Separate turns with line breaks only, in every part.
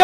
ก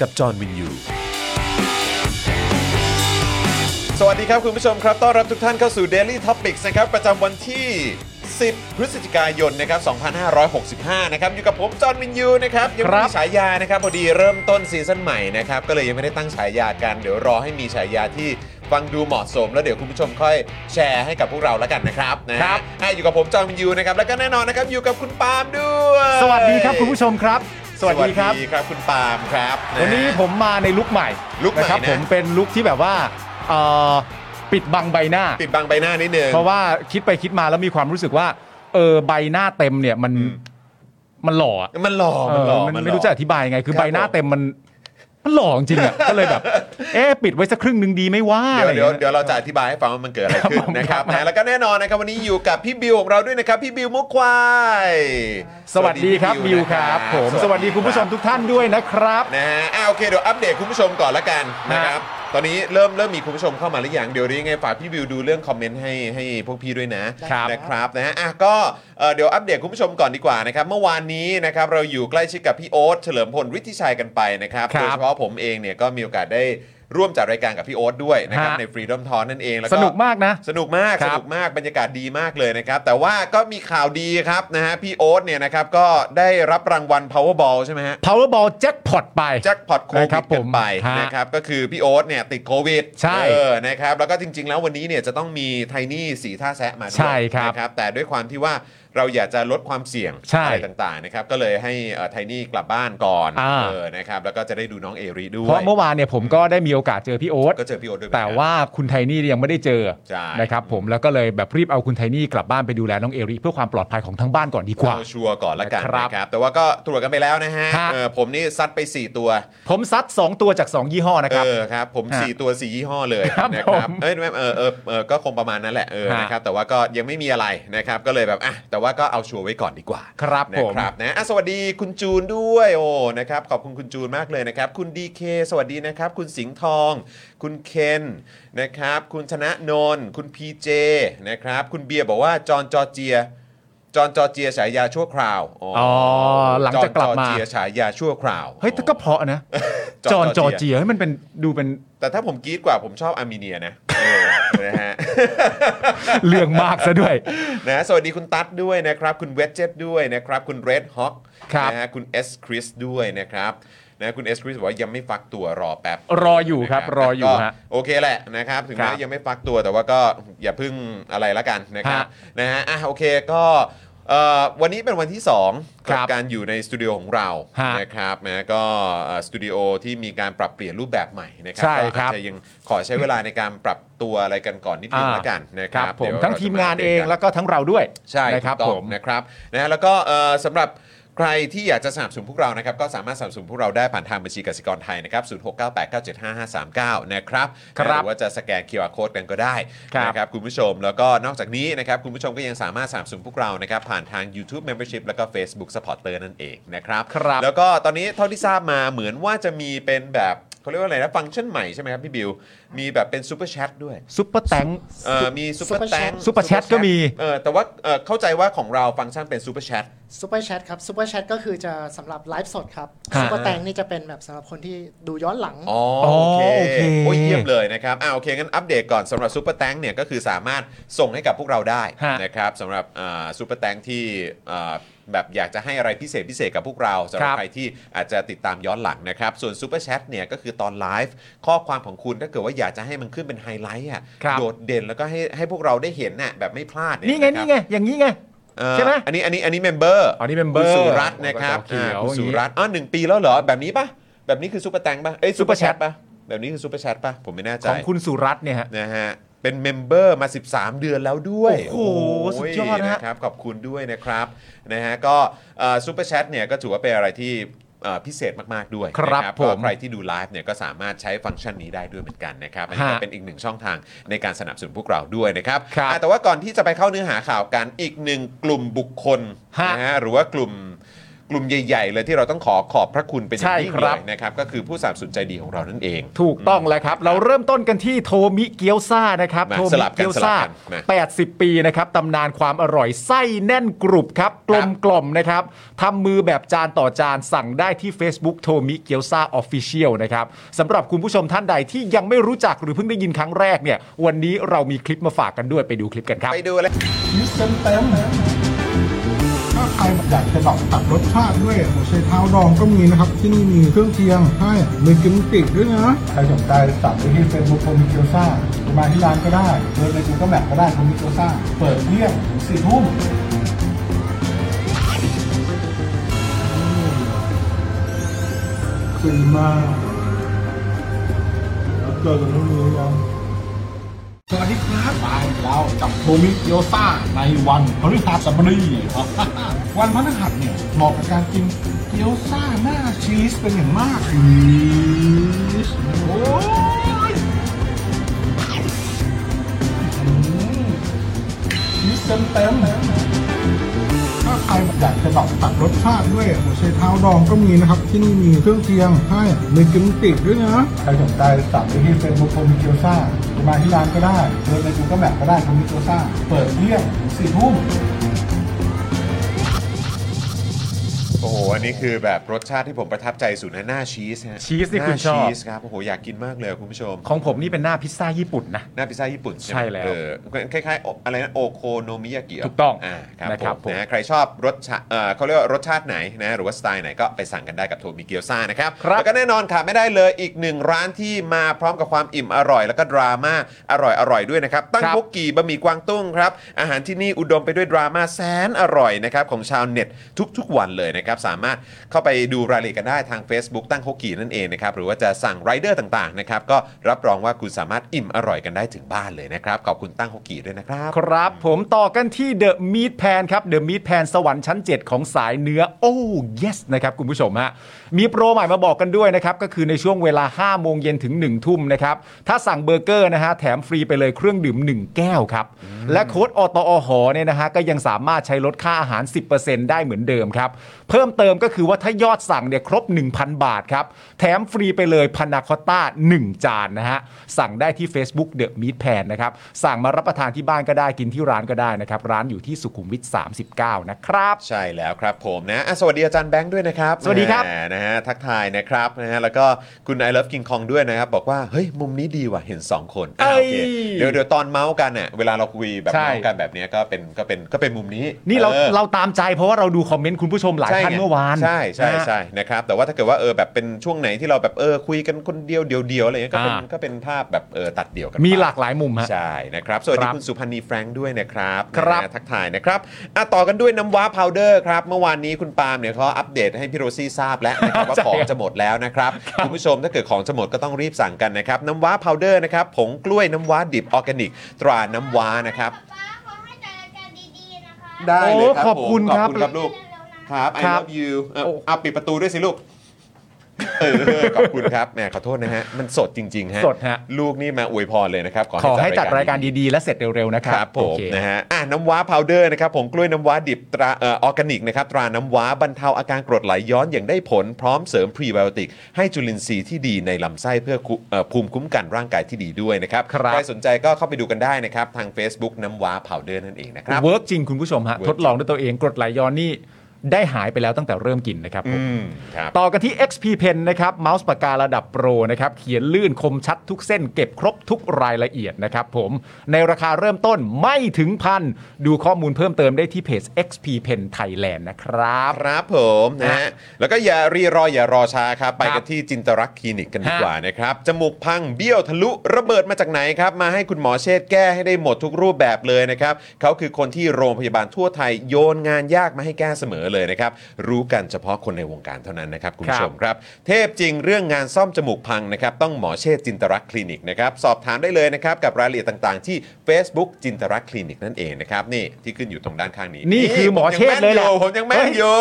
กับจอห์นวินยู
สวัสดีครับ คุณผู้ชมครับ ต้อนรับทุกท่านเข้าสู่ Daily Topics นะครับ ประจำวันที่ 10 พฤศจิกายนนะครับ 2565 นะครับ อยู่กับผม จอห์นวินยูนะครับ ยัง
ค
ไม่
รับ
มีฉายานะครับ พอดีเริ่มต้นซีซั่นใหม่นะครับ ก็เลยยังไม่ได้ตั้งฉายากัน เดี๋ยวรอให้มีฉายาที่ฟังดูเหมาะสม แล้วเดี๋ยวคุณผู้ชมค่อยแชร์ให้กับพวกเราแล้วกันนะครับนะฮะ
ครับ
อ่ะอยู่กับผม จอห์นวินยูนะครับ แล้วก็แน่นอนนะครับ อยู่กับคุณปาล์มด้วย
สวัสดีครับคุณผู้ชมครับ
สวัสดีครับคุณปาล์มครับะ
วันนี้ผมมาในลุคใหม่
ลุคใหม่
นะครับ
นะ
ผมเป็นลุคที่แบบว่าเอ่อปิดบังใบหน้า
ปิดบังใบหน้านิดนึง
เพราะว่าคิดไปคิดมาแล้วมีความรู้สึกว่าเออใบหน้าเต็มเนี่ยมัน
อืม
มันหล่ออะ
มันหล่อ
เอ
มันหล่อ
อมั
นหล่
น
อ
ไม่รู้จะอธิบายยังไง คือ
ครับ
ใบหน้า
ผม
เต็มมันมันหล่อจริง ๆอ่ะ ก็เลยแบบ เอ๊ะปิดไว้สักครึ่งหนึ่งดีไหม่ว่า
เดี๋ยว
อะไรอ
เดี๋ยว
ย่างงี้
เดี๋ยวเราจะอธิบายให้ฟังว่ามันเกิดอะไรขึ้นนะครับนะแล้วก็แน่นอนนะครับวันนี้อยู่กับพี่บิวของเราด้วยนะครับ พี่บิวมุกควาย
สวัสดีครับ
พี่
บิวครับ
นะ
ผมสวัสดีคุณผู้ชมทุกท่านด้วยนะครับ
นะฮะอ่าโอเคเดี๋ยวอัปเดตคุณผู้ชมก่อนละกันนะครับตอนนี้เริ่มเริ่มมีคุณผู้ชมเข้ามาหรือยังเดี๋ยวนี้ยังไงฝากพี่บิวดูเรื่องคอมเมนต์ให้ให้พวกพี่ด้วยนะครับ นะครับนะฮะอ่ะก็เอ่อเดี๋ยวอัปเดตคุณผู้ชมก่อนดีกว่านะครับเมื่อวานนี้นะครับเราอยู่ใกล้ชิดกับพี่โอ๊ตเฉลิมพลฤทธิชัยกันไปนะครับ
ครับ
โดยเฉพาะผมเองเนี่ยก็มีโอกาสได้ร่วมจัดรายการกับพี่โอ๊ตด้วยนะครับใน Freedom Talk นั่นเองแล้ว
สนุกมากนะ
สนุกมาก
ครั
ส
บ
นุกมากบรรยากาศดีมากเลยนะครับ แต่ว่าก็มีข่าวดีครับนะฮะพี่โอ๊ตเนี่ยนะครับก็ได้รับรางวัล Powerball ใช่ไหมฮะ
Powerball แจ็คพอตไป
แจ็คพอตโควิด
นะครับผ
กัน
ม
ไป
ฮะ
นะครับก็คือพี่โอ๊ตเนี่ยติดโควิด
ใช่
เออนะครับแล้วก็จริง ๆ แล้ววันนี้เนี่ยจะต้องมีไทนี่สีท่าแซะมาด้วย
ใช่ครับ
นะแต่ด้วยความที่ว่าเราอยากจะลดความเสี่ยง
ใช่
อะไรต่างๆนะครับก็เลยให้ไทนี่กลับบ้านก่อน
อ่า
เออนะครับแล้วก็จะได้ดูน้องเอริด้
เพ
วย
ราะเมื่อวานเนี่ยผมก็ได้มีโอกาสเจอพี่โอ๊ต
ก็เจอพี่โอ๊ตด้วยเหมือน
แต่
กัน
ว่าคุณไทนี่ยังไม่ได้เจอ
ใช่
นะครับผมแล้วก็เลยแบบรีบเอาคุณไทนี่กลับบ้านไปดูแลน้องเอริเพื่อความปลอดภัยของทั้งบ้านก่อนดีกว่า
เอาชัวร์ก่อนละกัน
ครับ
นะครับ แต่ว่าก็ตรวจกันไปแล้วนะฮะ
ฮะ
เออผมนี่ซัดไป 4 ตัว
ผมซัด 2 ตัวจาก 2 ยี่ห้อนะครับ
เออครับผม
ฮะ
4 ตัว 4 ยี่ห้อเลย
ครับ
นะครับ
ผม
เอ้ยไม่เออเออเออก็คงประมาณนั้นแหละเออ
ฮะ
นะครับแต่ว่าก็ยังไม่มีอะไรนะครับก็เลยแบบอ่ะแต่ว่าก็เอาชัวร์ไว้ก่อนดีกว่า
ครับ
นะ
ผม
ครับนะอ่ะสวัสดีคุณจูนด้วยโอ้นะครับขอบคุณคุณจูนมากเลยนะครับ คุณดีเคสวัสดีนะครับ คุณสิงห์ทอง คุณเคนนะครับ คุณชนะนนท์คุณพีเจนะครับคุณเบียร์บอกว่าจอนจอร์เจีย จอนจอร์เจียฉายาชั่วคราว
อ๋อหลังจากกลับมา
จอนจอร์เจียฉายาชั่วคราว
เฮ้ยแต่ก็เพราะนะ จอนจอร์เจียเฮ้ยมันเป็นดูเป็น
แต่ถ้าผมกรีดกว่าผมชอบอาร์เมเนียนะเออนะฮะ
เรื่องมากซะด้วย
นะสวัสดีคุณตั๊ดด้วยนะครับ คุณเวจเจ็ตด้วยนะครับ คุณเรดฮอค
ครับ
นะฮะคุณเอสคริสด้วยนะครับนะคุณเอสคริสบอกว่ายังไม่ฟักตัวรอแป๊บ
รออยู่ครับ
นะ
รออยู่
แต่ก็
ฮะ
โอเคแหละนะครับถึง
ครั
แม้
บ
ยังไม่ฟักตัวแต่ว่าก็อย่าเพิ่งอะไรละกันนะครับ
ฮะ
นะฮะอ่ะโอเคก็เอ่อวันนี้เป็นวันที่2
ครับ
การอยู่ในสตูดิโอของเรา
ฮะ
นะครับนะก็เอ่อสตูดิโอที่มีการปรับเปลี่ยนรูปแบบใหม่นะครั
ใช่
ก็อาจ
ครับ
จะยังขอใช้เวลาในการปรับตัวอะไรกันก่อนนิดนึงละกันนะค
ครั
รั
บบ ผม
เดี๋ยว
ทั้ง
รจะ
ทีมงาน
ป
เอ
ป
ง
ลี่ยกั
แล้วก็ทั้งเราด้วย
ใช่
นะครับ
ถูก
ผ
ต้อง
ม
นะครับนะฮะแล้วก็เอ่อสำหรับใครที่อยากจะสนับสนุนพวกเรานะครับก็สามารถสนับสนุนพวกเราได้ผ่านทางบัญชีกสิกรไทยนะครับศูนย์หกเก้าแปดเก้าเจ็ดห้าห้าสามเก้านะครับ
ครับ
หรือว่าจะสแกน QR Code กันก็ได้
ครับ
นะครับคุณผู้ชมแล้วก็นอกจากนี้นะครับคุณผู้ชมก็ยังสามารถสนับสนุนพวกเรานะครับผ่านทาง YouTube Membership แล้วก็ Facebook Supporter นั่นเองนะครับ
ครับ
แล้วก็ตอนนี้เท่าที่ทราบมาเหมือนว่าจะมีเป็นแบบเขาเรียกว่าอะไรนะฟังก์ชันใหม่ใช่ไหมครับพี่บิวมีแบบเป็นซูเปอร์แชทด้วย
ซุปเปอร์แตง
เอ่อมีซูเปอร์แตง
Super Chat ก็มี
เออแต่ว่าเอ่อเข้าใจว่าของเราฟังก์ชันเป็นซูเปอร์แชท
ซูเปอร์แชทครับซูเปอร์แชทก็คือจะสำหรับไลฟ์สดครับ
ฮะ
ซูเปอร์แตงนี่จะเป็นแบบสำหรับคนที่ดูย้อนหลัง
อ๋อ
อ๋อ
โอเค
โอเค
โอ้ยเยี่ยมเลยนะครับอ่าโอเคงั้นอัปเดตก่อนสำหรับซูเปอร์แตงเนี่ยก็คือสามารถส่งให้กับพวกเราได้
ฮะ
นะครับสำหรับอ่าซูเปอร์แตงที่อ่า แบบอยากจะให้อะไรพิเศษพิเศษกับพวกเราสำหรั
ค
บ
รับ
ใครที่อาจจะติดตามย้อนหลังนะครับ ส่วนซูเปอร์แชทเนี่ยก็คือตอนไลฟ์ข้อความของคุณถ้าเกิดว่าอยากจะให้มันขึ้นเป็นไฮไลท์อ่ะ
ครับ
โดดเด่นแล้วก็ให้ให้พวกเราได้เห็นน่ะแบบไม่พลาดเย
นี่ไง
ะครับ
นี่ไงอย่างนี้ไง
เอ่อ
ใช่ไหม
อันนี้อันนี้อันนี้เมมเบอร์
อ๋อนี่ member
สุรัตน์นะครับ
กระจอกเขียว
อ่าคุณ
อย่างนี้
สุรัตน์อ๋อหนึ่งปีแล้วเหรอ แบบนี้ปะแบบนี้คือซูเปอร์แตงปะเอ้ยซูเปอ
Super
ร์แชท
Chat
ปะแบบนี้คือซูเปอร์แชทปะผมไม่แน่ใจ
ของคุณสุรัตน์เนี่ยฮะ
นะฮะเป็นเมมเบอร์มา 13 เดือนแล้วด้วย
โอ้โหสุดยอดนะฮะ
นะครับขอบคุณด้วยนะครับนะฮะก็ซูเปอร์แชทเนี่ยก็ถือว่าเป็นอะไรที่เอ่อพิเศษมาก ๆ ด้วย
ครับ
นะ
ผม
ก็ใครที่ดูไลฟ์เนี่ยก็สามารถใช้ฟังก์ชันนี้ได้ด้วยเหมือนกันนะครับอันนี้ก็
ฮะ
เป็นอีกหนึ่งช่องทางในการสนับสนุนพวกเราด้วยนะครับ
ครับ
อ่ะ แต่ว่าก่อนที่จะไปเข้าเนื้อหาข่าวกันอีกหนึ่งกลุ่มบุคคล
ฮะ
นะฮะหรือว่ากลุ่มกลุ่มใหญ่ ๆ เลยที่เราต้องขอขอบพระคุณเป็นอย่างยิ่ง
ใช่ค
เล
รับ
ยนะครับ ก็คือผู้สามสนุนใจดีของเรานั่นเอง
ถูกต้องแล้วครับ เราเริ่มต้นกันที่โทมิเกียวซ่านะครับ
มา
โท
ส
มิ
ลับกัน
เกียวซ่า
สลับกันมา
80 ปีนะครับตำนานความอร่อยไส้แน่นกรุบครับ กลมกล่อมนะครับทำมือแบบจานต่อจานสั่งได้ที่ Facebook โทมิเกียวซ่าออฟฟิเชียลนะครับสำหรับคุณผู้ชมท่านใดที่ยังไม่รู้จักหรือเพิ่งได้ยินครั้งแรกเนี่ย วันนี้เรามีคลิปมาฝากกันด้วยไปดูคลิปกันครับ
ไปดูเลย
ชีสเต็มๆถ้าใครอยากจะแบบตัดรสชาติด้วยหัวไชเท้าดองก็มีนะครับ ที่นี่มีเครื่องเคียงให้มีกิมจิด้วยนะ ใครสนใจสั่งไปที่เฟซบุ๊กโทมิเกียวซ่ามาที่ร้านก็ได้เดินไปกูก็แมปก็ได้โทมิเกียวซ่าเปิดเที่ยงถึงสี่ทุ่ม คือมากแล้วเจอกันที่นี่ยังสวัสดีครับมาอีกแล้วกับโทมิโยซ่าในวันพฤหัสบดีครับ วันพฤหัสเนี่ยเหมาะกับการกินเกี๊ยวซ่าหน้าชีสเป็นอย่างมากชีสโอ้ยอืมชีสเต็มเต็มๆ ถ้าใครอยากจะแบบตัดรสชาติด้วยหัวไชเท้าดองก็มีนะครับ ที่นี่มีเครื่องเคียงให้มีกิมจิด้วยนะใครสนใจสั่งไปที่เฟซบุ๊กโทมิเกียวซ่าหรือมาที่ร้านก็ได้เดินไปกูก็แมปก็ได้โทมิเกียวซ่าเปิดเที่ยงถึงสี่ทุ่ม
โอ้โห อันนี้คือแบบรสชาติที่ผมประทับใจสุดนะหน้าชีสฮะ
ชีสนี่คุณ
หา
ชอบ
ชีสครับ โอ้โห อยากกินมากเลยคุณผู้ชม
ของผมนี่เป็นหน้าพิซซ่าญี่ปุ่นนะ
หน้าพิซซ่าญี่ปุ่นไหม
ใช่แล้ว
เออคล้ายๆโออะไรนะโอโคโนมิยากิ
ถูกต้อง
อ่าครับ
นะ
ผ
ครับ
ม
ผม
นะฮะใครชอบรสชาเอ่อเขาเรียกว่ารสชาติไหนนะหรือว่าสไตล์ไหนก็ไปสั่งกันได้กับโทมิเกียวซ่านะครับ
ครับ
แล้วก็แน่นอนค่ะไม่ได้เลยอีกหนึ่งร้านที่มาพร้อมกับความอิ่มอร่อย แล้วก็ดราม่าอร่อยอร่อยด้วยนะครับ ตั้ง
ครับ
พกกี่บะหมี่กวางตุ้งครับ อาหารที่นี่อุดมไปด้วยดราม่าแสนอร่อยนะครับของชาวเน็ตทุกๆวันเลยนะครับสามารถเข้าไปดูรายละเอียดกันได้ทาง Facebook ตั้งพกกี่นั่นเองนะครับหรือว่าจะสั่งไรเดอร์ต่างๆนะครับก็รับรองว่าคุณสามารถอิ่มอร่อยกันได้ถึงบ้านเลยนะครับขอบคุณตั้งพกกี่ด้วยนะครับ
ครับผมต่อกันที่เดอะม a ทแพนครับเดอะม a ทแพนสวรรค์ชั้น 7 ของสายเนื้อ โอ้ yes นะครับคุณผู้ชมฮะมีโปรใหม่มาบอกกันด้วยนะครับ ก็คือในช่วงเวลา 5 โมงเย็นถึง 1 ทุ่มนะครับ ถ้าสั่งเบอร์เกอร์นะฮะแถมฟรีไปเลยเครื่องดื่ม 1 แก้วครับ และโค้ดอตอหอเนี่ยนะฮะก็ยังสามารถใช้ลดค่าอาหาร 10%ได้เหมือนเดิมครับ เพิ่มเติมก็คือว่าถ้ายอดสั่งเนี่ยครบ 1,000 บาทครับ แถมฟรีไปเลยพานาคอตต้า 1 จานนะฮะ สั่งได้ที่ Facebook The Meat Pan นะครับ สั่งมารับประทานที่บ้านก็ได้กินที่ร้านก็ได้นะครับ ร้านอยู่ที่สุขุมวิท 39 นะครับ
ใช่แล้วครับผมนะอ่ะสวัสดีอาจารย์แบงค์ด้วยนะครับ
สวัสดีครับ
แหมนะฮะทักทายนะครับนะฮะแล้วก็คุณ I love King Kong ด้วยนะครับ บอกว่า เฮ้ย มุมนี้ดีว่ะเห็น 2 คนอ่ะ
เอ้
โอย เคเดี๋ยวเดี๋ยวตอนเมาส์กันเนี่ยเวลาเราคุยแบบ
ใช่
เมาส์กันแบบเนี้ยก็เป็นก็เป็นก็เป็นมุมนี้
นี่เรา
ออ
เราตามใจเพราะว่าเราดูคอมเมนต์คุณผู้ชมหลาย
ใช่ไง
ท่านเมื่อวาน
ใช่ใช่
นะฮะ
ใช่นะครับ แต่ว่าถ้าเกิดว่าเออแบบเป็นช่วงไหนที่เราแบบเออคุยกันคนเดียวเดียวเดียวๆอะไรเงี้ยก็เป็น
อ่า
ก็เป็นภาพแบบเออตัดเดี่ยวกันไป
มีหลากหลายมุมฮะ
ใช่นะครับ สวัสดี
ครับ
คุณสุพันธ์นีแฟรงค์ด้วยนะครับ
ครับ
นะฮะทักทายนะครับอ่ะต่อกันด้วยน้ำว้าพาวเดอร์ครับ เมื่อวานนี้คุณปาล์มเนี่ยเขาอัปเดตให้พี่โรซี่ทราบแล้วนะครับ ว่า
ใช่
ของจะหมดแล้วนะครับ คุณผู้ชมถ้าเกิดของจะหมดก็ต้องรีบสั่งกันนะครับ น้ำว้าพาวเดอร์นะครับ ผงกล้วยน้ำว้าดิบออร์แกนิก ตราน้ำว้านะครับ
ป๊าขอให้จัดรายการดีๆนะคะ
ได้เลยครับ
โอ้ขอบคุณ
ผม
ครับ
ขอบคุณครับลูก
เร็วๆนะ
ครับ I
ครับ
love you เออเอาปิดประตูด้วยสิลูกเออขอบคุณครับแหมขอโทษนะฮะมันสดจริงๆฮะ
สดฮะ
ลูกนี่มาอวยพรเลยนะครับ
ขอให้จัดรายการ
ดี
ดีๆ และเสร็จเร็วๆ นะค
ค
รั
รั
บบ
ผม
โอเค
นะฮะอ่ะน้ำว้าพาวเดอร์นะครับผงกล้วยน้ำว้าดิบตราเอ่อออร์แกนิกนะครับตราน้ำว้าบรรเทาอาการกรดไหลย้อนอย่างได้ผล พร้อมเสริมพรีไบโอติก ให้จุลินทรีย์ที่ดีในลำไส้เพื่อคุเอ่อภูมิคุ้มกันร่างกายที่ดีด้วยนะครับ
ครับ
ใครสนใจก็เข้าไปดูกันได้นะครับ ทาง Facebook น้ำว้าพาวเดอร์นั่นเองนะครับ
เวิร์กจริงคุณผู้ชมฮะ
เวิร์ก
ทดลองด้วยตัวเองกรดไหลย้อนนี่ ได้หายไปแล้วตั้งแต่เริ่มกินนะครับผม
อืมครับ
ต่อกันที่ XP Pen นะครับเมาส์ปากการะดับโปรนะครับเขียนลื่นคมชัดทุกเส้นเก็บครบทุกรายละเอียดนะครับผม ในราคาเริ่มต้นไม่ถึงพัน ดูข้อมูลเพิ่มเติมได้ที่เพจ XP Pen Thailand นะครับ
ครับผมนะฮะแล้วก็อย่ารีรออย่ารอช้าครับ ไป
ครั
กัน
บ
ที่จินตรักษณ์คลินิกกันดี
ฮะ
กว่านะครับ จมูกพังเบี้ยวทะลุระเบิดมาจากไหนครับ มาให้คุณหมอเชษฐ์แก้ให้ได้หมดทุกรูปแบบเลยนะครับ เขาคือคนที่โรงพยาบาลทั่วไทยโยนงานยากมาให้แก้เสมอเลยนะครับ รู้กันเฉพาะคนในวงการเท่านั้นนะครับคุณผู้ชม
ครับ
ครับเทพจริงเรื่องงานซ่อมจมูกพังนะครับต้องหมอเชษจินตรักษณ์คลินิกนะครับสอบถามได้เลยนะครับกับรายละเอียดต่างๆ ที่ Facebook จินตรักษณ์คลินิกนั่นเองนะครับนี่ที่ขึ้นอยู่ตรงด้านข้างนี้
นี่คือหมอเชษฐ์เลยแหละ
ผมยังแม่นอยู่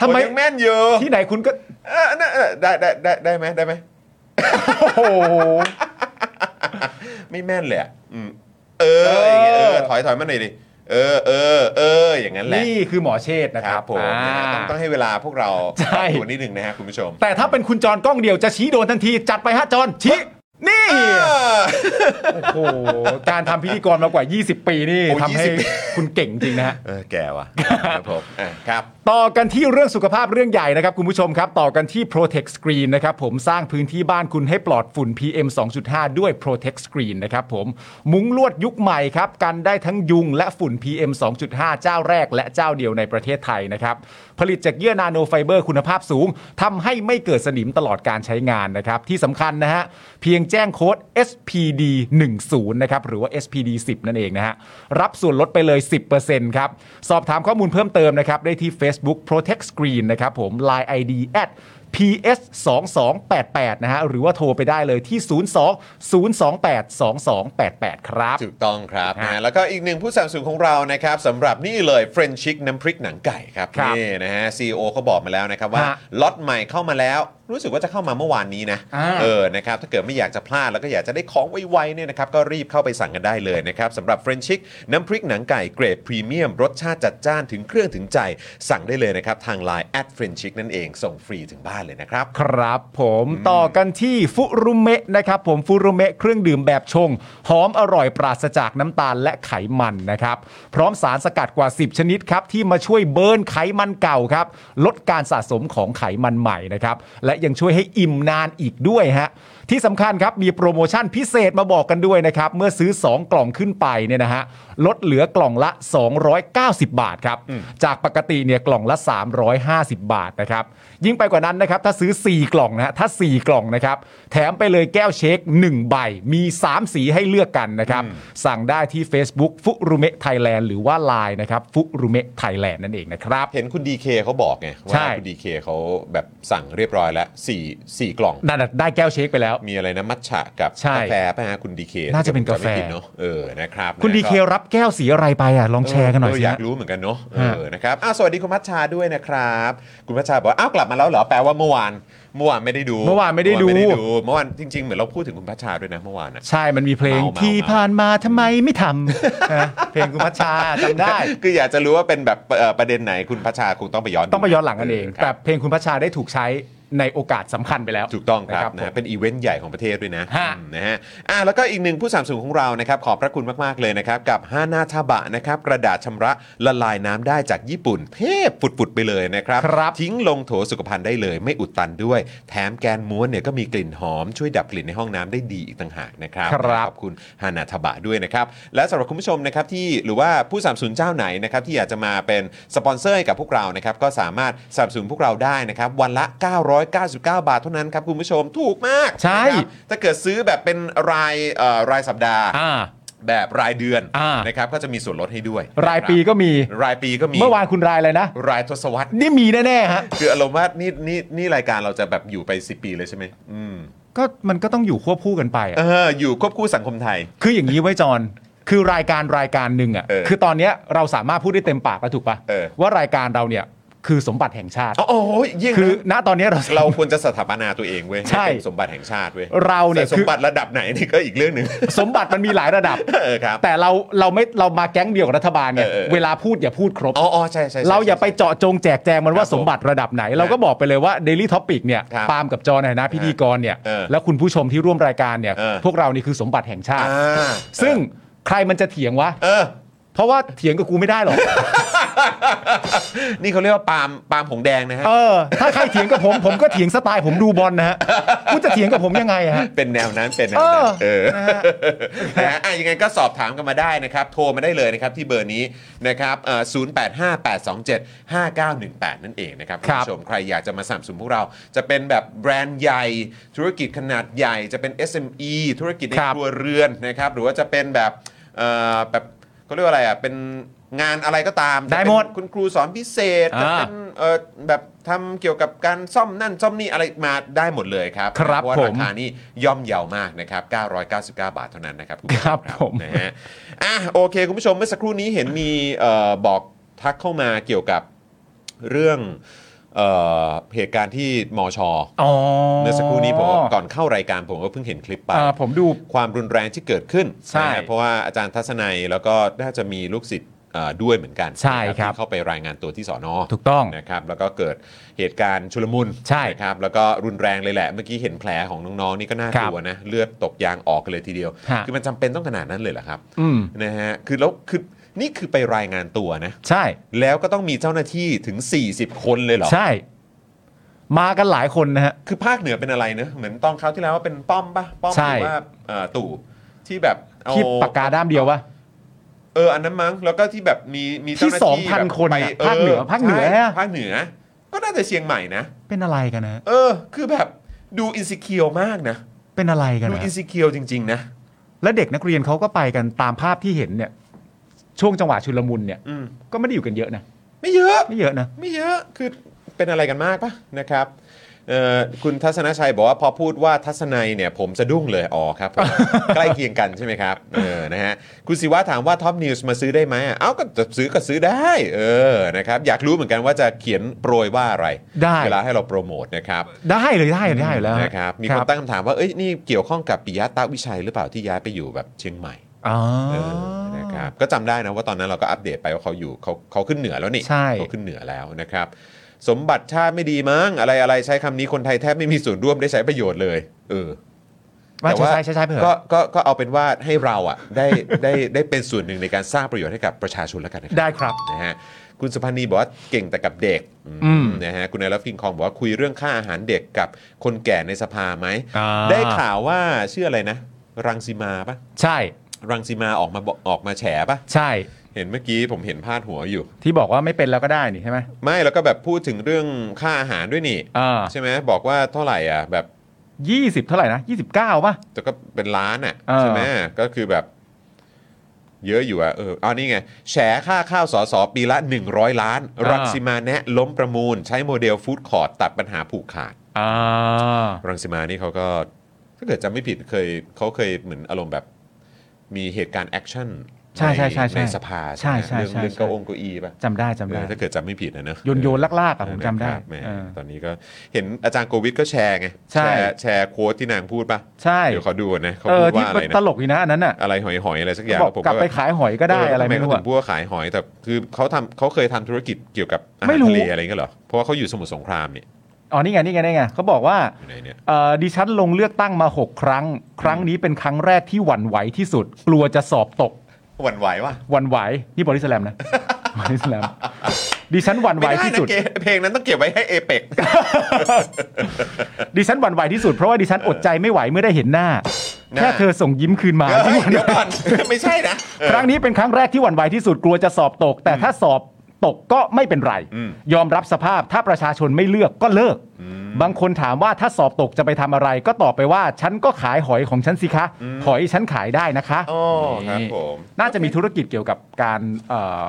ทำไม
ผยังแม่นอยู่
ที่ไหนคุณก็
เอ่อน่ะเอ่อได้ได้ได้ได้ไหมได้ไหม
โอ้โห
ไม่แม่นเลยอะอืมเอออย่างเงี้ยเออถอยถอยมาหน่อยดิเออเออเอออย่างนั้นแหละ
นี่คือหมอเชษฐ์นะ
ค
ค
รั
รั
บบ ผม
อ่า
นะฮะต้องต้องให้เวลาพวกเรา
ใช่
ปรับตัวนิดหนึ่งนะฮะคุณผู้ชม
แต่ถ้าเป็นคุณจรกล้องเดียวจะชี้โดนทันที จัดไปฮะจรชี้ นี่ โอ้โห การทำพิธีกรมากว่า 20 ปีนี่
โอ้ย
ทำให้
20ปี
คุณเก่งจริงนะฮะ
เออแกว่ะครับผมอ่ะครับ
ต่อกันที่เรื่องสุขภาพเรื่องใหญ่นะครับคุณผู้ชมครับ ต่อกันที่ Protect Screen นะครับผมสร้างพื้นที่บ้านคุณให้ปลอดฝุ่น PM 2.5 ด้วย Protect Screen นะครับผมมุ้งลวดยุคใหม่ครับกันได้ทั้งยุงและฝุ่น PM 2.5 เจ้าแรกและเจ้าเดียวในประเทศไทยนะครับ ผลิตจากเยื่อนาโนไฟเบอร์คุณภาพสูงทำให้ไม่เกิดสนิมตลอดการใช้งานนะครับ ที่สำคัญนะฮะ เพียงแจ้งโค้ด SPD 1 0นะครับหรือว่า SPD 10นั่นเองนะฮะ รับส่วนลดไปเลย 10%ครับ สอบถามข้อมูลเพิ่มเติมนะครับ ได้ที่ Facebook Protect Screen นะครับผม Line ID at PS 2 2 8 8นะฮะ หรือว่าโทรไปได้เลยที่ 02 028 2288 ครับ
ถูกต้องครับ
ฮะ
นะแล้วก็อีกหนึ่งผู้สนับสนุนของเรานะครับสำหรับนี่เลยเฟรนชิกน้ำพริกหนังไก่ครับ
ครับ
นี่นะฮะซีอเขาบอกมาแล้วนะครับว่า
ฮะ
ล็อตใหม่เข้ามาแล้ว รู้สึกว่าจะเข้ามาเมื่อวานนี้นะ
อ่า
เออนะครับถ้าเกิดไม่อยากจะพลาดแล้วก็อยากจะได้ของไวๆเนี่ยนะครับก็รีบเข้าไปสั่งกันได้เลยนะครับสำหรับเฟรนชิกน้ำพริกหนังไก่เกรดพรีเมียมรสชาติจัดจ้านถึงเครื่องถึงใจ สั่งได้เลยนะครับทาง Line แอดเฟรนชิกนั่นเองส่งฟรีถึงบ้านเลยนะครับ
ครับผมต่อกันที่ฟุรุเมะนะครับผมฟุรุเมะเครื่องดื่มแบบชง หอมอร่อยปราศจากน้ำตาลและไขมันนะครับ พร้อมสารสกัดกว่า 10 ชนิดครับ ที่มาช่วยเบิร์นไขมันเก่าครับ ลดการสะสมของไขมันใหม่นะครับ และยังช่วยให้อิ่มนานอีกด้วยฮะ ที่สำคัญครับ มีโปรโมชั่นพิเศษมาบอกกันด้วยนะครับ เมื่อซื้อ 2 กล่องขึ้นไปเนี่ยนะฮะลดเหลือกล่องละ 290 บาทครับ จากปกติเนี่ยกล่องละ 350 บาทนะครับ ยิ่งไปกว่านั้นนะครับ ถ้าซื้อ 4 กล่องนะฮะถ้า 4 กล่องนะครับ แถมไปเลยแก้วเช็ค 1 ใบ มี 3 สีให้เลือกกันนะครับ สั่งได้ที่ Facebook ฟุรุเมะไทยแลนด์หรือว่า Line นะครับฟุรุเมะไทยแลนด์นั่นเองนะครับ
เห็นคุณดีเคเขาบอกไง
ใช่
ว่าคุณดีเคเขาแบบสั่งเรียบร้อยแล้วสี่สี่กล่อง
นั่นน่ะได้แก้วเช็คไปแล้ว
มีอะไรนะมัทฉะกับ
ใช่
กาแฟป่ะฮะคุณดีเค
น่าจะเป็นกาแฟ
เนาะเออนะครับ
คุณดีเครับแก้วสีอะไรไปอ่ะลองแชร์กันหน่อย
เอ
สิ
ออยา
ฮะ
กรู้เหมือนกันเนาะ
ฮะ
เออนะครับอ้าวสวัสดีคุณมัทชาด้วยนะครับ คุณมัทชาบอกว่าอ้าวกลับมาแล้วเหรอแปลว่าเมื่อวานเมื่อวานไม่ได้ดู
เมื่อวานไม่ได้ดู
เมื่อวานเมื่อวานจริงๆเหมือนเราพูดถึงคุณมัทชาด้วยนะเมื่อวานอ่ะ
ใช่มันมีเพลง
เมาเมา
ที่ผ่านมาทำไมไม่ท ำ นะเพลงคุณพัชชาจำได้
คืออยากจะรู้ว่าเป็นแบบเอ่อประเด็นไหนคุณพัชชาคงต้องไปย้อนดู
ต้องไปย้อนหลังกันเอง
ครับ
แต่เพลงคุณพัชชาได้ถูกใช้ในโอกาสสำคัญไปแล้ว
ถูกต้องค
นะ
รับ
ผม
นะเป็นอีเวนต์ใหญ่ของประเทศด้วยนะ
ฮะ
อืมนะฮะอ่ะแล้วก็อีกหนึ่งผู้สามสูงของเรานะครับขอบพระคุณมาก ๆ เลยนะครับ กับฮานาทาบะนะครับกระดาษชำระละลายน้ำได้จากญี่ปุ่น เทพปุด ๆ ไปเลยนะครับ
ครับ
ทิ้งลงโถสุขภัณฑ์ได้เลย ไม่อุดตันด้วย แถมแกนม้วนเนี่ยก็มีกลิ่นหอมช่วยดับกลิ่นในห้องน้ำได้ดีอีกต่างหากนะครับ
ครับ
ขอบคุณฮานาทบะด้วยนะครับ และสำหรับคุณผู้ชมนะครับที่หรือว่าผู้สนับสนุนเจ้าไหนนะครับที่อยากจะมาเป็นสปอนเซอร์ให้กับพวกเรานะครับก็สามารถสนับสนุนพวกเราได้นะครับวันละ 999 บาทเท่านั้นครับคุณผู้ชมถูกมาก
ใช่
นะครับถ้าเกิดซื้อแบบเป็นรายเอ่อรายสัปดาห์
อ่า
แบบรายเดือน
อ่าน
นะครับก็จะมีส่วนลดให้ด้วย
รายปีก็มี
รายปีก็มี
เมื่อวานคุณรายอะไรนะ
รายทศวรรษ
นี่มีแน่ๆฮะ
คืออารมณ์ว่านี่นี่นี่รายการเราจะแบบอยู่ไป 10 ปีเลยใช่ไหมอืม
ก็มันก็ต้องอยู่ควบคู่กันไปอะ
เอออยู่ควบคู่สังคมไทย
คืออย่างนี้ไว้จอนคือรายการรายการหนึ่งอ่ะ
เออ
คือตอนเนี้ยเราสามารถพูดได้เต็มปากแล้วถูกปะ
เออ
ว่ารายการเราเนี่ยคือสมบัติแห่งชาติ
อ๋อโอ้ยยิ่งนะ
คือณตอนเนี้ยเรา
เราควรจะสถาปนาตัวเองเว้ย
ใช่
ห้เป็นสมบัติแห่งชาติเว้ย
เราเนี่ย
แต่ส
คื
ม
อ
บัติระดับไหนนี่ก็อีกเรื่องหนึ่ง
สมบัติมันมีหลายระดับ
เออครับ
แต่เราเราไม่เรามาแก๊งเดียวกับรัฐบาลเนี่ย
เออเออ
เวลาพูดอย่าพูดครบ
อ๋ออ๋อใช่ใช่ใช่
เราอย่าไปเจาะจงแจกแจงมันว่า
ครับผม
สมบัติระดับไหน เราก็บอกไปเลยว่า Daily Topic เนี่ย
ครับ
ปาล์มกับจอในฐานะพิธีกรเนี่ย
เออ
แล้วคุณผู้ชมที่ร่วมรายการเนี่ย
เออ
พวกเรานี่คือสมบัติแห่งชา
อ่า
ติ ซึ่งใครมันจะเถียงวะ
เออ
เพราะว่าเถียงกับกูไม่ได้หรอก
นี่เขาเรียกว่าปาล์มปาล์มผงแดงนะฮะ
เออ ถ้าใครเถียงกับผม ผมก็เถียงสไตล์ผมดูบอลนะฮะคุณจะเถียงกับผมยังไงอะฮะ
เป็นแนวนั้นเป็นแนวนั้นเอ
เอ
อ
อนะฮะ
นะฮะอ่ะยังไงก็สอบถามกันมาได้นะครับ โทรมาได้เลยนะครับที่เบอร์นี้นะครับศูนย์แปดห้าแปดสองเจ็ดห้าเก้าหนึ่งแปดนั่นเองนะครับคุณผู้ชมใครอยากจะมาสนับสนุนพวกเรา จะเป็นแบบแบรนด์ใหญ่ ธุรกิจขนาดใหญ่จะเป็น SME ธุรกิจใน
ครับ
ครัวเรือนนะครับหรือว่าจะเป็นแบบเอ่อแบบเขาเรียกว่าอะไรอ่ะเป็นงานอะไรก็ตาม
ได้หมด
จะเป็นคุณครูสอนพิเศษจะ
อ่า
เป็นเอ่อแบบทำเกี่ยวกับการซ่อมนั่นซ่อมนี่อะไรมาได้หมดเลยครับ
ครับ
เพาะว่า
ผม
ราคา นี่ย่อมเยาวมากนะครับ 999 บาทเท่านั้นนะครับณผู้ช
ครับผม
นะฮะ อ่ะโอเค คุณผู้ชมเมื่อสักครู่นี้เห็นมีเอ่อบอกทักเข้ามาเกี่ยวกับเรื่องเอ่อเหตุการณ์ที่มอชอ
อ๋อ
เมื่อสักครู่นี้ผมก็ก่อนเข้ารายการผมก็เพิ่งเห็นคลิปไป
อ่าผมดู
ความรุนแรงที่เกิดขึ้น
ใช่
นะฮะเพราะว่าอาจารย์ทัศนัยแล้วก็น่าจะมีลูกศิษย์เอ่อด้วยเหมือนกัน
ใช่
นะครับ ที่เข้าไปรายงานตัวที่สอนอ
ถูกต้อง
นะครับแล้วก็เกิดเหตุการณ์ชุลมุน
ใช่
นะครับแล้วก็รุนแรงเลยแหละ เมื่อกี้เห็นแผลของน้องๆนี่ก็น่ากลัวนะเลือดตกยางออกกันเลยทีเดียว
ฮะ
คือมันจำเป็นต้องขนาดนั้นเลยเหรอครับ
อืม
นะฮะคือแล้วคือนี่คือไปรายงานตัวนะ
ใช่
แล้วก็ต้องมีเจ้าหน้าที่ถึง 40 คนเลยเหรอ
ใช่ มากันหลายคนนะฮะ
คือภาคเหนือเป็นอะไรเนอะเหมือนตอนคราวที่แล้วว่าเป็นป้อมปะป้อมห
ใช่
รือว่าเอ่อตู่ที่แบบเอา
ที่ปากกาด้ามเดียววะ
เอออันนั้นมั้งแล้วก็ที่แบบมีมีเจ้าหน้า
ที่
ที่แบบ
2,000คน
ไป
อะภาคเหนือภาคเหนือ
ใช่
อะ
ภาคเหนือ ก็น่าจะเชียงใหม่นะ
เป็นอะไรกันนะ
เออ คือแบบดูอินสิเคียวมากนะ
เป็นอะไรกัน
ดู
นะ
อินสิเคียวจริง ๆ นะ
และเด็กนักเรียนเขาก็ไปกันตามภาพที่เห็นเนี่ย ช่วงจังหวะชุลมุนเนี่ย
อืม
ก็ไม่ได้อยู่กันเยอะนะ
ไม่เยอะ
ไม่เยอะนะ
ไม่เยอะคือเป็นอะไรกันมากปะนะครับเอ่อคุณทัศนชัยบอกว่าพอพูดว่าทัศนัยเนี่ยผมสะดุ้งเลยอ๋อครับ ผม ใกล้เคียงกันใช่ไหมครับเออนะฮะคุณศิวะถามว่าท็อปนิวส์มาซื้อได้ไหมอ่ะเอ้าก็จะซื้อก็ซื้อได้เออนะครับอยากรู้เหมือนกันว่าจะเขียนโปรยว่าอะไร
ได้
เวลาให้เราโปรโมทนะครับ
ได้เลยได้เลยได้อยู่แล้วฮ
นะครับมีคนตั้งคำถามว่าเอ้ยนี่เกี่ยวข้องกับปิยะตาวิชัยหรือเปล่าที่ย้ายไปอยู่แบบเชียงใหม่
อ๋อ
เออนะครับก็จำได้นะว่าตอนนั้นเราก็อัปเดตไปว่าเขาอยู่เขาเขาขึ้นเหนือแล้วนี่
ใช่
เขาขึ้นเหนือแล้วนะครับ สมบัติชาติไม่ดีมั้งอะไรอะไรใช้คำนี้คนไทยแทบไม่มีส่วนร่วมได้ใช้ประโยชน์เลย เออ
ว่าใช่ใช่ใช่ใช่เพื่
ก็
อะ
ก็ก็เอาเป็นว่าให้เราอ่ะได้ได้ได้เป็นส่วนหนึ่งในการสร้างประโยชน์ให้กับประชาชนแล้วกันนะครับ
ได้ครับ
นะฮะคุณสุพันธ์นีบอกว่าเก่งแต่กับเด็กอืม
อืม
นะฮะคุณนายรัฟกิงคองบอกว่าคุยเรื่องค่าอาหารเด็กกับคนแก่ในสภาไหม
อ่า
ได้ข่าวว่าชื่ออะไรนะ รังสีมาปะ
ใช่
รังสีมาออกมาบอกออกมาแฉปะ
ใช่
เห็นเมื่อกี้ผมเห็นพาดหัวอยู่
ที่บอกว่าไม่เป็นแล้วก็ได้นี่ใช่ไหม
ไม่แล้วก็แบบพูดถึงเรื่องค่าอาหารด้วยนี่
อ่า
ใช่ไหมบอกว่าเท่าไหร่อ่ะแบบ
ยี่สิบเท่าไหร่นะยี่สิบเก้าป่ะ
แต่ก็เป็นล้านอ่ะ
เออ
ใช่ไหมก็คือแบบ เยอะอยู่อ่ะเออเอานี่ไงแฉค่าข้าวสอสอปีละ 100 ล้าน รังสีมาแนะล้มประมูล ใช้โมเดลฟู้ดคอร์ตตัดปัญหาผูกขาด
อ่า
รังสิมานี่เขาก็ถ้าเกิดจำไม่ผิดเคยเขาเคยเหมือนอารมณ์แบบมีเหตุการณ์แอคชั่น
ใช่ใช่ใช่ใช่
สภาใช่ไหม
ใช่ใช่
เรื่อง
ใช่
เรื่อง
ใช่
เก้าองเก้าอี้ป่ะ
จำได้จำ
เอ
ได้
อถ้าเกิดจำไม่ผิดนะเนอะ
โยนโยนลากลากๆ
เอ
อะ
อ
ผมจำได้
นะครับแหม
เออ
ตอนนี้ก็เห็นอาจารย์โควิดก็แชร์ไงแช
ใช่
ร์แชร์โค้ดที่นางพูดป่ะ
ใช่
เดี๋ยวขอดูก่อนนะเขา
เอ
พูด
อที่
ว่าอะไร
ต
นะ
ลกอีนะอันนั้นอ่ะ
อะไรหอยๆอะไรสักอย่าง
บอก
ผม
กลับไปขายหอยก็ได้
เ
อะไรไม่
ทำ
รู้
เขาถึ
อะ
งพูดว่าขายหอยแต่คือเขาทำเขาเคยทำธุรกิจเกี่ยวกับอาหา
ไม่
ร
รู้
ทะเลอะไรเงี้ยเหรอเพราะว่าเขาอยู่สมุทรสงครามเนี่ย
อ๋อนี่ไงนี่ไงนี่ไงเขาบอกว่า
อยู่ไหนเนี่ย
เอ่อดิฉันลงเลือกตั้งมา 6 ครั้ง ครั้งนี้เป็นครั้งแรกที่หวั่นไหวที่สุด กลัวจะสอบตก
หวั่นไหวว่ะ
หวั่นไหวนี่บอดี้แลมนะ บอดี้แลมดิฉันหวั่นไห
ไม่
ว
ได้
ที่
นะ
สุด
เกเพลงนั้นต้องเก็บไว้ให้เอเปก
ดิฉันหวั่นไหวที่สุดเพราะว่าดิฉันอดใจไม่ไหวเมื่อได้เห็นหน้า
หน้า
แค่เธอส่งยิ้มคืนมา
เอ้ย
ที่หวั่น
เดี๋ยว
ไหว
ก่อน ไม่ใช่นะเออ
ครั้งนี้เป็นครั้งแรกที่หวั่นไหวที่สุดกลัวจะสอบตก แต่ถ้าสอบตกก็ไม่เป็นไร
อืม
ยอมรับสภาพถ้าประชาชนไม่เลือกก็เลิก บางคนถามว่าถ้าสอบตกจะไปทำอะไร ก็ตอบไปว่าฉันก็ขายหอยของฉันสิคะ หอยฉันขายได้นะคะ
อ๋อครับผม
น่าจะมีธุรกิจเกี่ยวกับการเอ่อ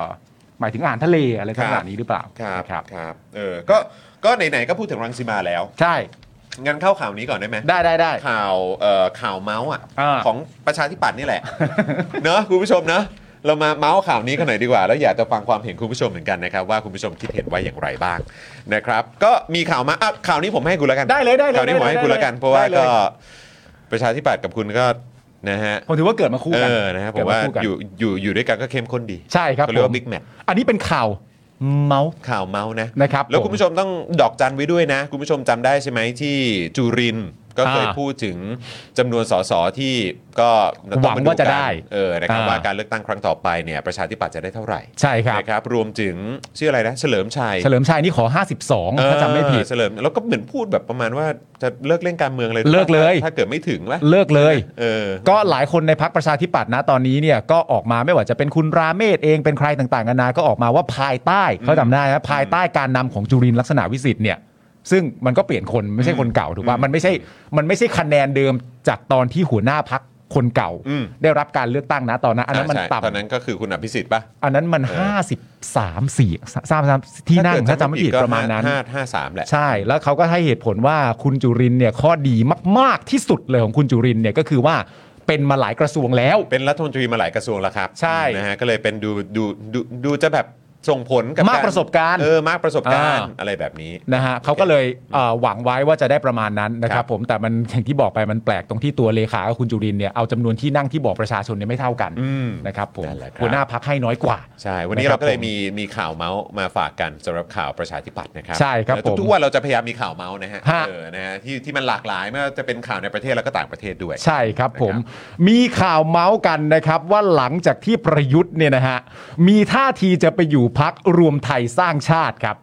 หมายถึงอาหารทะเลอะไร
ครับ
ต่างๆนี้หรือเปล่า
ครับ
ครับ
ครับเออก็ก็ไหนๆก็พูดถึงรังสีมาแล้ว
ใช่
งั้นเข้าข่าวนี้ก่อนได้ไหม
ได้ได้ได้
ข่าวเอ่อข่าวเมาส์อ่ะ
อ่า
ของประชาธิปัตย์นี่แหละ เนอะคุณผู้ชมเนอะเรามาเมาส์ข่าวนี้กันหน่อยดีกว่า แล้วอยากจะฟังความเห็นคุณผู้ชมเหมือนกันนะครับ ว่าคุณผู้ชมคิดเห็นว่าอย่างไรบ้างนะครับก็มีข่าวมาอ่ะข่าวนี้ผมให้คุณแล้วกัน
ได้เลยได้เลย
ข่าวนี้ผมให้คุณแล้วกันเพราะว่า
ได้ล
ก็
ย
ประชาธิปัตย์กับคุณก็นะฮะ
ผมถือว่าเกิดมาคู่
เอ
กั
อนะครับผ
เกิด
มว่า
คู่กัน
อยู่อยู่อยู่ด้วยกันก็เข้มข้นดี
ใช่ครับ
เขาเรียกว่า
ผม
บิ๊กแมท
อันนี้เป็นข่าวเมาส์
ข่าวเมาส์นะ
นะครับ
แล้ว
ผม
คุณผู้ชมต้องดอกจันไว้ด้วยนะ คุณผู้ชมจำได้ใช่ไหมที่จุรินทร์ ก็เคย
อ่า
พูดถึงจำนวนสสที่ก็ต้อง
หวังว่า
มกั
จะ
น
ได้
เออนะครับ
อ่า
ว่าการเลือกตั้งครั้งต่อไปเนี่ยประชาธิปัตย์จะได้เท่าไหร่
ใช่ครับ
นะครับรวมถึงชื่ออะไรนะเฉลิมชัย
เฉลิมชัยนี่ขอ 52 ถ้าจำไม่ผิด
เออเฉลิมแล้วก็เหมือนพูดแบบประมาณว่าจะเลิกเล่นการเมืองเลย
เลิกเลย
ถ้าเกิดไม่ถึงวะ
เลิกเลย
เออ
ก็หลายคนในพักประชาธิปัตย์นะตอนนี้เนี่ยก็ออกมาไม่ว่าจะเป็นคุณราเมศเองเป็นใครต่างๆกันานาก็ออกมาว่าภายใต้เขาจำได้นะภายใต้การนำของจุรินทร์ลักษณะวิสิทธิ์เนี่ยซึ่งมันก็เปลี่ยนคนไม่ใช่คนเก่าถูกป่ะมันไม่ใช่มันไม่ใช่คะแนนเดิมจากตอนที่หัวหน้าพักคนเก่า
อืม
ได้รับการเลือกตั้งนะตอนนั้นอันนั้นมัน
ใช่ตอนนั้
ต่ำ
นก็คือคุณอภิสิทธิ์ปะ
อันนั้นมันห้าสิบสามสี่สามสามที่นั่งถ้าจำไม่ผิดประมาณนั้น
ห้าห้าสามแหละ
ใช่แล้วเขาก็ให้เหตุผลว่าคุณจุรินทร์เนี่ยข้อดีมาก ๆที่สุดเลยของคุณจุรินทร์เนี่ยก็คือว่าเป็นมาหลายกระทรวงแล้ว
เป็นรัฐมนตรีมาหลายกระทรวงแล้วครับ
ใช่
นะฮะก็เลยเป็นดูดูดูดูจะแบบส่งผลกับ
มากประสบการณ์
เออมากประสบการณ์
อ่า
อะไรแบบนี้
นะฮะเขาก็เลยเอ่อหวังไว้ว่าจะได้ประมาณนั้นนะค
ครั
รับบ ผมแต่มันอย่างที่บอกไปมันแปลกตรงที่ตัวเลขากับคุณจุรินทร์เนี่ยเอาจำนวนที่นั่งที่บอกประชาชนเนี่ยไม่เท่ากัน
อืม
นะครับผม
นั่นแหละครับ
หัวหน้าพักให้น้อยกว่า
ใช่ วันนี้
นะครั
เรา
บ
ก็เลยมีมีข่าวเมาส์มาฝากกันสำหรับข่าวประชาธิปัตย์นะครับ
ใช่ครับ
นะ
ผม
ทุกๆวันเราจะพยายามมีข่าวเมาส์นะฮะ
ฮะ
เออนะฮะที่ที่มันหลากหลายไม่ว่าจะเป็นข่าวในประเทศแล้วก็ต่างประเทศด้วย
ใช่ครับผม
นะครั
มีข่าวเมาส์กันนะครับว่าหลังจากที่ประยุทธ์เนี่ยนะฮะมีท่าทีจะไปอยู่พักรวมไทยสร้างชาติครับ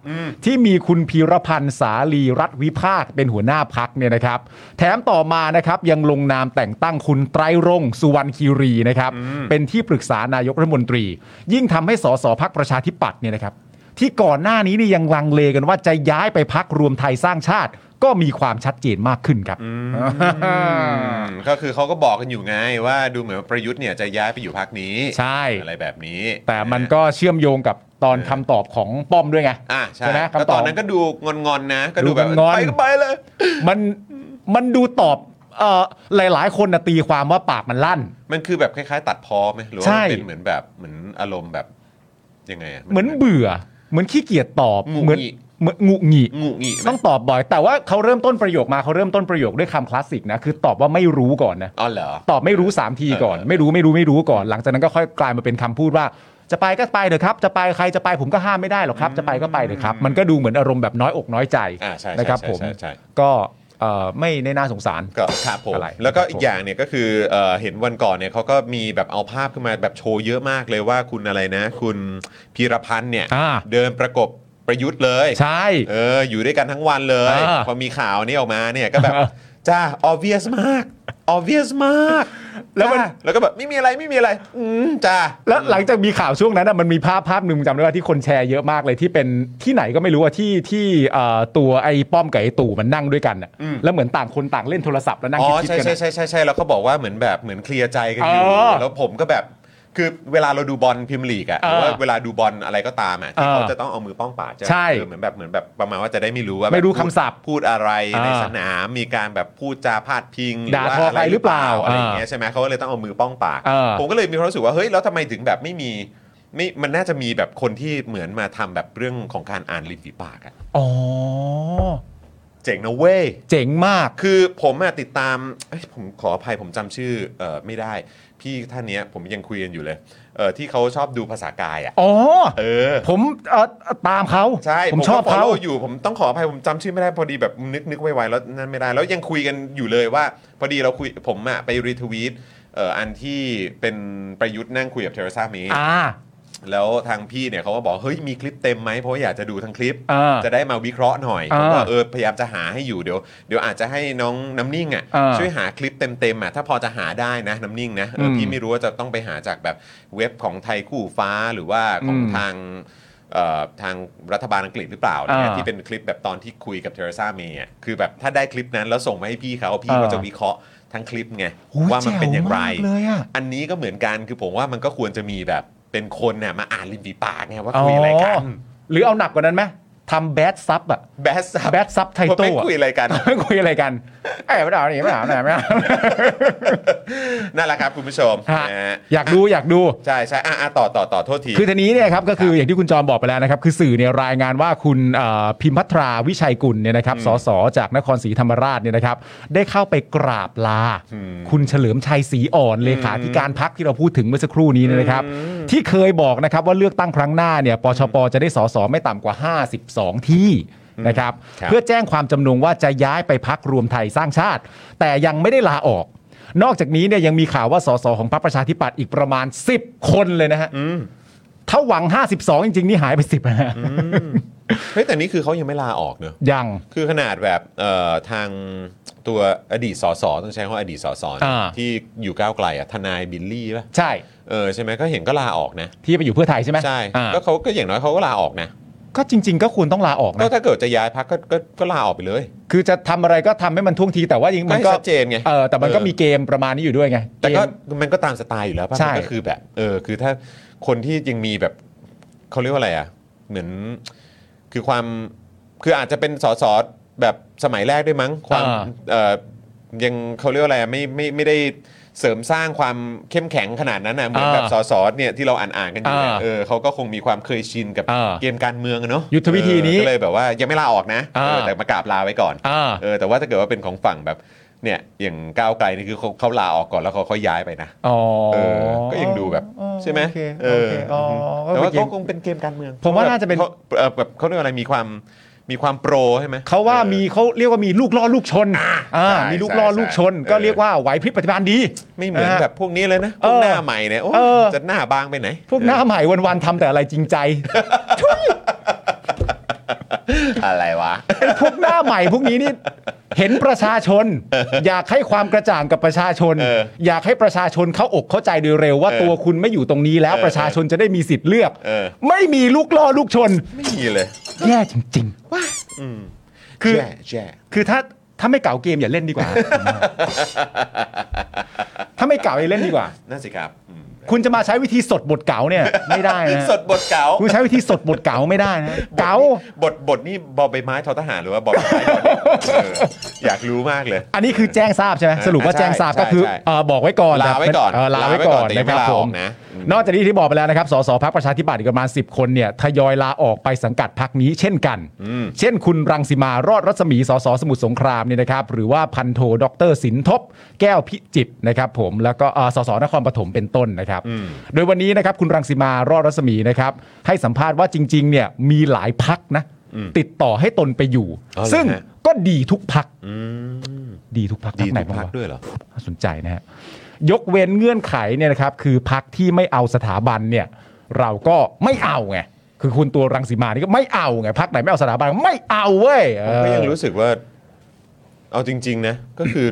ที่มีคุณพีรพันธ์สาลีรัฐวิภาคเป็นหัวหน้าพักเนี่ยนะครับ แถมต่อมานะครับยังลงนามแต่งตั้งคุณไตรรงค์สุวรรณคีรีนะครับเป็นที่ปรึกษานายกรัฐมนตรี ยิ่งทำให้สสพักประชาธิปัตย์เนี่ยนะครับ ที่ก่อนหน้านี้เนี่ยยังลังเลกันว่าจะย้ายไปพักรวมไทยสร้างชาติ ก็มีความชัดเจนมากขึ้นครับ
อืมก็คือเขาก็บอกกันอยู่ไงว่าดูเหมือนว่าประยุทธ์เนี่ยจะย้ายไปอยู่พักนี้
ใช่
อะไรแบบนี้
แต่มันก็เชื่อมโยงกับตอนคำตอบของป้อมด้วยไง
อ่ะใช่
ไหม
ก็
คำต
ต
อ
อบ นนั้นก็ดูงอนๆนะ ก็ดูแบบ
ดูงอ
ไป
นๆ
ก็ไปเลย
มันมันดูตอบเอ่อหลาย ๆ คนนะตีความว่าปากมันลั่น
มันคือแบบคล้ายๆ ตัดพ้อไหมหรือว่า
ใช่
มันเป็นเหมือนแบบเหมือนอารมณ์แบบยังไงะ
เหมือนเบื่อ เหมือนขี้เกียจตอบ
หงุด
เห
หงิด
มืนเหมือนหงุกหงิด
หงุกหงิดไหม
ต้องตอบบ่อย แต่ว่าเขาเริ่มต้นประโยคมาเขาเริ่มต้นประโยคด้วยคำคลาสสิกนะคือตอบว่าไม่รู้ก่อนนะ
อ๋อเหรอ
ตอบไม่รู้สามทีก่อน
เออ
ไม่รู้ไม่รู้ไม่รู้ก่อน หลังจากนั้นก็ค่อยกลายมาเป็นคำพูดว่า จะไปก็ไปเถอะครับ จะไปใครจะไปผมก็ห้ามไม่ได้หรอกครับ จะไปก็ไปเถอะครับ มันก็ดูเหมือนอารมณ์แบบน้อยอกน้อยใจ
อ่าใช่
นะ
ใช่
ครับ
ใช่
ผม
ใช่ใช่
ก็เอ่อไม่ในน่าสงสาร
ก็ครับผม
อะไร
แล้วก็
ครับ
อีกอย่างเนี่ยก็คือเอ่อเห็นวันก่อนเนี่ยเขาก็มีแบบเอาภาพขึ้นมาแบบโชว์เยอะมากเลยว่าคุณอะไรนะ คุณพีรพันธ์เนี่ย
อ่า
เดินประกบประยุทธ์เลย
ใช่
เอออยู่ด้วยกันทั้งวันเลย
อ่า
พอมีข่าวนี้ออกมาเนี่ย ก็แบบ
อ่า
จ้า obvious มาก obvious มาก
แล้วมัน
จ้าแล้วก็แบบไม่มีอะไรไม่มีอะไร อืมจ้า
แล้วหลังจากมีข่าวช่วงนั้นนะมันมีภาพภาพหนึ่งจำได้ว่าที่คนแชร์เยอะมากเลยที่เป็นที่ไหนก็ไม่รู้อะที่ที่เอ่อตัวไอ้ป้อมกับไอ้ตู่มันนั่งด้วยกันอะ
อืม
แล้วเหมือนต่างคนต่างเล่นโทรศัพท์แล้วนั่ง
อ๋อ
คิด
ใช่
ๆกัน
ใช่
อะ
ใช่ใช่ใช่แล้วเขาบอกว่าเหมือนแบบเหมือนเคลียร์ใจกันอยู่
เออ
แล้วผมก็แบบคือเวลาเราดูบอลพิมยร์ลีกอะห
เอ
รื
อ
อว่าเวลาดูบอลอะไรก็ตามอะที่
เออ
เขาจะต้องเอามือป้องปากไหม
ใช่
เออเหมือนแบบเหมือนแบบประมาณว่าจะได้ไม่รู้ว่าแบบ
ไม่รู้
พูด
คำศัพท์
พูดอะไรใน
อ่า
สนามมีการแบบพูดจาพาดพิง
ด่า
ว่า
ทอใครหรือเปล่า
อะไรอย่างเงี้ยใช่ไหมเขาก็เลยต้องเอามือป้องปาก
เออ
ผมก็เลยมีความรู้สึกว่าเฮ้ยแล้วทำไมถึงแบบไม่มีไม่มันน่าจะมีแบบคนที่เหมือนมาทำแบบเรื่องของการอ่านลิ้นฝีปากอะ
อ๋อ
เจ๋งนะเว้ย
เจ๋งมาก
คือผมอะติดตามเอ้ยผมขออภัยผมจำชื่อเออไม่ได้ พี่ท่านเนี้ยผมยังคุยกันอยู่เลยเออที่เขาชอบดูภาษากายอะ
อ๋อ
เออ
ผมเอ่อตามเขา
ใช่
ผมชอบ
ก็
เขา
follow อยู่ผมต้องขออภัยผมจำชื่อไม่ได้พอดีแบบนึกนึกไวๆแล้วนั่นไม่ได้แล้วยังคุยกันอยู่เลยว่า พอดีเราคุยผมอะไปรีทวีตเอออันที่เป็นประยุทธ์นั่งคุยกับเทเรซามี
อ่า
แล้วทางพี่เนี่ยเขาก็บอกเฮ้ยมีคลิปเต็มไหมเพราะว่าอยากจะดูทั้งคลิป
อ่า
จะได้มาวิเคราะห์หน่อยผ
อ่า
มก็เออพยายามจะหาให้อยู่เดี๋ยวเดี๋ยวอาจจะให้น้องน้ำนิ่งอ่ะ
อ่า
ช่วยหาคลิปเต็มๆอ่ะถ้าพอจะหาได้นะน้ำนิ่งนะเอออ
ม
พี่ไม่รู้ว่าจะต้องไปหาจากแบบเว็บของไทยคู่ฟ้าหรือว่าของ
อืม
ทางเอ่อทางรัฐบาลอังกฤษหรือเปล่าอะไรเงี้ย
อ่า
ที่เป็นคลิปแบบตอนที่คุยกับเทเรซาเมย์อะคือแบบถ้าได้คลิปนั้นแล้วส่งมาให้พี่เขาพี่เขา
อ่า
จะวิเคราะห์ทั้งคลิปไง
โอ้ย
ว่ามันเป็นอย่างไร
แจ๋วมกเลยอ่ะ
อันนี้ก็เหมือนกันคือผมว่ามันก็ควรจะมีแบบเป็นคนเนี่ยมาอ่านริมฝีปากไงว่าคุยอะไรกัน
หรือเอาหนักกว่านั้นไหมทำแบดซับอะ
แบสซับ
Bad Sub Title
ว่าไม่คุยอะไรกัน
ไม่คุยอะไรกันเอ้ยไม่ได้เอาหนีไม่ได้เอาหนีไม่ได้เอา
นั่นแหละครับคุณผู้ชม
ฮะ
นะฮะ
อยากดูอยากดู
ใช่ใช่อ่ะอ่ะต่อต่อต่อโทษที
คือทีนี้เนี่ยครับก็คืออย่างที่คุณจอมบอกไปแล้วนะครับ คือสื่อเนี่ยรายงานว่าคุณเอ่อพิมพัทราวิชัยกุลเนี่ยนะครับสสจากนครศรีธรรมราชเนี่ยนะครับ ได้เข้าไปกราบลา คุณเฉลิมชัยศรีอ่อนเลขาธิการพักที่เราพูดถึงเมื่อสักครู่นี้เนยนะครับ ที่เคยบอกนะครับว่าเลือกตั้งครั้งหน้าเนี่ยปชปจะได้สสไม่ต่ำกว่า 52 ที่ นะครับ
ครับ
เพื่อแจ้งความจำนงว่าจะย้ายไปพักรวมไทยสร้างชาติ แต่ยังไม่ได้ลาออก นอกจากนี้เนี่ยยังมีข่าวว่าสสของพรรคประชาธิปัตย์อีกประมาณ 10 คนเลยนะฮะถ้าหวัง 52 จริงๆ นี่หายไป 10นะฮะ
เฮ้ยแต่นี่คือเขายังไม่ลาออกเนอะ
ยัง
คือขนาดแบบเอ่อทางตัวอดีตสสต้องใช้คำว่าอดีตสสนะ
อ่า
ที่อยู่ก้าวไกลอ่ะทนายบิลลี่ป่ะ
ใช่
เออใช่ไหมก็เห็นก็ลาออกนะ
ที่ไปอยู่เพื่อไทยใช่ไหม
ใช่
อ่า
ก็เขาก็อย่างน้อยเขาก็ลาออกนะ
ก็จริง ๆ ก็ควรต้องลาออก
ก็
นะ
ถ้าเกิดจะย้ายพักก็ก็ก็ลาออกไปเลย
คือจะทำอะไรก็ทำให้มันท่วงทีแต่ว่าจริงๆมันก็
ให้ชัดเจนไง
ออแต่มันก็
เออ
มีเกมประมาณนี้อยู่ด้วยไง
แต่ก็
เม
มันก็ตามสไตล์อยู่แล้วป่ะ
ใช่
มันก็คือแบบเออคือถ้าคนที่ยังมีแบบเขาเรียกว่าอะไรอ่ะเหมือนคือความคืออาจจะเป็นสสแบบสมัยแรกด้วยมั้งความเออยังเขาเรียกว่าอะไรอะไม่ไม่ไม่ได้เสริมสร้างความเข้มแข็งขนาดนั้นนะเหมือนแบบสสเนี่ยที่เราอ่านอ่านๆกันอยู่เนี่ย
อ่า
เออเขาก็คงมีความเคยชินกับ
อ่า
เกมการเมืองอะเนาะ
ยุทธวิธีนี้
เออก็เลยแบบว่ายังไม่ลาออกนะ
อ่า
เออแต่มากราบลาไว้ก่อน
อ่า
เออแต่ว่าถ้าเกิดว่าเป็นของฝั่งแบบเนี่ยอย่างก้าวไกลนี่คือเขาเขาลาออกก่อนแล้วเขาเขาย้ายไปนะ
อ๋อ
เออก็ยังดูแบบ
อ๋อ
ใช่ไหม
โอเค
เออ
โอเคอ๋อ
แต่ว่า
ก็
เขา
เป็นเกม
คงเป็นเกมการเมือง
ผมว่าน่าจะเป็น
ขเออแบบเขาเรียกว่าอะไรมีความมีความโปรใช่ไหม
เขาว่ามี
ออ
เขาเรียกว่ามีลูกล่อลูกชนอ่า
ใช่
มีลูกล่อ
ใช่
ลูกชน
ใช่
ก็เรียกว่าไหวพริบปฏิบัติดี
ไม่เหมือนะ
ฮะ
แบบพวกนี้เลยนะพ
เอ
วก
อ
หน้าใหม่เนี่ยโอ้
เออ
จะหน้าบางไปไหน
พวกหน้าใหม่วันๆทำแต่อะไรจริงใจ
อะไรวะ
พวกหน้าใหม่พวกนี้นี่เห็นประชาชน อยากให้ความกระจ่างกับประชาชน
เออ
อยากให้ประชาชนเข้าอกเข้าใจโดยเร็วว่า
เออ
ตัวคุณไม่อยู่ตรงนี้แล้ว
เออ
ประชาชนจะได้มีสิทธิ์เลือก
เออ
ไม่มีลูกล่อลูกชน
ไม่มีเลย
แย่จริง คือ
แย่แย่
ๆ คือถ้าถ้าไม่เก่าเกมอย่าเล่นดีกว่า ถ้าไม่เก่าอย่าเล่นดีกว่า
นั่นสิครับอืม
คุณจะมาใช้วิธีสดบทเก๋าเนี่ย ไม่ได้นะ
สดบทเก่า
คุณใช้วิธีสดบทเก๋าไม่ได้นะเก๋า
บทบทนี่บอใบไม้ทอทหารหรือว่าบอใบไม้ทอเด็กเอออยากรู้มากเลย
อันนี้คือแจ้งทราบใช่ไหม
อ่า
สรุปว่าแจ้งทราบก็คือ
ใช่ใช่
เอ่อบอกไว้ก่อน
ลาไว้ก่อน
เลา
ลา
ไว้
ไว้ก่
ก่
อ
อน น
แต่ยัง
นะ
ไม่
ครับ
ลา
ผ
ออ
ม
กนะอืม
นอกจากนี้ที่บอกไปแล้วนะครับสสพักประชาธิปัตย์อีกประมาณ 10 คนเนี่ยทยอยลาออกไปสังกัดพักนี้เช่นกัน เช่นคุณรังสิมารอดรัศมีสสสมุทรสงครามเนี่ยนะครับหรือว่าพันโทดรสินทบ แก้วพิจิตรนะครับผมแล้วก็เอ่อสสนครปฐมเป็นต้นนะครับ โดยวันนี้นะครับคุณรังสิมารอดรัศมีนะครับให้สัมภาษณ์ว่าจริงๆเนี่ยมีหลายพักนะติดต่อให้ตนไปอยู่
อ๋อเหรอ
ซึ่ง
ฮะ
ก็ดีทุกพัก
อืม
ดีทุกพัก
ดี
ไหน
ทุก
บ้าง
พัก
วะ
ด้วยเหรอ
น่าสนใจนะฮะยกเว้นเงื่อนไขเนี่ยนะครับ คือพักที่ไม่เอาสถาบันเนี่ย เราก็ไม่เอาไงคือคุณตัวรังสีมานี่ก็ไม่เอาไงพักไหนไม่เอาสถาบันไม่เอาเว้ย
ผมก็ยัง
เออ
รู้สึกว่า เอาจริง ๆ นะ ก็คือ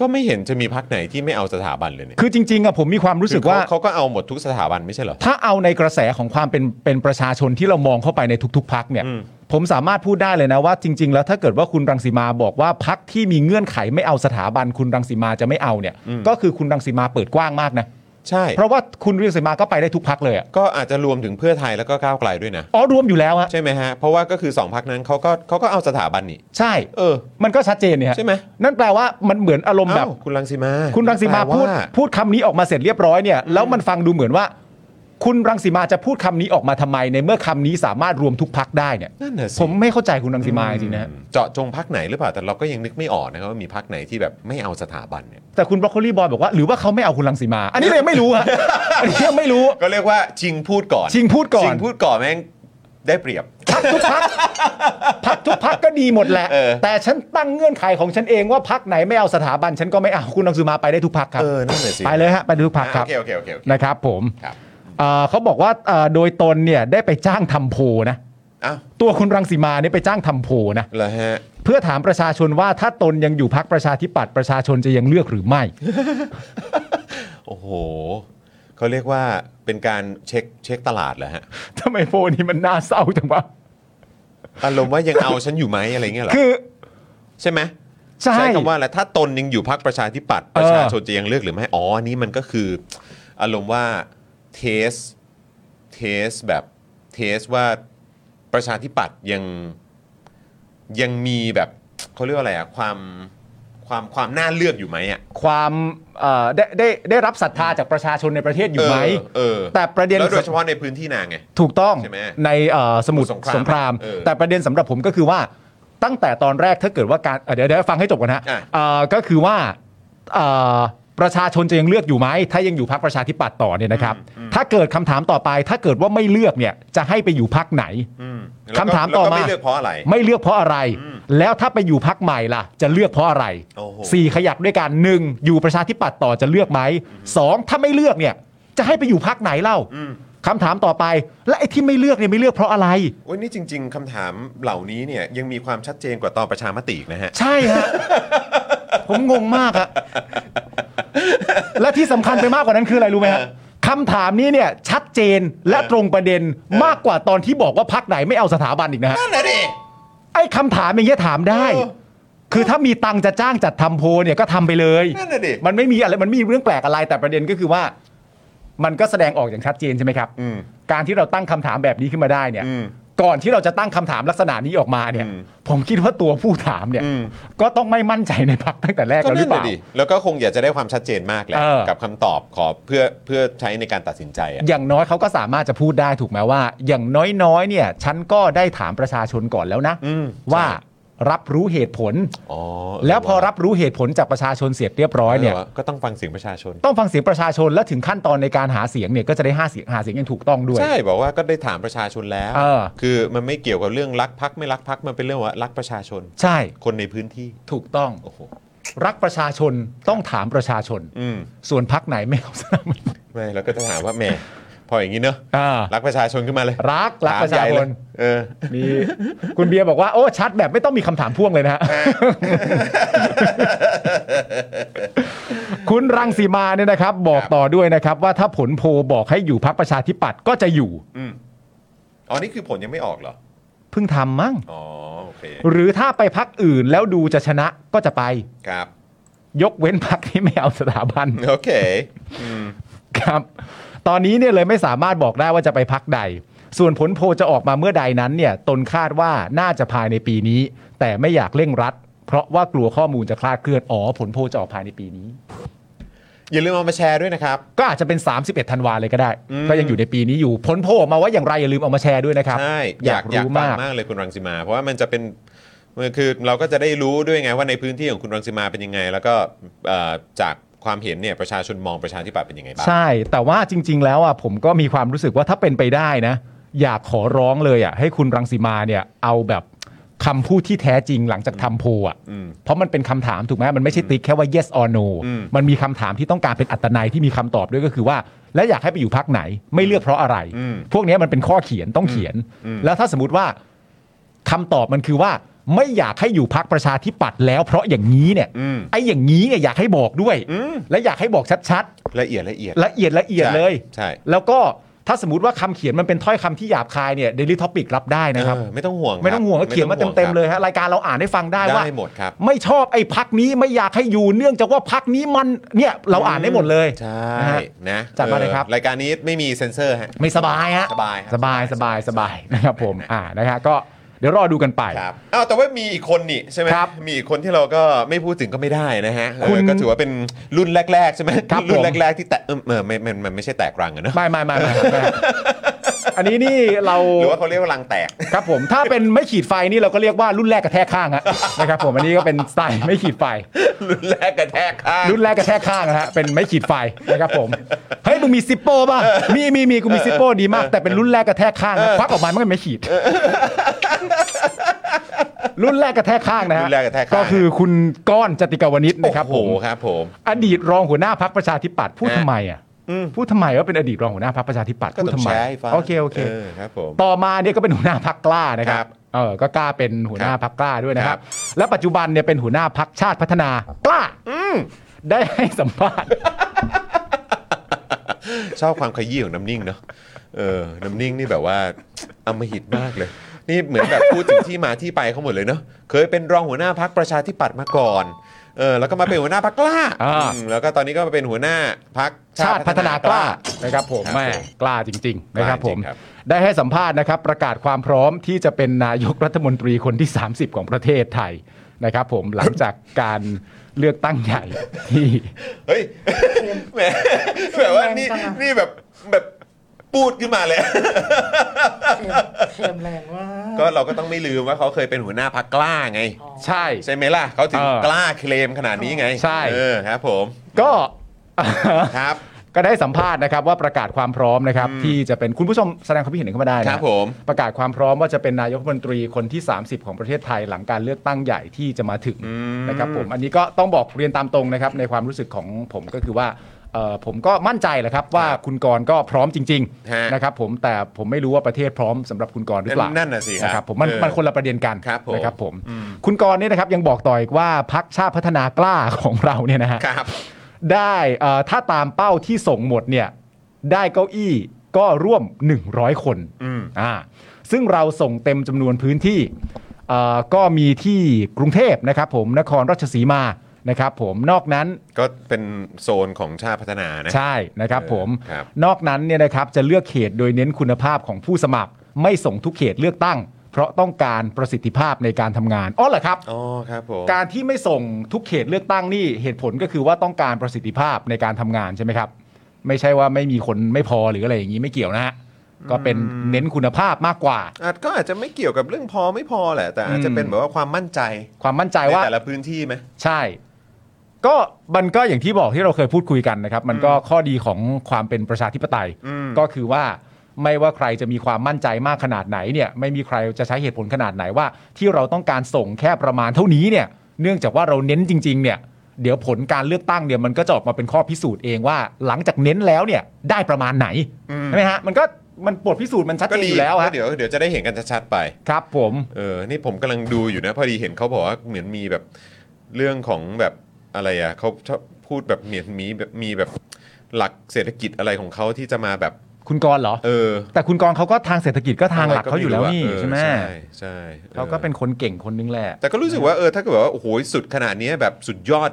ก็ไม่เห็นจะมีพักไหนที่ไม่เอาสถาบันเลยเนี่ย
คือจริงๆอะผมมีความรู้สึกว่า
คือเขเขาก็เอาหมดทุกสถาบันไม่ใช่เหรอ
ถ้าเอาในกระแสของความเป็นเป็นประชาชนที่เรามองเข้าไปในทุก ๆ พักเนี่ย
อืม
ผมสามารถพูดได้เลยนะว่าจริง ๆ แล้วถ้าเกิดว่าคุณรังสีมาบอกว่าพักที่มีเงื่อนไขไม่เอาสถาบัน คุณรังสีมาจะไม่เอาเนี่ย ก็คือคุณรังสีมาเปิดกว้างมากนะ
ใช่
เพราะว่าคุณรังสีมาก็ไปได้ทุกพักเลยอะ
ก็อาจจะรวมถึงเพื่อไทยแล้วก็ก้าวไกลด้วยนะ
อ๋อรวมอยู่แล้วฮะ
ใช่ไหมฮะ เพราะว่าก็คือสองพักนั้นเขาก็เขาก็เอาสถาบันนี่
ใช่
เออ
มันก็ชัดเจนเนี่ยฮะ
ใช่ไหม
นั่นแปลว่ามันเหมือนอารมณ์แบบ
เอ้าคุณรังสีมา
คุณรังสีมา
แปลว่
พูดพูดคำนี้ออกมาเสร็จเรียบร้อยเนี่ยแล้วมันฟังดูเหมือนว่า คุณรังสีมาจะพูดคำนี้ออกมาทำไม ในเมื่อคำนี้สามารถรวมทุกพักได้เนี่ย
นั่นน่ะสิ
ผมไม่เข้าใจคุณรังสีมาจริงๆนะฮะ
เจาะจงพักไหนหรือเปล่าแต่เราก็ยังนึกไม่ออกนะครับว่ามีพักไหนที่แบบไม่เอาสถาบันเนี่ย
แต่คุณบรอกโคลีบอยบอกว่า หรือว่าเขาไม่เอาคุณรังสีมา อันนี้เรายังไม่รู้ ฮะ อันนี้ยังไม่รู้
ก็เรียกว่าชิงพูดก่อน
ชิงพูดก่อน
ชิงพูดก่อนแม่งได้เปรียบ
พักทุกพักพักทุกพักก็ดีหมดแหละ
เออ
แต่ฉันตั้งเงื่อนไขของฉันเองว่าพักไหนไม่เอาสถาบันฉันก็ไม่เอาคุณรังสีมาไปได้ทุกพักครับ
เออนั่นน่ะสิ
ไปเลยฮะไปทุกพักครับ
โอเคโอเคโอเคโอเค
นะครับผม
ครับ
เอ่อเขาบอกว่าเอ่อโดยตนเนี่ยได้ไปจ้างทำโพลนะ
อ้าว
ตัวคุณรังสีมาเนี่ยไปจ้างทำโพลนะ
เหรอฮะ
เพื่อถามประชาชนว่าถ้าตนยังอยู่พักประชาธิปัตย์ประชาชนจะยังเลือกหรือไม่
โอ้โห เขาเรียกว่าเป็นการเช็คเช็คตลาดเหรอฮะ
ทำไมโพลนี้มันน่าเศร้าจังวะ
อารมณ์ว่ายังเอาฉันอยู่ไหมอะไรเงี้ยเหรอ
คือ
ใช่ไหม
ใช่
คำว่าอะไรถ้าตนยังอยู่พักประชาธิปัตย์ประชาชนจะยังเลือกหรือไม่ อ๋ออันนี่มันก็คือ อารมณ์ว่าเทส เทสแบบเทสว่าประชาธิปัตย์ยังยังมีแบบเขาเรียกว่าอะไรอะความความความน่าเลือกอยู่ไหมอะ
ความเอ่อได้ได้ได้รับศรัทธาจากประชาชนในประเทศอยู่ไหม
เออ
แต่ประเด็น
แล้วโดยเฉพาะในพื้นที่นางไง
ถูกต้อง
ใช่ไหม
ในเอ่อสมุทร
สงคราม
สงคราม
เออ
แต่ประเด็นสำหรับผมก็คือว่าตั้งแต่ตอนแรกถ้าเกิดว่าการเอ่อเดี๋ยวเดี๋ยวฟังให้จบก่อนนะ
อ่ะ
เอ่อก็คือว่าเอ่อ ประชาชนจะยังเลือกอยู่ไหมถ้ายังอยู่พักประชาธิปัตย์ต่อเนี่ยนะครับ ถ้าเกิดคำถามต่อไป ถ้าเกิดว่าไม่เลือกเนี่ยจะให้ไปอยู่พักไหน
อืมแล้วก็
คำถามต่อมา
แล้วก็ไม่เลือกเพราะอะไร
ไม่เลือกเพราะอะไร แล้วถ้าไปอยู่พักใหม่ล่ะ จะเลือกเพราะอะไร
โอ้โห
สี่ขยักด้วยกันหนึ่งอยู่ประชาธิปัตย์ต่อจะเลือกไหมสองถ้าไม่เลือกเนี่ย จะให้ไปอยู่พักไหนเล่าคำถามต่อไป และไอ้ที่ไม่เลือกเนี่ยไม่เลือกเพราะอะไร
โอ้ยนี่จริง ๆคำถามเหล่านี้เนี่ยยังมีความชัดเจนกว่าตอนประชามติอีกนะฮะ
ใช่ ฮะ ผมงงมากอะและที่สำคัญไปมากกว่านั้นคืออะไรรู้ไหมฮะ
เออ
คำถามนี้เนี่ยชัดเจนและตรงประเด็นมากกว่าตอนที่บอกว่าพักไหนไม่เอาสถาบันอีกนะฮะ
นั่นน่ะดิ
ไอ้คำถามอย่างเงี้ยถามได้
เออ
คือถ้ามีตังค์จะจ้างจัดทำโพลเนี่ยก็ทำไปเลย
นั่นน่ะดิ
มันไม่มีอะไรมันไม่มีเรื่องแปลกอะไรแต่ประเด็นก็คือว่า มันก็แสดงออกอย่างชัดเจนใช่ไหมครับ
อืม
การที่เราตั้งคำถามแบบนี้ขึ้นมาได้เนี่ย
อืม
ก่อนที่เราจะตั้งคำถามลักษณะนี้ออกมาเนี่ย
อืม
ผมคิดว่าตัวผู้ถามเนี่ย
อืม
ก็ต้องไม่มั่นใจในพักตั้งแต่แรก
ก็
แล้วหรื
นั่
อน เป
น่ะ
ล่า
ดิ แล้วก็คงอยากจะได้ความชัดเจนมากแหละ
เออ
กับคำตอบขอเพื่อเพื่อใช้ในการตัดสินใจอะ
อย่างน้อยเขาก็สามารถจะพูดได้ถูกไหมว่า อย่างน้อยๆเนี่ย ฉันก็ได้ถามประชาชนก่อนแล้วนะ
อืม
ว่ารับรู้เหตุผล
อ๋อ
แล้วพอรับรู้เหตุผลจากประชาชนเสร็จเรียบร้อยเนี่ย
ออก็ต้องฟังเสียงประชาชน
ต้องฟังเสียงประชาชนและถึงขั้นตอนในการหาเสียงเนี่ยก็จะได้5เสียงหาเสียงอย่างถูกต้องด้วย
ใช่บอกว่าก็ได้ถามประชาชนแล้ว
เออ
คือมันไม่เกี่ยวกับเรื่องรักพักไม่รักพักมันเป็นเรื่องว่ารักประชาชน
ใช่
คนในพื้นที่
ถูกต้อง
โอ้โห
รักประชาชนต้องถามประชาชน
อืม
ส่วนพักไหนไม่เอาสนับสนุน
ไม่แล้วก็จะถามว่าแหม่พออย่างนี้เนอะ
อ่า
รักประชาชนขึ้นมาเลย
รักรักประ
ถม
ชา
ใหญ่
ช
เล
น
ยเออ
มีคุณเบียร์บอกว่าโอ้ชัดแบบไม่ต้องมีคำถามพ่วงเลยนะฮะ คุณรังสีมาเนี่ยนะครับ บอก
ครับ
ต่อด้วยนะครับ ว่าถ้าผลโพลบอกให้อยู่พักประชาธิปัตย์ก็จะอยู่
อืมอ๋อนี่คือผลยังไม่ออกเหรอ
เพิ่งทำมั้ง
อ๋อโอเค
หรือถ้าไปพักอื่นแล้วดูจะชนะก็จะไป
ครับ
ยกเว้นพักที่ไม่เอาสถาบัน
โอเค
ครับ ตอนนี้เนี่ยเลยไม่สามารถบอกได้ว่าจะไปพักใด ส่วนผลโพลจะออกมาเมื่อใดนั้นเนี่ย ตนคาดว่าน่าจะภายในปีนี้ แต่ไม่อยากเร่งรัด เพราะว่ากลัวข้อมูลจะคลาดเคลื่อน อ๋อ ผลโพลจะออกภายในปีนี้
อย่าลืมเอามาแชร์ด้วยนะครับ
ก็อาจจะเป็น 31ธันวาเลยก็ได้
อืม
ก็ยังอยู่ในปีนี้อยู่ ผลโพลออกมาว่าอย่างไรอย่าลืมเอามาแชร์ด้วยนะครับ
ใช่
อยาก
อยาก
รู้
ฟัง
มาก
มากเลยคุณรังสิมา เพราะว่ามันจะเป็นคือเราก็จะได้รู้ด้วยไงว่าในพื้นที่ของคุณรังสิมาเป็นยังไง แล้วก็เอ่อจากความเห็นเนี่ยประชาชนมองประชาธิปัตย์เป็นยังไงบ้าง
ใช่ แต่ว่าจริง ๆ แล้วอ่ะผมก็มีความรู้สึกว่าถ้าเป็นไปได้นะ อยากขอร้องเลยอ่ะให้คุณรังสีมาเนี่ยเอาแบบคำพูดที่แท้จริงหลังจากทำโพลอ่ะ
อืม
เพราะมันเป็นคำถามถูกไหมมันไม่ใช่ติ๊กแค่ว่า yes or no
อืม
มันมีคำถามที่ต้องการเป็นอัตนัยที่มีคำตอบด้วยก็คือว่า และอยากให้ไปอยู่พักไหน ไม่เลือกเพราะอะไร
อืม
พวกเนี้ยมันเป็นข้อเขียนต้องเขียน
อืม
แล้วถ้าสมมติว่าคำตอบมันคือว่า ไม่อยากให้อยู่พักประชาธิปัตย์แล้วเพราะอย่างนี้เนี่ย
อืม
ไอ้อย่างนี้เนี่ยอยากให้บอกด้วย
อืม
และอยากให้บอกชัดๆ
ละเอียดละเอียด
ละเอียดละเอียดเลย
ใช่
แล้วก็ถ้าสมมติว่าคำเขียนมันเป็นถ้อยคำที่หยาบคายเนี่ย Daily Topic รับได้นะครับ
เออไม่ต้องห่วง
ไม่ต้องห่วงก็เขียนมาเต็มๆเลยฮะรายการเราอ่านให้ฟังได้
ได้
ว่า
หมดครับ
ไม่ชอบไอ้พักนี้ไม่อยากให้อยู่เนื่องจากว่าพักนี้มันเนี่ยเราอ่านได้หมดเลย
ใช่
นะฮะ
นะ
จัดมาเลยครับ
ออรายการนี้ไม่มีเซ็นเซอร์ฮะ
ไม่สบายฮะ
สบายครับ
สบายสบายสบายนะครับผมอ่านะฮะก็เดี๋ยวรอดูกันไป
ครับอ้าวแต่ว่ามีอีกคนนี่ใช่ไหม
ครับ
มีอีกคนที่เราก็ไม่พูดถึงก็ไม่ได้นะฮะเออ
คุณ
ก็ถือว่าเป็นรุ่นแรกๆใช่ไหม
ครับผม
รุ่นแรกๆที่แตะเออเออไม่ไม่มันไม่ใช่แตกรังอะเนอะ
ไม่ไม่ไม่ไม่ไม่ฮะอันนี้นี่เรา
หรือว่าเขาเรียกว่ารังแต ก
ครับผมถ้าเป็นไม่ขีดไฟนี่เราก็เรียกว่ารุ่นแรกกระแทกข้างฮะนะครับผมอันนี้ก็เป็นสไตล์ไม่ขีดไฟ
รุ่นแรกกระแทกข้าง
รุ่นแรกกระแทกข้างนะฮะ เป็นไม้ขีดไฟนะครับ ผม เฮ้ย มึงมีซิปโป้ป่ะ มีมีมีกูมีซิปโป้ดีมาก แต่เป็นรุ่นแรกกระแทกข้างนะควักออกมามันก็ไม่ขีด รุ่นแรกกระแทกข้างนะฮะ
รุ่นแรกกระแทกข้าง
ก็คือคุณก้อนจติกาวนิชนะครับผ
โอ้
ม
โหครับผม
อดีตรองหัวหน้าพักประชาธิปัตย์พูด
ฮะ
ทำไมอ่ะ
อืม
พูดทำไมว่าเป็นอดีตรองหัวหน้าพักประชาธิปัตย์
ก็
พูด
ต้อง
ทำไม
แชร์ให้ฟัง
โอเคโอเค
ครับผม
ต่อมาเนี่ยก็เป็นหัวหน้าพักกล้านะค
ครั
รับบ เออก็กล้าเป็นหัวหน้า
ครับ
พักกล้าด้วยนะค
ครั
รับ
บ
และปัจจุบันเนี่ยเป็นหัวหน้าพักชาติพัฒนากล้าได้ให้สัมภาษณ์
ชอบความขยี้ของน้ำนิ่งเนาะเออน้ำนิ่งนี่แบบว่าอำมหิตมากเลย นี่เหมือนแบบพูดถึงที่มาที่ไปเขาหมดเลยเนาะเคยเป็นรองหัวหน้าพักประชาธิปัตย์มาก่อนเออแล้วก็มาเป็นหัวหน้าพักกล้า
อ่า
อืมแล้วก็ตอนนี้ก็มาเป็นหัวหน้าพัก
ชาติพัฒนากล้านะครับผม
ครับ
แม่
ผม
กล้าจริง ๆ นะครับ
ก
ผ
ล้าม จริงครับ
ได้ให้สัมภาษณ์นะครับ ประกาศความพร้อมที่จะเป็นนายกรัฐมนตรีคนที่ 30 ของประเทศไทยนะครับผมหลังจากการเลือกตั้งใหญ่ที่
เฮ้ยแหมแบบว่านี่
แรงจังอะ
นี่แบบแบบปูดขึ้นมาเลย
เคมแรงว่าก
ก็เราก็ต้องไม่ลืมว่าเขาเคยเป็นหัวหน้าพักกล้าไง
ใช่
ใช่ไหมล่ะเขาถึง
เออก
ล้าเคลมขนาดนี้ไง
ใช่
เออครับผม
ก็
ครับ
ก็ได้สัมภาษณ์นะครับว่าประกาศความพร้อมนะครับที่จะเป็นคุณผู้ชมแสดงความคิดเห็นเข้ามาได้นะครับ
ผม
ประกาศความพร้อมว่าจะเป็นนายกรัฐมนตรีคนที่ 30 ของประเทศไทยหลังการเลือกตั้งใหญ่ที่จะมาถึงนะครับผมอันนี้ก็ต้องบอกเรียนตามตรงนะครับในความรู้สึกของผมก็คือว่าเอ่อผมก็มั่นใจแหละครับว่าคุณกรณ์ก็พร้อมจริง
ฮะ
ๆนะครับผมแต่ผมไม่รู้ว่าประเทศพร้อมสำหรับคุณกรณ์หรือเปล่า
นั่นน่ะสิครับ
ครับผมมัน
เออ
มันคนละประเด็นกัน
ครับผม
นะครับผมคุณกรณ์เนี่ยนะครับยังบอกต่ออีกว่าพักชาติพัฒนากล้าของเราเนี่ยนะฮะ
ครับ
ได้เอ่อถ้าตามเป้าที่ส่งหมดเนี่ยได้เก้าอี้ก็ร่วม 100 คน
อืม
อ่าซึ่งเราส่งเต็มจำนวนพื้นที่เอ่อก็มีที่กรุงเทพนะครับผมนครราชสีมานะครับผมนอกนั้น
ก็เป็นโซนของชาติพัฒนานะ
ใช่นะครับผม
ครับ
นอกนั้นเนี่ยนะครับจะเลือกเขตโดยเน้นคุณภาพของผู้สมัคร ไม่ส่งทุกเขตเลือกตั้ง เพราะต้องการประสิทธิภาพในการทำงานอ๋อเหรอครับ
อ๋อครับผม
การที่ไม่ส่งทุกเขตเลือกตั้งนี่เหตุผลก็คือว่าต้องการประสิทธิภาพในการทำงานใช่ไหมครับ ไม่ใช่ว่าไม่มีคนไม่พอหรืออะไรอย่างนี้ไม่เกี่ยวนะฮะก็เป็นเน้นคุณภาพมากกว่า
อาจก็อาจจะไม่เกี่ยวกับเรื่องพอไม่พอแหละ แต่อาจจะ
อืม
เป็นแบบว่าความมั่นใจ
ความมั่นใจ
ใน
ว่า
แต่ละพื้นที่ไหม
ใช่ ก็มันก็อย่างที่บอกที่เราเคยพูดคุยกันนะครับ มันก็ข้อดีของความเป็นประชาธิปไตย
อืม
ก็คือว่าไม่ว่าใครจะมีความมั่นใจมากขนาดไหนเนี่ย ไม่มีใครจะใช้เหตุผลขนาดไหนว่า ที่เราต้องการส่งแค่ประมาณเท่านี้เนี่ย เนื่องจากว่าเราเน้นจริง ๆ เนี่ย เดี๋ยวผลการเลือกตั้งเนี่ยมันก็จะออกมาเป็นข้อพิสูจน์เองว่า หลังจากเน้นแล้วเนี่ยได้ประมาณไหนใช่ไหมฮะมันก็มันบทพิสูจน์มันชัด
ก็
เจน
ดี
อยู่แล้ว
ก็
ฮะ
เดี๋ยวเดี๋ยวจะได้เห็นกันชัดๆไป
ครับผม
เออ นี่ผมกำลังดูอยู่นะ พอดีเห็นเขาบอกว่าเหมือนมีแบบเรื่องของแบบอะไรอ่ะเขาชอบพูดแบบเหมือนมีแบบมีแบบหลักเศรษฐกิจอะไรของเขาที่จะมาแบบ
คุณกรณ์เหรอ
เออ
แต่คุณกรณ์เขาก็ทางเศรษฐกิจก็ทางหลักเขาอยู่แล้วนี่
เ
ใช่ไหม
ใช่ใช่ออ
เขาก็เป็นคนเก่งคนนึงแหละ
แต่ก็รู้สึกว่าเออถ้าเกิดว่าโอ้โหสุดขนาดเนี้ยแบบสุดยอด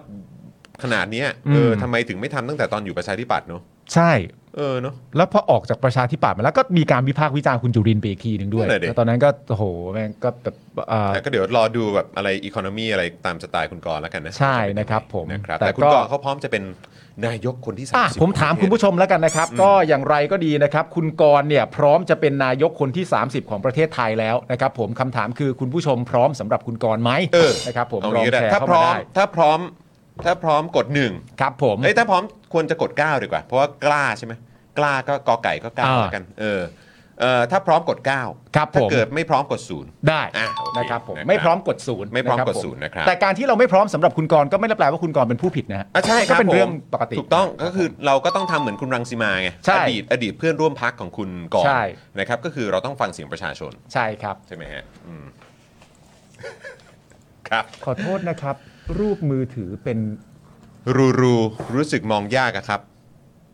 ขนาดเนี้ยเอออ
ม
ทำไมถึงไม่ทำตั้งแต่ตอนอยู่ประชาธิปัตย์เนาะ
ใช่
เออเนาะ
แล้วพอออกจากประชาธิปัตย์มาแล้วก็มีการวิพากษ์วิจารณ์คุณจุรินทร์ไปอีกทีหนึ่งด้วย
นั่นแหละดิ
แล้วตอนนั้นก็โอ้โหแม่งก็แบบเอ่อ
แต่ก็เดี๋ยวรอดูแบบอะไรอีโคโนมีอะไรตามสไตล์คุณกรณ์แล้วกันนะ
ใช่นะครับผม
นะครับ
แต่
แต่คุณก
ก็
รณ์เขาพร้อมจะเป็นนายกคนที่สาม
อ่ะ
สิบ
ผมถาม
ของป
คุณ
ระเทศ
ผู้ชมแล้วกันนะครับ ก็อย่างไรก็ดีนะครับ คุณกรณ์เนี่ยพร้อมจะเป็นนายกคนที่ 30 ของประเทศไทยแล้วนะครับ ผมคำถามคือคุณผู้ชมพร้อมสำหรับคุณกรณ์ไหม
เออ
นะครับ ผม
เอา
ลอง
งี้ก็ได้
แชร์
ถ้า
เข้า
พ
มา
ร้อม
ได้
ถ้าพร้อมถ้าพร้อมกดหนึ่ง
ครับผม
เอ้ยถ้าพร้อมควรจะกด 9 ดีกว่า เพราะว่ากล้าใช่ไหมกล้าก็กอไก่ก็กล้า
อ่า
แล้วกันเออเออถ้าพร้อมกด 9
ครับ
ถ้า
ผม
เกิดไม่พร้อมกดศูนย์
ได้
อ่ะโอเค
นะครับผม
นะครับ
ไม่พร้อมกดศูนย์
ไม่พร้อม
ะคบ
กดศูนย์นะครับ
แต่การที่เราไม่พร้อมสำหรับคุณกรณ์ก็ไม่ได้แปลว่าคุณกรณ์เป็นผู้ผิดนะฮะ
อ่ะใช่ค
ก็
รับ
เป็น
ผม
เรื่องปกติ
ถูกต้องก็คือเราก็ต้องทำเหมือนคุณรังสีมาไง
ใช่
อดีตอดีตเพื่อนร่วมพักของคุณก่อน
ใช่
นะครับก็คือเราต้องฟังเสียงประชาชน
ใช่ครับ
ใช่ไหมฮะอืม ครับ
ขอโทษนะครับ รูปมือถือเป็น
รูรูรู้สึกมองยากอะครับ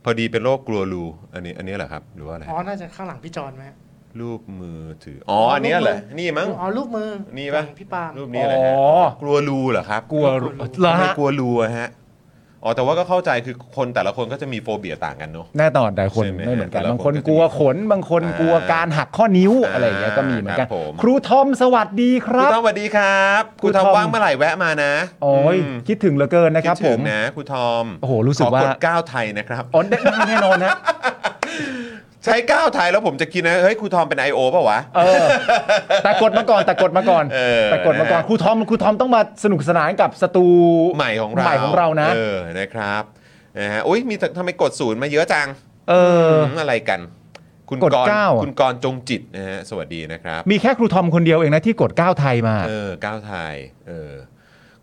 พอดีเป็นโรคกลัวรูอันนี้อันนี้เหรอครับ หรือว่าอะไร
อ๋อ น่าจะข้างหลังพี่จอนไหมฮะ
รูปมือถืออ๋ออันเนี้ยเหรอนี่มั้ง
อ๋อรูปมือ
นี่ปะ
ของพี่ปาล์ม
รูปนี้แหละฮะ
อ๋อ
กลัวรูเหรอครับ
กลัว
เหรอ
ละ
ทำไม
ฮะ
กลัวรูอะฮะอ๋อแต่ว่าก็เข้าใจคือคนแต่ละคนก็จะมีโฟเบียต่างกันเนอะ
แน่นอนแต่คน
ใช่ไหม
ไม่เหมือนกัน
แต่ละคน
บางคนกลัวขนบางคน
อ่าก
ลัวการหักข้อนิ้ว
อ่า
อะไรอย่างเงี้ยก็มีเหมือนกั
ครั
น
บผม
ครูทอมสวัสดีค
ครูท
รับ
อมสวัสดีครับค
ครู
รูทอม
ทอม
ว่างเมื่อไหร่แวะมานะ
โอ้ย
ม
คิดถึงเหลือเกินนะครับ
คิด
ผ
ถึ
ม
งนะครูทอม
โอ้โหรู้สึกว่า
ขอกดก้าวไทยนะครับ
อ๋อได้ได้แน่นอนนะ
ใช้ก้าวไทยแล้วผมจะคิดนะเฮ้ยครูทอมเป็น I.O. ป่าวะ
เออแต่กดมาก่อนแต่กดมาก่อน
เออ
แต่กดมาก่อน
นะฮะ
ครูทอมครูทอมต้องมาสนุกสนานกับสตู
ใหม่ของเรา
ใหม่ของเรานะ
เออนะครับนะฮะอุ้ยมีทำไมกดศูนย์มาเยอะจัง
เออ
มอะไรกัน คุณ
ก
ร
ด
ณ์
เก้า
คุณกรณ์จงจิตนะฮะสวัสดีนะครับ
มีแค่ครูทอมคนเดียวเองนะที่กดก้าวไทยมา
เออก้าวไทยเออ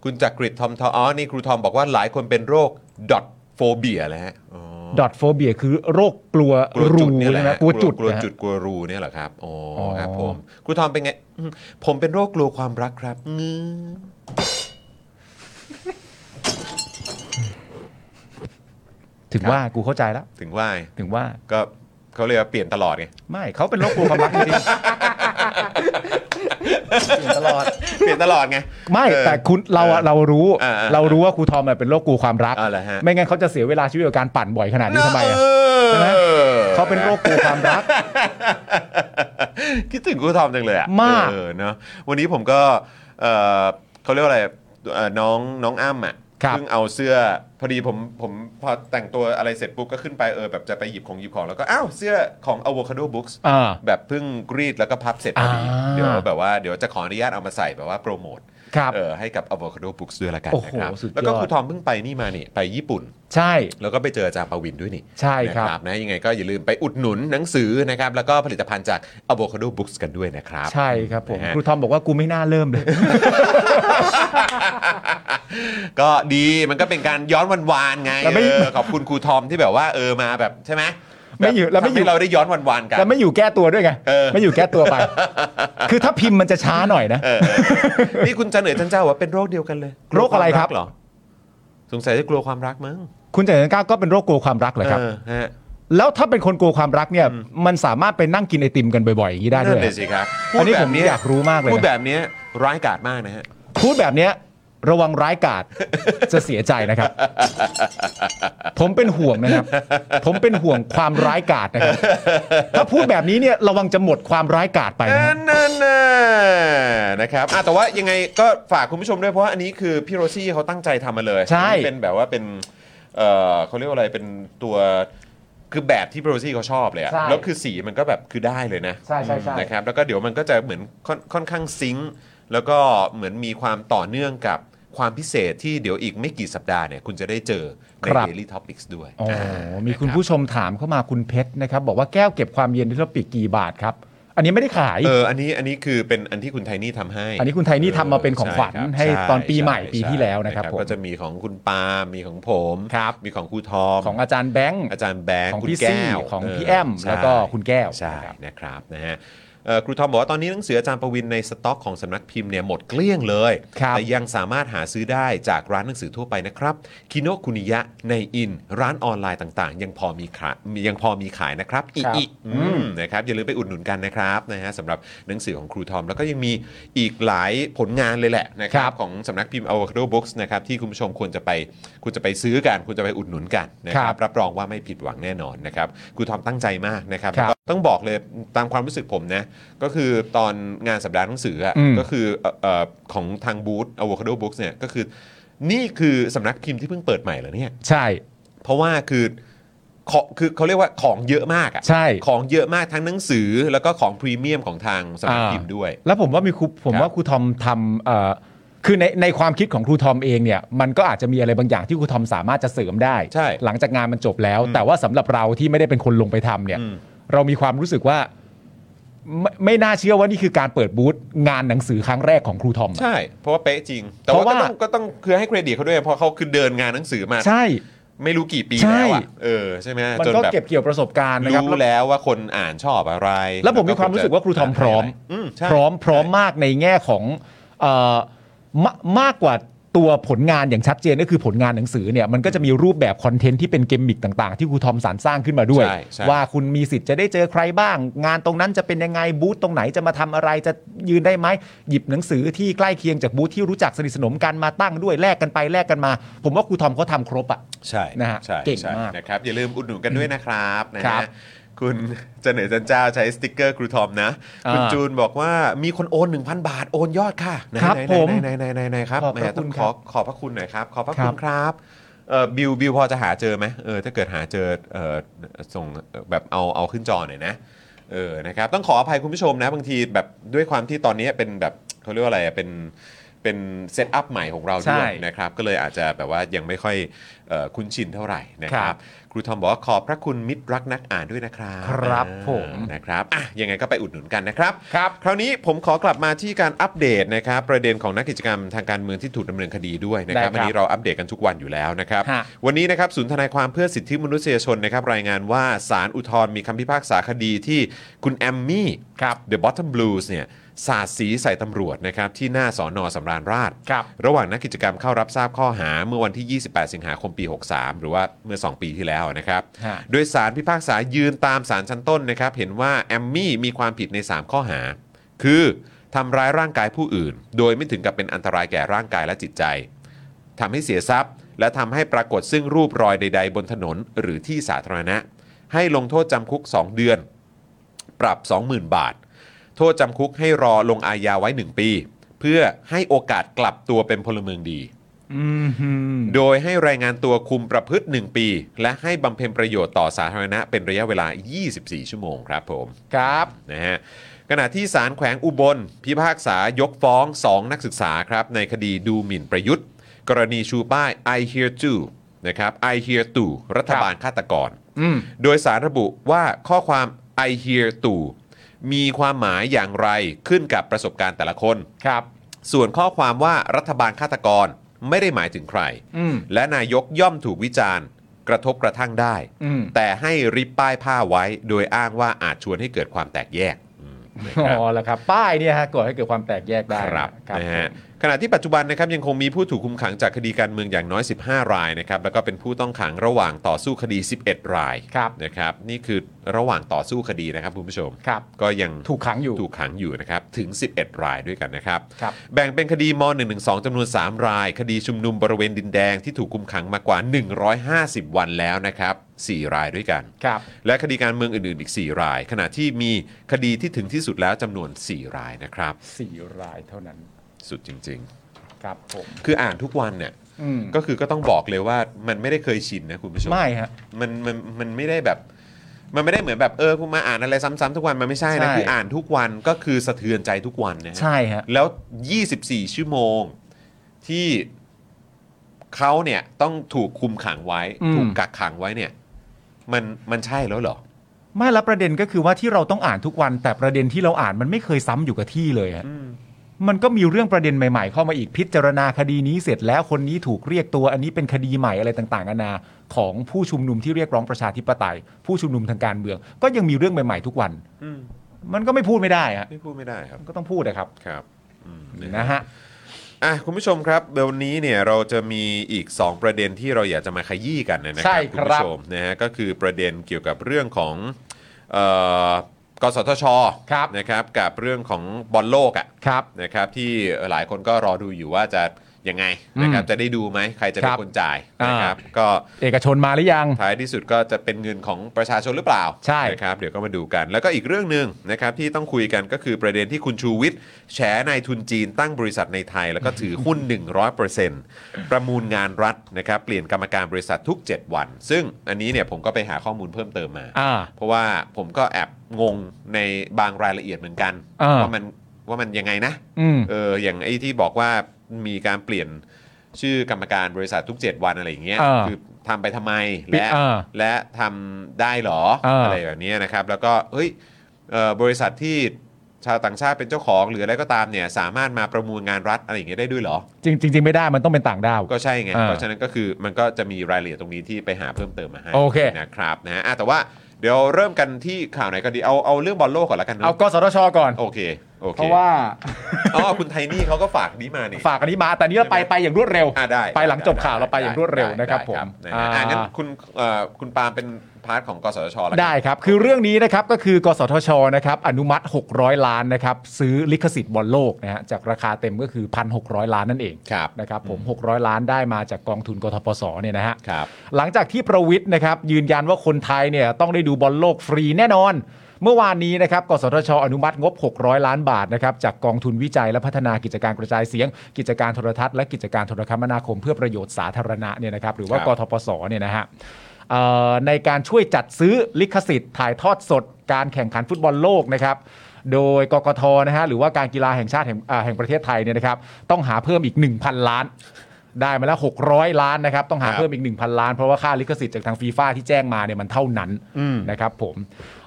คุณจักริดทอมทออ๋อนี่ครูทอมบอกว่าหลายคนเป็นโรคดอทโฟเบียแล้วฮะอ๋อ
ดอทโฟเบียคือโรคกลัว
กลัวจุ
รู
ดเนี่ยแห
ใช่
ละ
ไหม
ฮะ
กลัวจุด
กลัว
นะฮะ
จุดกลัวรูเนี่ยเหรอครับอ๋ออ
อ
ครับผมครูทอมเป็นไงอืมผมเป็นโรคกลัวความรักครับงื้อ
ถึงว่ากูเข้าใจแล้ว
ถึงว่า
ถึงว่า
ก็เขาเลยกว่าเปลี่ยนตลอดไง
ไม่เขาเป็นโรคกลัวความรักจริงๆเปลี่ยนตลอด
เปลี่ยนตลอดไง
ไม่
เออ
แต่คุณเราอะเรารู้
อ่าๆ
เรารู้ว่าครูทอมอะเป็นโรคกลัวความรัก
อ่าเหรอฮะ
ไม่งั้นเขาจะเสียเวลาชีวิตกับการปั่นบ่อยขนาดนี้ทำไมอะ
เออ
ใช่ไหม เขาเป็นโรคกลัวความรัก
คิดถึงครูทอมจังเลยอะ
มาก
เออเนาะวันนี้ผมก็เออเขาเรียกว่าอะไรเอ่อน้องน้องอ้ำอ่ะ
ครับ
เพิ่งเอาเสื้อพอดีผมผมพอแต่งตัวอะไรเสร็จปุ๊บก็ขึ้นไปเออแบบจะไปหยิบของหยิบของแล้วก็อ้าวเสื้อของ Avocado Books
อ่า
แบบเพิ่งกรีดแล้วก็พับเสร็จพอดี
อ่า
เดี๋ยวแบบว่าเดี๋ยวจะขออนุญาตเอามาใส่แบบว่าโปรโมท
ครับ
เออให้กับ Avocado Books ด้วยละกัน
โอ้โห
นะครับ
สุดยอด
แล้วก็ครูทอมเพิ่งไปนี่มานี่ไปญี่ปุ่น
ใช่
แล้วก็ไปเจออาจารย์ปวินด้วยนี่
ใช่ครับ
นะนะยังไงก็อย่าลืมไปอุดหนุนหนังสือนะครับ แล้วก็ผลิตภัณฑ์จาก Avocado Books กันด้วยนะครับ
ใช่ครับผม
นะฮะ
ครูทอมบอกว่ากูไม่น่าเริ่มเลย
ก็ดีมันก็เป็นการย้อนวันวานไง
แล้วไม่
เออขอบคุณครูทอมที่แบบว่าเออมาแบบใช่ไหม
ไม่อยู่แล้วไม่อยู่
ทำให้เราได้ย้อนวันวานกัน
แล้วไม่อยู่แก้ตัวด้วยไง
เออ
ไม่อยู่แก้ตัวไป คือถ้าพิมพ์มันจะช้าหน่อยนะ
เออ เออเออนี่คุณจันเหนือจันเจ้าว่าเป็นโรคเดียวกันเลย
โรคอะไรครับ
กลัววามเหรอสงสัยจะกลัวความรักมั้ง
คุณจันทร์ก้าวก็เป็นโรคกลัวความรักเหรอครับ
เออฮะ
แล้วถ้าเป็นคนกลัวความรักเนี่ย มันสามารถไปนั่งกินไอติมกันบ่อยๆอย่างนี้ได้ด้
นั่
วย
น
เหร
เล
อ
ยสิครับ
อันนี้
พูด
ผม
แบบ
อยากรู้มากเลยนะ
พูดแบบนี้ร้ายกาจมากนะฮะ
พูดแบบเนี้ยระวังร้ายกาจ จะเสียใจนะครับ ผมเป็นห่วงนะครับ ผมเป็นห่วงความร้ายกาจนะครับ ถ้าพูดแบบนี้เนี่ยระวังจะหมดความร้ายกาจไปนะครั
นั่
บ
นน่ะนะครับอ่ะแต่ว่ายังไงก็ฝากคุณผู้ชมด้วยเพราะว่าอันนี้คือพี่โรซี่เขาตั้งใจทำมาเลย
ใช่
อันนี้เป็นแบบว่าเป็นเออเขาเรียกว่าอะไรเป็นตัวคือแบบที่พี่โรซี่เขาชอบเลยอะ
ใช่
แล้วคือสีมันก็แบบคือได้เลยนะ
ใช่ใช่ใช่
นะครับแล้วก็เดี๋ยวมันก็จะเหมือนค่อนค่อนข้างซิงค์แล้วก็เหมือนมีความต่อเนื่องกับความพิเศษที่เดี๋ยวอีกไม่กี่สัปดาห์เนี่ยคุณจะได้เจอใน Daily Topics ด้วย
อ๋อ
อ่า
มีคุณ
นะรับ
ผู้ชมถามเข้ามาคุณเพชรนะครับ บอกว่าแก้วเก็บความเย็นที่เราปิดกี่บาทครับ อันนี้ไม่ได้ขาย
เออ อันนี้ อันนี้คือเป็นอันที่คุณไทนี่ทำให้
อันนี้คุณไทนี่ทำมาเป็นของขวัญ
ช่ครับ
ให้ตอนปีใหม่
ช่
ปีที่แล้วนะครับ
ใช่
ผม
ก็จะมีของคุณปาล์มมีของผม
ครับ
มีของครูทอม
ของอาจารย์แบงค์
อาจารย์แบงค์
ของ
คุณ
พี่ซี่
แก้ว
ของ
เ
พี่แอม
ใช่
แล้วก็คุณแก้ว
ใช่
นะครับ
นะครับนะฮะเอ่อครูทอมบอกว่าตอนนี้หนังสืออาจารย์ประวินในสต็อกของสำนักพิมพ์เนี่ยหมดเกลี้ยงเลย
ครับ
แต่ยังสามารถหาซื้อได้จากร้านหนังสือทั่วไปนะครับคิโนคุนิยะในอิน ร้านออนไลน์ต่างๆ ยังพอมีขายยังพอมีขายนะครับอี
ครับ
อีอืมนะครับอย่าลืมไปอุดหนุนกันนะครับนะฮะสำหรับหนังสือของครูทอม แล้วก็ยังมีอีกหลายผลงานเลยแหละนะค
ค
รั
รั
บบ ของสำนักพิมพ์ Avocado Books นะครับที่คุณผู้ชมควรจะไปควรจะไปซื้อกันควรจะไปอุดหนุนกันนะค
ค
รั
รับ บ
รับรองว่าไม่ผิดหวังแน่นอนนะครับครูทอมตั้งใจมากนะครับ
ครับ
แล้วก็ต้องบอกเลยตามความรู้สึกผมนะ ก็คือตอนงานสัปดาห์หนังสืออะ
อืม
ก็คือเอ่อเอ่อของทางบูธ Avocado Books เนี่ยก็คือ นี่คือสำนักพิมพ์ที่เพิ่งเปิดใหม่เหรอเนี่ย
ใช่
เพราะว่าคือของคือเขาเรียกว่าของเยอะมากอะ
ใช่
ของเยอะมากทั้งหนังสือแล้วก็ของพรีเมียมของทางสำนักพิมพ์ด้วย
แล้วผมว่ามีครูผม
ครับ
ว่าครูทอมทำเอ่อคือในในความคิดของครูทอมเองเนี่ยมันก็อาจจะมีอะไรบางอย่างที่ครูทอมสามารถจะเสริมได้
ใช่
หลังจากงานมันจบแล้ว แต่ว่าสำหรับเราที่ไม่ได้เป็นคนลงไปทำเนี่ย
อืม
เรามีความรู้สึกว่าไม่ไม่น่าเชื่อว่านี่คือการเปิดบูธงานหนังสือครั้งแรกของครูทอมอะ
ใช่ เพราะว่าเป๊ะจริง แต่
เพราะ
ว่าก็
ว่า
ต้องก็ต้องคือให้เครดิตเขาด้วยเพราะเขาคือเดินงานหนังสือมา
ใช่
ไม่รู้กี่ปี
ใช่
แล้วอะเออใช่ไหม
มัน
จน
ก็
แบบ
เก็บเกี่ยวประสบการณ์นะครับ
รู้แล้วว่าคนอ่านชอบอะไร
แล้วผมมีความรู้สึกว่าครูทอมพร้อม
มใช่
พร้อมพร้อมมากในแง่ของเออมามากกว่าตัวผลงานอย่างชัดเจนก็คือผลงานหนังสือเนี่ยมันก็จะมีรูปแบบคอนเทนต์ที่เป็นเกมมิกต่างๆ ที่ครูทอมสารสร้างขึ้นมาด้วย
ใช่ใช่
ว่าคุณมีสิทธิ์จะได้เจอใครบ้าง งานตรงนั้นจะเป็นยังไงบูธตรงไหนจะมาทำอะไรจะยืนได้ไหมหยิบหนังสือที่ใกล้เคียงจากบูธที่รู้จักสนิทสนมกันมาตั้งด้วยแลกกันไปแลกกันมา ผมว่าครูทอมเขาทำครบอ่ะ
ใช่
นะฮะ
ใช่
เก่ง
ใช่
มาก
นะครับอย่าลืมอุดหนุนกันด้วยนะครับนะ
ครั
ฮะ
บ
คุณ เจเนอจันเจ้าใช้สติกเกอร์ครูทอมนะ
อ่า
คุณจูนบอกว่ามีคนโอน 1,000 บาทโอนยอดค่ะไหน
ครับ
ไหนไหน
ผม
ไหนไหนไหนไหนครับ
ขอบพระ
แหมต้อง
คุณ
ข
ครั
อบ ขอบพระคุณหน่อยครับขอบพระ
ครั
คุ
บ
ณครับเอ่อบิวบิวพอจะหาเจอไหมเออถ้าเกิดหาเจอเออส่งแบบเอาเอาขึ้นจอหน่อยนะ เออ นะครับ ต้องขออภัยคุณผู้ชมนะ บางทีแบบด้วยความที่ตอนนี้เป็นแบบเขาเรียกว่าอะไรอะเป็น เป็นเซตอัพใหม่ของเรา
ใช่
ด้วยนะครับ ก็เลยอาจจะแบบว่ายังไม่ค่อยเอ่อคุ้นชินเท่าไหร่นะค
ค
รั
รับ บ
ครูทอมบอกว่าขอบพระคุณมิตรรักนักอ่านด้วยนะครับ
ครับ
อ่า
ผม
นะครับ อ่ะ ยังไงก็ไปอุดหนุนกันนะครับ
ครับ
คราวนี้ผมขอกลับมาที่การอัปเดตนะครับ ประเด็นของนักกิจกรรมทางการเมืองที่ถูกดำเนินคดีด้วยนะครับ
ได้ครับ
อันนี้เราอัปเดตกันทุกวันอยู่แล้วนะครับ
ฮะ
วันนี้นะครับศูนย์ทนายความเพื่อสิทธิมนุษยชนนะครับรายงานว่าศาลอุทธรณ์มีคำพิพากษาคดีที่คุณแอมมี่ The Bottom Blues เนี่ยสาดสีใส่ตำรวจนะครับที่หน้าสอนอสำราญราษฎร์
ครับ
ระหว่างนักกิจกรรมเข้ารับทราบข้อหาเมื่อวันที่ 28 สิงหาคมปี 63 หรือว่าเมื่อ 2 ปีที่แล้วนะครับ
ฮะ
โดยสารพิพากษายืนตามสารชั้นต้นนะครับ เห็นว่าแอมมี่มีความผิดใน 3 ข้อหา คือทำร้ายร่างกายผู้อื่น โดยไม่ถึงกับเป็นอันตรายแก่ร่างกายและจิตใจทำให้เสียทรัพย์ และทำให้ปรากฏซึ่งรูปรอยใด ๆ บนถนนหรือที่สาธารณะ ให้ลงโทษจำคุก 2 เดือน ปรับ 20,000 บาท โทษจำคุกให้รอลงอาญาไว้ 1 ปี เพื่อให้โอกาสกลับตัวเป็นพลเมืองดี
อืมฮึม
โดยให้รายงานตัวคุมประพฤติ 1 ปี และให้บำเพ็ญประโยชน์ต่อสาธารณะเป็นระยะเวลา 24 ชั่วโมงครับผม
ครับ
นะฮะ ขณะที่ศาลแขวงอุบล พิพากษายกฟ้อง 2 นักศึกษาครับในคดีดูหมิ่นประยุทธ์ กรณีชูป้าย I hear you นะครับ I hear you รัฐบาลฆาตกร
อืม
โดยสารระบุว่าข้อความ I hear you มีความหมายอย่างไรขึ้นกับประสบการณ์แต่ละคน
ครับ
ส่วนข้อความว่ารัฐบาลฆาตกรไม่ได้หมายถึงใคร
อืม
และนายกย่อมถูกวิจารณ์ กระทบกระทั่งได้
อืม
แต่ให้ริบป้ายผ้าไว้ โดยอ้างว่าอาจชวนให้เกิดความแตกแยกอืมนะครับ
อ๋อแล้วครับ ป้ายเนี่ยฮะก่อให้เกิดความแตกแยกได้
ครับ
ครับ
นะฮะขณะที่ปัจจุบันนะครับยังคงมีผู้ถูกคุมขังจากคดีการเมืองอย่างน้อย 15 รายนะครับแล้วก็เป็นผู้ต้องขังระหว่างต่อสู้คดี 11 ราย
ครับ
นะครับนี่คือระหว่างต่อสู้คดีนะครับคุณผู้ชม
ครับ
ก็ยัง
ถูกขังอยู่
ถูกขังอยู่นะครับถึง 11 รายด้วยกันนะครับ
ครับ
แบ่งเป็นคดีม .112 จำนวน 3 ราย คดีชุมนุมบริเวณดินแดงที่ถูกคุมขังมากว่า 150 วันแล้วนะครับ4รายด้วยกัน
ครับ
และคดีการเมืองอื่นๆอีก 4 ราย ขณะที่มีคดีที่ถึงที่สุดแล้วจำนวน 4 รายนะครับ
สี่รายเท่านั้น
สุดจริง ๆ
ครับผม
คืออ่านทุกวันเนี่ย
อืม
ก็คือก็ต้องบอกเลยว่ามันไม่ได้เคยชินนะคุณผู้ชม
ไม่ฮะ
มันมันมันไม่ได้แบบ มันไม่ได้เหมือนแบบเออคุณมาอ่านอะไรซ้ำๆทุกวันมันไม่ใช่นะ
ใช่
คืออ่านทุกวันก็คือสะเทือนใจทุกวันนะฮะ
ใช่ฮะ
แล้ว 24 ชั่วโมงที่เขาเนี่ยต้องถูกคุมขังไว้
อืม
ถูกกักขังไว้เนี่ย มันมันใช่แล้วเหรอ
ไม่แล้วประเด็นก็คือว่าที่เราต้องอ่านทุกวัน แต่ประเด็นที่เราอ่านมันไม่เคยซ้ำอยู่กับที่เลยฮะมันก็มีเรื่องประเด็นใหม่ๆ เข้ามาอีกพิจารณาคดีนี้เสร็จแล้วคนนี้ถูกเรียกตัวอันนี้เป็นคดีใหม่อะไรต่างๆนานาของผู้ชุมนุมที่เรียกร้องประชาธิปไตย ผู้ชุมนุมทางการเมือง ก็ยังมีเรื่องใหม่ๆทุกวัน
อืม
มันก็ไม่พูดไม่ได้ฮะ
ไม่พูดไม่ได้ครับ
มันก็ต้องพูดนะครับ
ครับอืมนะฮะ
นะฮะ
อ่ะคุณผู้ชมครับเดี๋ยววันนี้เนี่ยเราจะมีอีก 2 ประเด็นที่เราอยากจะมาขยี้กันนะค
ใช่
รั
ค
คุณ
รับ
ผู้ชมนะฮะก็คือประเด็นเกี่ยวกับเรื่องของเอ่อกสทช
ครับ
นะครับกับเรื่องของบอลโลกอ่ะ
ครับ
นะครับที่หลายคนก็รอดูอยู่ว่าจะยังไงนะครับจะได้ดูไหมใครจะเป็
คน รับ
คนจ่าย
อ่า
นะครับก็
เอกชนมาหรือยัง
ท้ายที่สุดก็จะเป็นเงินของประชาชนหรือเปล่า
ใช่
นะครับเดี๋ยวก็มาดูกัน แล้วก็อีกเรื่องหนึ่งนะครับที่ต้องคุยกันก็คือประเด็นที่คุณชูวิทย์แฉนายทุนจีนตั้งบริษัทในไทย แล้วก็ถือหุ้น 100%ประมูลงานรัฐนะครับเปลี่ยนกรรมการบริษัททุก 7 วัน ซึ่งอันนี้เนี่ยผมก็ไปหาข้อมูลเพิ่มเติมมา
อ่า
เพราะว่าผมก็แอบงงในบางรายละเอียดเหมือนกัน
อ่า
ว่ามันว่ามันยังไงนะ
อืม
เอออย่างไอ้ที่บอกว่ามีการเปลี่ยนชื่อกรรมการบริษัททุก 7 วันอะไรอย่างเงี้ย
เออ
คือทำไปทำไม
ปิด
และ
เออ
และทำได้เหรอ
เอออ
ไรแบบเนี้ยนะครับ แล้วก็เฮ้ยเอ่อบริษัทที่ชาวต่างชาติเป็นเจ้าของ หรืออะไรก็ตามเนี่ยสามารถมาประมูลงานรัฐอะไรอย่างเงี้ยได้ด้วยเหรอ
จริงจริง ๆ ไม่ได้มันต้องเป็นต่างด้าว
ก็ใช่ไง
อ่า
เพราะฉะนั้นก็คือมันก็จะมีรายละเอียดตรงนี้ที่ไปหาเพิ่มเติมมาให้
โอเค
นะครับนะอ่ะแต่ว่าเดี๋ยวเริ่มกันที่ข่าวไหนก็ดีเอาเอาเรื่องบอลโลกก่อนละกัน
เอา
เนาะ
กสทชก่อน
โอเคโอเค
เพราะว่า
อ๋อคุณไทนี่เขาก็ฝากนี้มานี่
ฝากอันนี้มา แต่นี้เราไปไปอย่างรวดเร็ว
อ่าได้
ไปหลังจบข่าวเราไป
ด้
อย่างรวดเร็วนะครับ
ได้
ผม
นะฮะ
อ่า
อ่างั้นคุณเอ่อคุณปาล์มเป็นพาร์ทของกสทชแล้วกัน
ได้ครับ คือเรื่องนี้นะครับ ก็คือกสทชนะครับอนุมัติ 600 ล้านนะครับ ซื้อลิขสิทธิ์บอลโลกนะฮะจากราคาเต็มก็คือ 1,600 ล้านนั่นเอง
ครับ
นะครับผม 600 ล้านได้มาจากกองทุนกทปสเนี่ยนะฮะ
ครับ
หลังจากที่ประวิทย์นะครับยืนยันว่าคนไทยเนี่ยต้องได้ดูบอลโลกฟรีแน่นอน เมื่อวานนี้นะครับกสทช อนุมัติงบ 600 ล้านบาทนะครับจากกองทุนวิจัยและพัฒนากิจการกระจายเสียง กิจการโทรทัศน์และกิจการโทรคมนาคมเพื่อประโยชน์สาธารณะเนี่ยนะครับหรือว่า
ครับ
กทปสเนี่ยนะฮะเอ่อในการช่วยจัดซื้อลิขสิทธิ์ถ่ายทอดสด การแข่งขันฟุตบอลโลกนะครับโดยกกทนะฮะหรือว่าการกีฬาแห่งชาติแห่งอ่าแห่งประเทศไทยเนี่ยนะครับต้องหาเพิ่มอีก 1,000 ล้าน ได้มาแล้ว 600 ล้านนะครับ ต้องหา
ครับ
เพิ่มอีก 1,000 ล้าน เพราะว่าค่าลิขสิทธิ์จากทางฟีฟ่าที่แจ้งมาเนี่ยมันเท่านั้นนะครับผม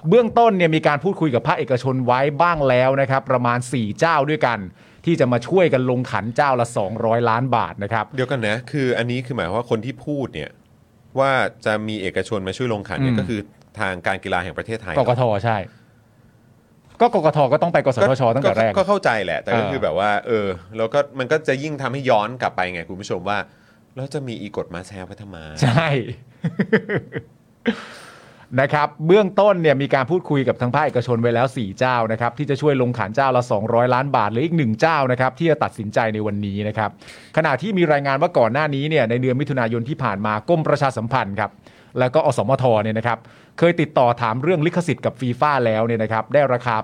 เบื้องต้นเนี่ยมีการพูดคุยกับภาคเอกชนไว้บ้างแล้วนะครับ ประมาณ 4 เจ้าด้วยกัน ที่จะมาช่วยกันลงขันเจ้าละ 200 ล้านบาทนะครับ
เดี๋ยวกันนะ คืออันนี้คือหมายความว่าคนที่พูดเนี่ยว่าจะมีเอกชนมาช่วยลงขันเนี่ย
อืม
ก็คือทางการกีฬาแห่งประเทศไทย
กกทใช่ ก็กกทก็ต้องไปกสทชตั้งแต่แรก
ก็เข้าใจแหละ แต่ก็
เออ
คือแบบว่าเออแล้วก็มันก็จะยิ่งทำให้ย้อนกลับไปไงคุณผู้ชมว่าแล้วจะมีอีกฎมาแซวไว้ทำไม
ใช่ นะครับ เบื้องต้นเนี่ยมีการพูดคุยกับทางภาคเอกชนไว้แล้ว 4 เจ้านะครับ ที่จะช่วยลงขันเจ้าละ 200 ล้านบาทหรืออีก 1 เจ้านะครับ ที่จะตัดสินใจในวันนี้นะครับ ขณะที่มีรายงานว่าก่อนหน้านี้เนี่ยในเดือนมิถุนายนที่ผ่านมากรมประชาสัมพันธ์ครับ แล้วก็อสมทเนี่ยนะครับ เคยติดต่อถามเรื่องลิขสิทธิ์กับฟีฟ่าแล้วเนี่ยนะครับ ได้ราคา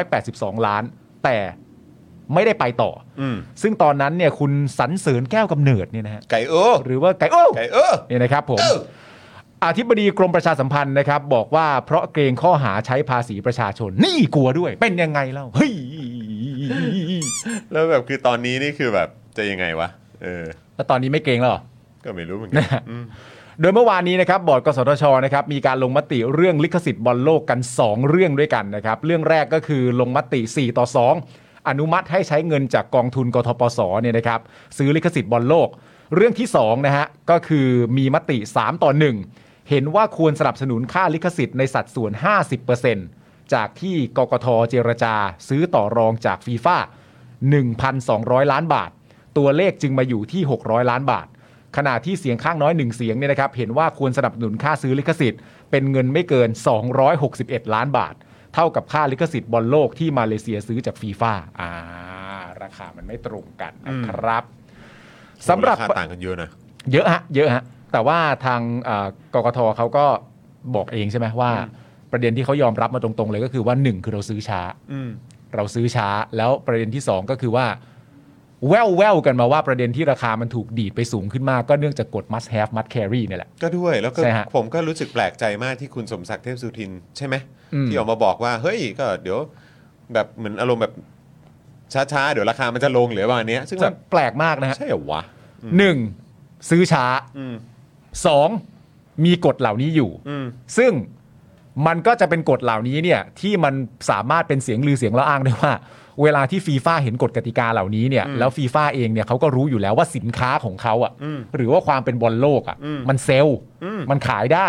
882 ล้าน แต่ไม่ได้ไปต่ออ
ม
ซึ่งตอนนั้นเนี่ยคุณสรรเสริญแก้วกำเนิดเนี่ยนะฮะ
ไก่เออ
หรือว่าไก่โอ้
ไก่เออ
นี่นะครับผม อธิบดีกรมประชาสัมพันธ์นะครับ บอกว่าเพราะเกรงข้อหาใช้ภาษีประชาชน นี่กลัวด้วย เป็นยังไงเล่าเฮ้ย
แล้วแบบคือตอนนี้นี่คือแบบจะยังไงวะ เออ
แล้วตอนนี้ไม่เกรงแล้วเหรอ
ก็ไม่รู้เหมือนกั
นะฮะ โดยเมื่อวานนี้นะครับบอร์ดกสทชนะครับมีการลงมติเรื่องลิขสิทธิ์บอลโลกกัน 2 เรื่องด้วยกันนะครับ เรื่องแรกก็คือลงมติ 4 ต่อ 2 อนุมัติให้ใช้เงินจากกองทุนกทปสเนี่ยนะครับซื้อลิขสิทธิ์บอลโลก เรื่องที่2นะฮะก็คือมีมติ 3 ต่อ 1 เห็นว่าควรสนับสนุนค่าลิขสิทธิ์ในสัดส่วน 50%จากที่กกทเจรจา ซื้อต่อรองจากฟีฟ่า 1,200 ล้านบาท ตัวเลขจึงมาอยู่ที่ 600 ล้านบาท ขณะที่เสียงข้างน้อย 1 เสียงเนี่ยนะครับ เห็นว่าควรสนับสนุนค่าซื้อลิขสิทธิ์ เป็นเงินไม่เกิน 261 ล้านบาท เท่ากับค่าลิขสิทธิ์บอลโลกที่มาเลเซียซื้อจากฟีฟ่าอ่า ราคามันไม่ตรงกันนะครับสำหรับ
าคาต่างกันเยอะนะ
เยอะฮะเยอะฮะแต่ว่าทางเอ่อกกทเขาก็บอกเองใช่ไหมว่า ประเด็นที่เขายอมรับมาตรงๆ เลยก็คือว่าหนึ่งคือเราซื้อช้า
อืม
เราซื้อช้าแล้วประเด็นที่สองก็คือว่า แววแววๆกันมาว่าประเด็นที่ราคามันถูกดีดไปสูงขึ้นมากก็เนื่องจากกฎ must have must carry เนี่ยแหละ
ก็ด้วยแล้วก็
ใช่ฮะ
ผมก็รู้สึกแปลกใจมากที่คุณสมศักดิ์เทพสุทิน ใช่ไหม
อืม
ที่ออกมาบอกว่า เฮ้ยก็เดี๋ยวแบบเหมือนอารมณ์แบบช้าๆ เดี๋ยวราคามันจะลงเหรือประมาณเนี้ยซึ่งแบบ
แปลกมากนะฮะ
ใช่เหรอวะ
หนึ่งซื้อช้า
อืม
สองมีกฎเหล่านี้อยู่
อืม
ซึ่งมันก็จะเป็นกฎเหล่านี้เนี่ยที่มันสามารถเป็นเสียงลือเสียงเล่าอ้างได้ว่า เวลาที่ฟีฟ่าเห็นกฎกติกาเหล่านี้เนี่ยแล้วฟีฟ่าเองเนี่ยเขาก็รู้อยู่แล้วว่าสินค้าของเขาอะ่ะหรือว่าความเป็นบอลโลกอะ่ะมันเซลล์มันขายได้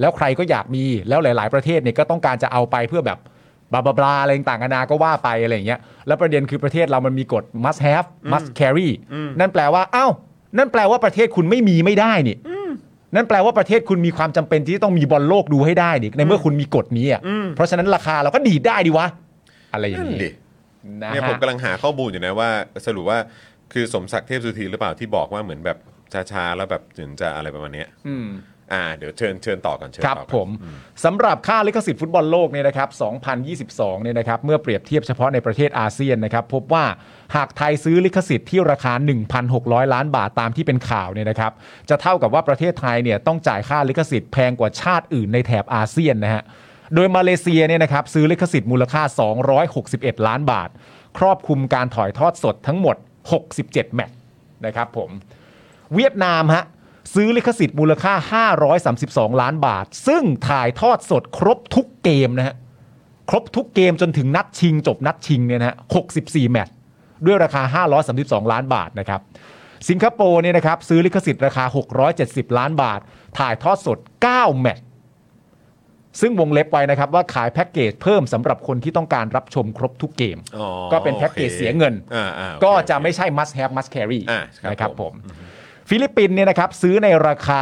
แล้วใครก็อยากมีแล้วหลาย ๆ ประเทศเนี่ยก็ต้องการจะเอาไปเพื่อแบบบลาบลาบลาอะไรต่างๆนานาก็ว่าไปอะไรอย่างเงี้ยแล้วประเด็นคือประเทศเรามันมีกฎ must have must carry นั่นแปลว่าเอ้า นั่นแปลว่าประเทศคุณไม่มีไม่ได้นี่ นั่นแปลว่าประเทศคุณมีความจำเป็นที่ต้องมีบอลโลกดูให้ได้ดิในเมื่อคุณมีกฎนี้อ่ะเพราะฉะนั้นราคาเราก็ดีดได้ดิวะ อะไรอย่าง
นั่น
นี้
ดิ
นะ
เนี่ย
ฮะ
ผมกำลังหาข้อมูลอยู่นะว่า สรุปว่าคือสมศักดิ์เทพสุทินหรือเปล่าที่บอกว่าเหมือนแบบช้าๆ แล้วแบบถึงจะอะไรประมาณเนี้ย
อืม
อ่า เดี๋ยวเชิญเชิญต่อก่อนเชิญ
ครับ
ต่อก่อน
ผมสำหรับค่าลิขสิทธิ์ฟุตบอลโลกเนี่ยนะครับ 2022 เนี่ยนะครับ เมื่อเปรียบเทียบเฉพาะในประเทศอาเซียนนะครับ พบว่าหากไทยซื้อลิขสิทธิ์ที่ราคา 1,600 ล้านบาทตามที่เป็นข่าวเนี่ยนะครับ จะเท่ากับว่าประเทศไทยเนี่ยต้องจ่ายค่าลิขสิทธิ์แพงกว่าชาติอื่นในแถบอาเซียนนะฮะ โดยมาเลเซียเนี่ยนะครับซื้อลิขสิทธิ์มูลค่า 261 ล้านบาท ครอบคลุมการถ่ายทอดสดทั้งหมด 67 แมตช์นะครับผม เวียดนามฮะซื้อลิขสิทธิ์มูลค่า 532 ล้านบาท ซึ่งถ่ายทอดสดครบทุกเกมนะฮะ ครบทุกเกมจนถึงนัดชิง จบนัดชิงเนี่ยนะฮะ64 แมตช์ด้วยราคา 532 ล้านบาทนะครับ สิงคโปร์เนี่ยนะครับซื้อลิขสิทธิ์ราคา 670 ล้านบาท ถ่ายทอดสด 9 แมตช์ ซึ่งวงเล็บไว้นะครับว่าขายแพ็กเกจเพิ่มสำหรับคนที่ต้องการรับชมครบทุกเกม
อ๋อ
ก็เป็นแพ็กเกจ
โอค
เสียเงิน
อ่าอ่าโอเค
ก็จะไม่ใช่ must have must carry
อ่าครับ
นะครับ
ผ
ผม ม ฟิลิปปินส์เนี่ยนะครับซื้อในราคา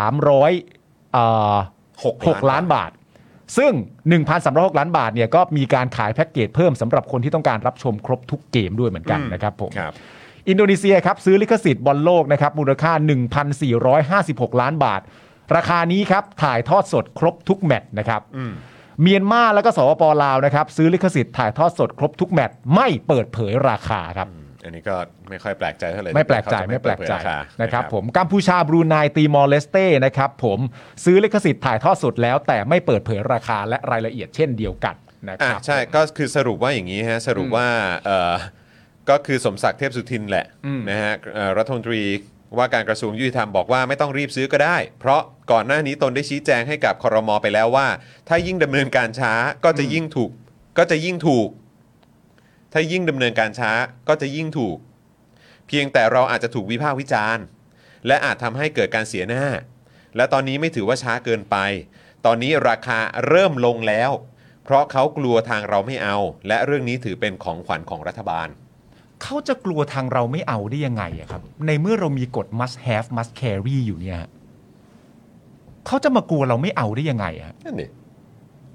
1,300เอ่อ
หก
6ล้านบาท ซึ่ง 1,306 ล้านบาทเนี่ยก็มีการขายแพ็กเกจเพิ่มสำหรับคนที่ต้องการรับชมครบทุกเกมด้วยเหมือนกันนะครับผม
ครับ
อินโดนีเซียครับซื้อลิขสิทธิ์บอลโลกนะครับมูลค่า 1,456 ล้านบาท ราคานี้ครับถ่ายทอดสดครบทุกแมตช์นะครับเมียนมาแล้วก็สปปลาวนะครับซื้อลิขสิทธิ์ถ่ายทอดสดครบทุกแมตช์ไม่เปิดเผยราคาครับ
อันนี้ก็ไม่ค่อยแปลกใจเท่าไหร่
ไม่แปลกใจ
ที่เขาะ
ไม่แปลกใจ
เดเผยราา
นะครับผมกัมพูชาบรูไนตีมอร์เลสเต้นะครับผมซื้อลิขสิทธิ์ถ่ายทอดสดแล้ว แต่ไม่เปิดเผยราคาและรายละเอียดเช่นเดียวกันนะค
อ่ะ
รับ
ใช่ก็คือสรุปว่าอย่างนี้ฮะสรุปว่าเออก็คือสมศักดิ์เทพสุทินแหละนะฮะเอ่อรัฐมนตรีว่าการกระทรวงยุติธรรมบอกว่าไม่ต้องรีบซื้อก็ได้ เพราะก่อนหน้านี้ตนได้ชี้แจงให้กับครมไปแล้วว่า ถ้ายิ่งดำเนินการช้าก็จะยิ่งถูกก็จะยิ่งถูก ถ้ายิ่งดำเนินการช้าก็จะยิ่งถูก เพียงแต่เราอาจจะถูกวิพากษ์วิจารณ์ และอาจทำให้เกิดการเสียหน้า และตอนนี้ไม่ถือว่าช้าเกินไป ตอนนี้ราคาเริ่มลงแล้ว เพราะเขากลัวทางเราไม่เอา และเรื่องนี้ถือเป็นของขวัญของรัฐบาล
เขาจะกลัวทางเราไม่เอาได้ยังไงอะครับ ในเมื่อเรามีกฎ must have must carry อยู่เนี่ยฮะเขาจะมากลัวเราไม่เอาได้ยังไงอะ
นั่นดิ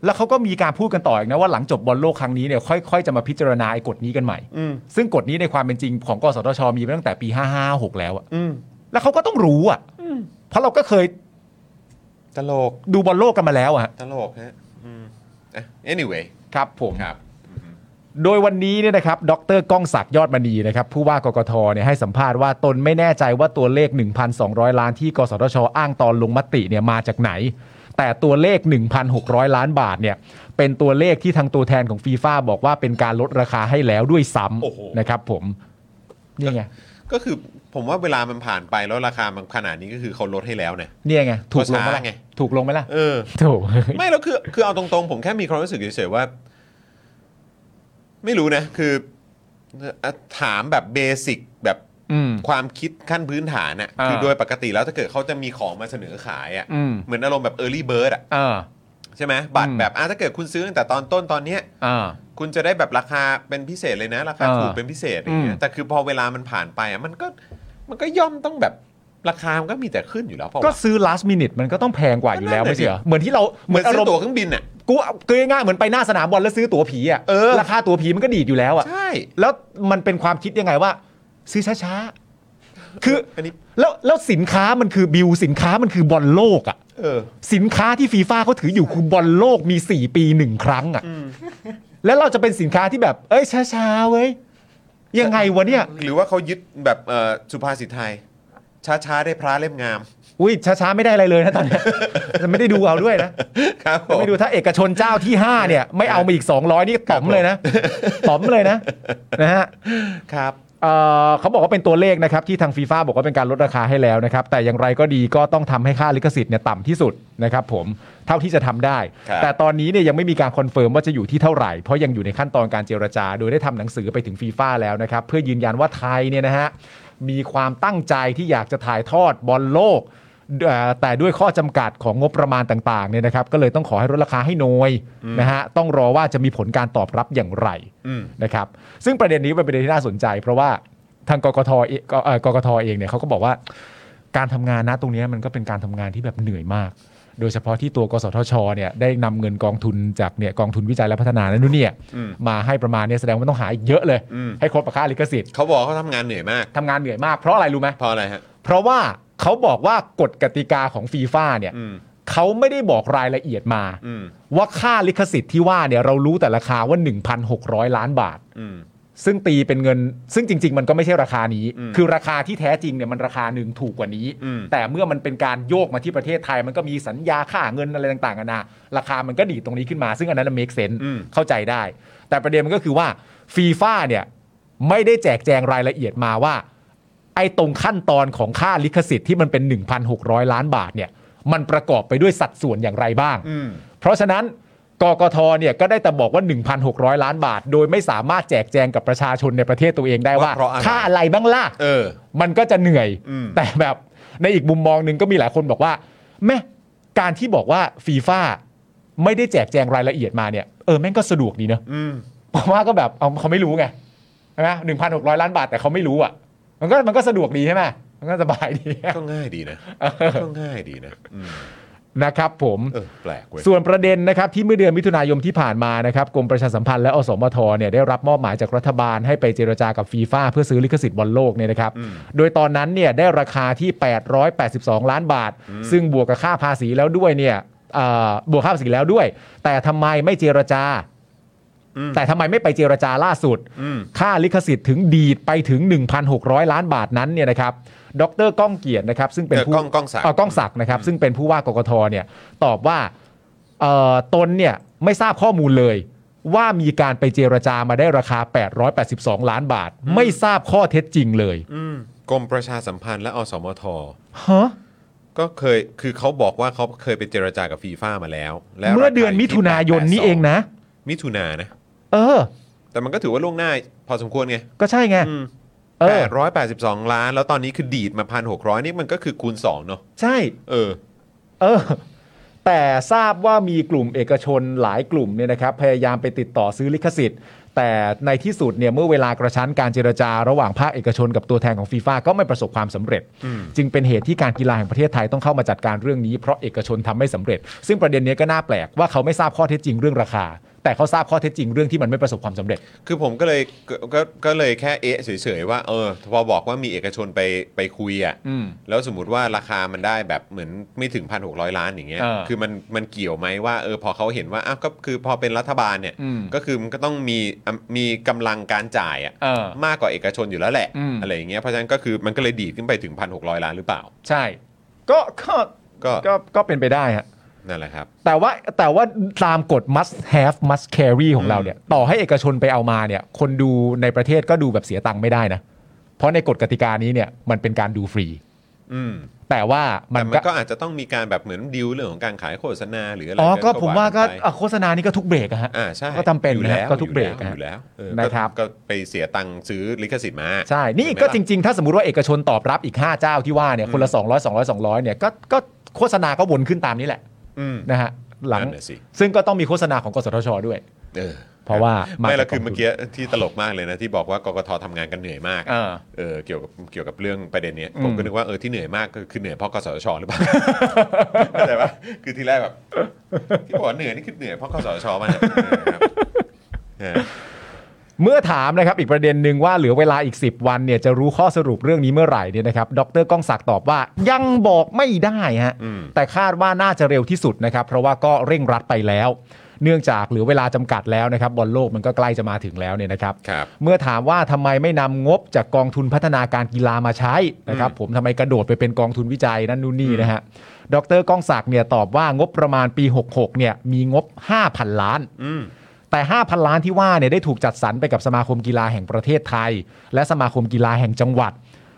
แล้วเขาก็มีการพูดกันต่ออีกนะว่าหลังจบบอลโลกครั้งนี้เนี่ยค่อยๆจะมาพิจารณาไอ้กฎนี้กันใหม่
อืม
ซึ่งกฎนี้ในความเป็นจริงของกสทช มีมาตั้งแต่ปี 556 แล้วอะ
อืม
แล้วเขาก็ต้องรู้อะเพราะเราก็เคย
ตลก
ดูบอลโลกกันมาแล้วอะ
ตลกฮะ อืมอ่ะ anyway
ครับผม
ครับ
โดยวันนี้เนี่ยนะครับ ดรก้องศักดิ์ยอดมณีนะครับ ผู้ว่ากกทเนี่ยให้สัมภาษณ์ว่าตนไม่แน่ใจว่าตัวเลข 1,200 ล้านที่กสทช อ้างตอนลงมติเนี่ยมาจากไหน แต่ตัวเลข 1,600 ล้านบาทเนี่ยเป็นตัวเลขที่ทางตัวแทนของฟีฟ่าบอกว่าเป็นการลดราคาให้แล้วด้วยซ้
โอ้โห
ำนะครับ ผมเนี่ยไง
ก็คือผมว่าเวลามันผ่านไปแล้วราคามันขนาดนี้ก็คือเขาลดให้แล้วเนี่ย
เนี่ยไงถูกลงไหม
ก็ช้าไง
ล่ะถูกลงไหมล่ะ
เอ อ
ถูก
ไม่แล้วคือคือเอาตรงๆ ผมแค่มีความรู้สึกเฉยๆว่า ไม่รู้นะ คือเอ่อถามแบบเบสิกแบบ
อืม
ความคิดขั้นพื้นฐานน่ะ
อ่า
คือโดยปกติแล้วถ้าเกิดเขาจะมีของมาเสนอขาย
อืม
อะ่ะเหมือนอารมณ์แบบ Early Bird อ่ะ
อ่า
ใช่ไหมบัต
อื
ร
ม
แบบอ่ะถ้าเกิดคุณซื้อตั้งแต่ตอนต้นตอนเนี้ย
อ่า
คุณจะได้แบบราคาเป็นพิเศษเลยนะ ราคา
เออ
ถูกเป็นพิเศษอย่างเงี้ย
อืม
แต่คือพอเวลามันผ่านไปอ่ะมันก็มันก็ย่อมต้องแบบราคามันก็มีแต่ขึ้นอยู่แล้วเปล่า
ก็
วะ
ซื้อ last minute มันก็ต้องแพงกว่าอยู่แล้ว
ก็นั่นน่ะ
ไม่ใช่เหรอ
ดิ
เหมือนที่เรา
เหมือน
อา
ซื้
ร
อ
มณ์
ตั๋วเครื่องบินอ่ะ
กูคือง่ายๆเหมือนไปหน้าสนามบอลแล้วซื้อตั๋วผีอ่ะ
เออ
ราคาตั๋วผีมันก็ดีดอยู่แล้วอ่ะ
ใช่
แล้วมันเป็นความคิดยังไงว่า ซื้อช้าๆ คือ
อันนี้
แล้วแล้วสินค้ามันคือบิลสินค้ามันคือบอลโลกอ่ะ
เออ
สินค้าที่ฟีฟ่าเขาถืออยู่คือบอลโลกมี 4 ปีหนึ่งครั้งอ่ะแล้วเราจะเป็นสินค้าที่แบบ เอ้ยช้าๆเว้ยยังไงวะเนี่ย
หรือว่าเขายึดแบบเอ่อสุภาษิตไทย ช้าๆ ได้พระเล่มงาม
อุ้ยช้าๆไม่ได้อะไรเลยนะตอนเนี้ยจะไม่ได้ดูเอาด้วยนะครับ
ผ
จะ
ม
ไม่ดูถ้าเอกชนเจ้าที่ห้าเนี่ย ไม่เอามาอีก 200 นี่ต๋อมเลยนะต๋อมเลยนะนะฮะ
ครับ
เอ่อเขาบอกว่าเป็นตัวเลขนะครับที่ทางฟีฟ่าบอกว่าเป็นการลดราคาให้แล้วนะครับ แต่อย่างไรก็ดีก็ต้องทำให้ค่าลิขสิทธิ์เนี่ยต่ำที่สุดนะครับผมเท่าที่จะทำได้
ครับ
แต่ตอนนี้เนี่ยยังไม่มีการคอนเฟิร์มว่าจะอยู่ที่เท่าไหร่ เพราะยังอยู่ในขั้นตอนการเจรจา โดยได้ทำหนังสือไปถึงฟีฟ่าแล้วนะครับ เพื่อยืนยันว่าไทยเนี่ยนะฮะมีความตั้งใจที่อยากจะถ่ายทอดบอลโลกเอ่อแต่ด้วยข้อจำกัดของงบประมาณต่างๆเนี่ยนะครับก็เลยต้องขอให้ลดราคาให้หน่อยนะฮะต้องรอว่าจะมีผลการตอบรับอย่างไร
อืม
นะครับซึ่งประเด็นนี้เป็นประเด็นที่น่าสนใจ เพราะว่าทางกกทเองเอ่อกกทเองเนี่ยเขาก็บอกว่า การทำงานนะตรงเนี้ยมันก็เป็นการทำงานที่แบบเหนื่อยมาก โดยเฉพาะที่ตัวกสทชเนี่ยได้นำเงินกองทุนจากเนี่ยกองทุนวิจัยและพัฒนานั้นนู่นเนี่ย
อืม
มาให้ประมาณเนี่ยแสดงว่าต้องหาอีกเยอะเลย
อืม
ให้ครบกับค่าลิขสิทธิ์
เขาบอกเขาทำงานเหนื่อยมาก
ทำงานเหนื่อยมากเพราะอะไรรู้ไหม
เพราะอะไรฮะ
เพราะว่าเขาบอกว่ากฎกติกาของฟีฟ่าเนี่ย
อืม
เขาไม่ได้บอกรายละเอียดมา
อืม
ว่าค่าลิขสิทธิ์ที่ว่าเนี่ยเรารู้แต่ราคาว่า 1,600 ล้านบาท
อืม
ซึ่งตีเป็นเงิน ซึ่งจริง ๆ มันก็ไม่ใช่ราคานี้
อืม
คือราคาที่แท้จริงเนี่ยมันราคาหนึ่งถูกกว่านี้
อืม
แต่เมื่อมันเป็นการโยกมาที่ประเทศไทย มันก็มีสัญญาค่าเงินอะไรต่างๆกันานาราคามันก็ดีดตรงนี้ขึ้นมา ซึ่งอันนั้นเม e เซน s e
อืม
เข้าใจได้ แต่ประเด็นมันก็คือว่าฟีฟ่าเนี่ยไม่ได้แจกแจงรายละเอียดมาว่า ไอ้ตรงขั้นตอนของค่าลิขสิทธิ์ที่มันเป็น 1,600 ล้านบาทเนี่ยมันประกอบไปด้วยสัดส่วนอย่างไรบ้าง
อืม
เพราะฉะนั้นกกทเนี่ยก็ได้แต่บอกว่า 1,600 ล้านบาท โดยไม่สามารถแจกแจงกับประชาชนในประเทศตัวเองได้ว่า
ว่าเพราะอะไร
ค่าอะไรบ้างล่ะ
เออ
มันก็จะเหนื่อย
อืม
แต่แบบในอีกมุมมองหนึ่งก็มีหลายคนบอกว่าแม่การที่บอกว่าฟีฟ่าไม่ได้แจกแจงรายละเอียดมาเนี่ยเออแม่งก็สะดวกดีเนอะ
อืม
เพราะว่าก็แบบเอาเขาไม่รู้ไงใช่ไหมหนึ่งพันหกร้อยล้านบาทแต่เขาไม่รู้อ่ะ มันก็มันก็สะดวกดีใช่ไหมมันก็สบายดี
ก็ง่ายดีนะ ก็ง่ายดีนะอืม
นะครับผม
เออ แปลกเว้ย
ส่วนประเด็นนะครับที่เมื่อเดือนมิถุนายมที่ผ่านมานะครับกรมประชาสัมพันธ์และอสมทเนี่ยได้รับมอบหมายจากรัฐบาลให้ไปเจรจากับฟีฟ่าเพื่อซื้อลิขสิทธิ์บอลโลกเนี่ยนะครับ
อืม
โดยตอนนั้นเนี่ยได้ราคาที่ 882 ล้านบาท ซึ่งบวกกับค่าภาษีแล้วด้วยเนี่ยเอ่อบวกค่าภาษีแล้วด้วย แต่ทำไมไม่เจรจา
อืม
แต่ทำไมไม่ไปเจรจาล่าสุด
อืม
ค่าลิขสิทธิ์ถึงดีดไปถึง 1,600 ล้านบาทนั้นเนี่ยนะครับ ดรก้องเกียรตินะครับ ซึ่งเป็น
เอ่อ
ผู้
ก้องก้องศักดิ์
เก้องศักดิ์นะครับ ซึ่งเป็นผู้ว่ากกทเนี่ยตอบว่าเอ่อตนเนี่ยไม่ทราบข้อมูลเลย ว่ามีการไปเจรจามาได้ราคา 882 ล้านบาท ไม่ทราบข้อเท็จจริงเลย
อืมกรมประชาสัมพันธ์และอสมท
ฮะ
ก็เคย คือเขาบอกว่าเขาเคยไปเจรจากับฟีฟ่ามาแล้ว และ
เมื่อเดือนมิถุนายนนี้เองนะ
มิถุนานะ
เออ
แต่มันก็ถือว่าล่วงหน้าพอสมควรไง
ก็ใช่ไง
อืม
เอ
แป
อ
ดร้อยแปดสิบสองล้าน แล้วตอนนี้คือดีดมาพันหกร้อยนี่มันก็คือคูณสองเนาะ
ใช่
เออ
เออแต่ทราบว่ามีกลุ่มเอกชนหลายกลุ่มเนี่ยนะครับ พยายามไปติดต่อซื้อลิขสิทธิ์ แต่ในที่สุดเนี่ยเมื่อเวลากระชั้นการเจรจาระหว่างภาคเอกชนกับตัวแทนของฟีฟ่าก็ไม่ประสบความสำเร็จ จึงเป็นเหตุที่การกีฬาแห่งประเทศไทยต้องเข้ามาจัดการเรื่องนี้เพราะเอกชนทำไม่สำเร็จ ซึ่งประเด็นเนี้ยก็น่าแปลกว่าเขาไม่ทราบข้อเท็จจริงเรื่องราคา แต่เขาทราบข้อเท็จจริงเรื่องที่มันไม่ประสบความสำเร็จ
คือผมก็เลยก็ก็ก็เลยแค่เอะเฉยๆว่าเออพอบอกว่ามีเอกชนไปไปคุยอ่ะ
อืม
แล้วสมมติว่าราคามันได้แบบเหมือนไม่ถึง 1,600 ล้านอย่างเงี้ย
เออ
คือมันมันเกี่ยวไหมว่าเออพอเขาเห็นว่าอ้าวก็คือพอเป็นรัฐบาลเนี่ย
อืม
ก็คือมันก็ต้องมีอ่ะมีกำลังการจ่ายอ่ะ
เออ
มากกว่าเอกชนอยู่แล้วแหละ
อืม
ไรอย่างเงี้ยเพราะฉะนั้นก็คือมันก็เลยดีดขึ้นไปถึง 1,600 ล้านหรือเปล่า
ใช่ ก็ก็
ก็
ก็ก็เป็นไปได้ฮะ
นั่นแหละครับ
แต่ว่าแต่ว่าตามกฎ must have must carry ของเราเนี่ย ต่อให้เอกชนไปเอามาเนี่ย คนดูในประเทศก็ดูแบบเสียตังค์ไม่ได้นะ เพราะในกฎกติกานี้เนี่ยมันเป็นการดูฟรี
อืม
แต่ว่ามั
แต่
น
มัน
ก็
ก็อาจจะต้องมีการแบบเหมือนดิวเรื่องของการขายโฆษณาหรืออะไร
อ๋อก็
น
ผมว่าก็
นไป
อ่ะโฆษณานี่ก็ทุกเบรกอะฮะ
อ่าใช่
ก็จำเป็น
อยู่
นะ
แล้
ฮะ
ว
ก็ทุกเบรก
อ
อะ
ยู่
ฮะ
แล้วเออ
นะครับ
ก็ไปเสียตังค์ซื้อลิขสิทธิ์มา
ใช่ นี่
ถูไหม
ก็จ
ล่ะ
ริง ๆ ถ้าสมมติว่าเอกชนตอบรับอีก 5 เจ้าที่ว่าเนี่ยคนละ 200 200 200เนี่ยก็ก็โฆษณาก็วนขึ้นตามนี้แหละ
อืม
นะฮะหลัง
นั่นน่ะสิ
ซึ่งก็ต้องมีโฆษณาของกสทชด้วย
เออ
เพราะว่ามา
ไม่ละ
จาก
คือก
งทุน
เมื่อกี้ที่ตลกมากเลยนะที่บอกว่ากกททำงานกันเหนื่อยมาก
อ่า
เออเกี่ยวกับเกี่ยวกับเรื่องประเด็นเนี้ย
อืม
ผมก็นึกว่าเออที่เหนื่อยมากก็คือเหนื่อยเพราะกสทชห รือเปล่าเข้าใจปะคือที่แรกแบบที่บอกว่าเหนื่อยนี่คือเหนื่อยเพราะกสทชมันยนะครับเออ
เมื่อถามนะครับอีกประเด็นหนึ่งว่าเหลือเวลาอีก 10 วันเนี่ยจะรู้ข้อสรุปเรื่องนี้เมื่อไหร่เนี่ยนะครับดรก้องศักดิ์ตอบว่ายังบอกไม่ได้ฮะแต่คาดว่าน่าจะเร็วที่สุดนะครับเพราะว่าก็เร่งรัดไปแล้ว เนื่องจากเหลือเวลาจำกัดแล้วนะครับบอลโลกมันก็ใกล้จะมาถึงแล้วเนี่ยนะครับ
ครับ
เมื่อถามว่าทำไมไม่นำงบจากกองทุนพัฒนาการกีฬามาใช้นะครับผมทำไมกระโดดไปเป็นกองทุนวิจัยนั่นนู่นนี่นะฮะดรก้องศักดิ์เนี่ยตอบว่างบประมาณปี 66เนี่ยมีงบ 5,000 ล้าน
อืม
แต่ 5,000 ล้านที่ว่าเนี่ยได้ถูกจัดสรรไปกับสมาคมกีฬาแห่งประเทศไทย และสมาคมกีฬาแห่งจังหวัด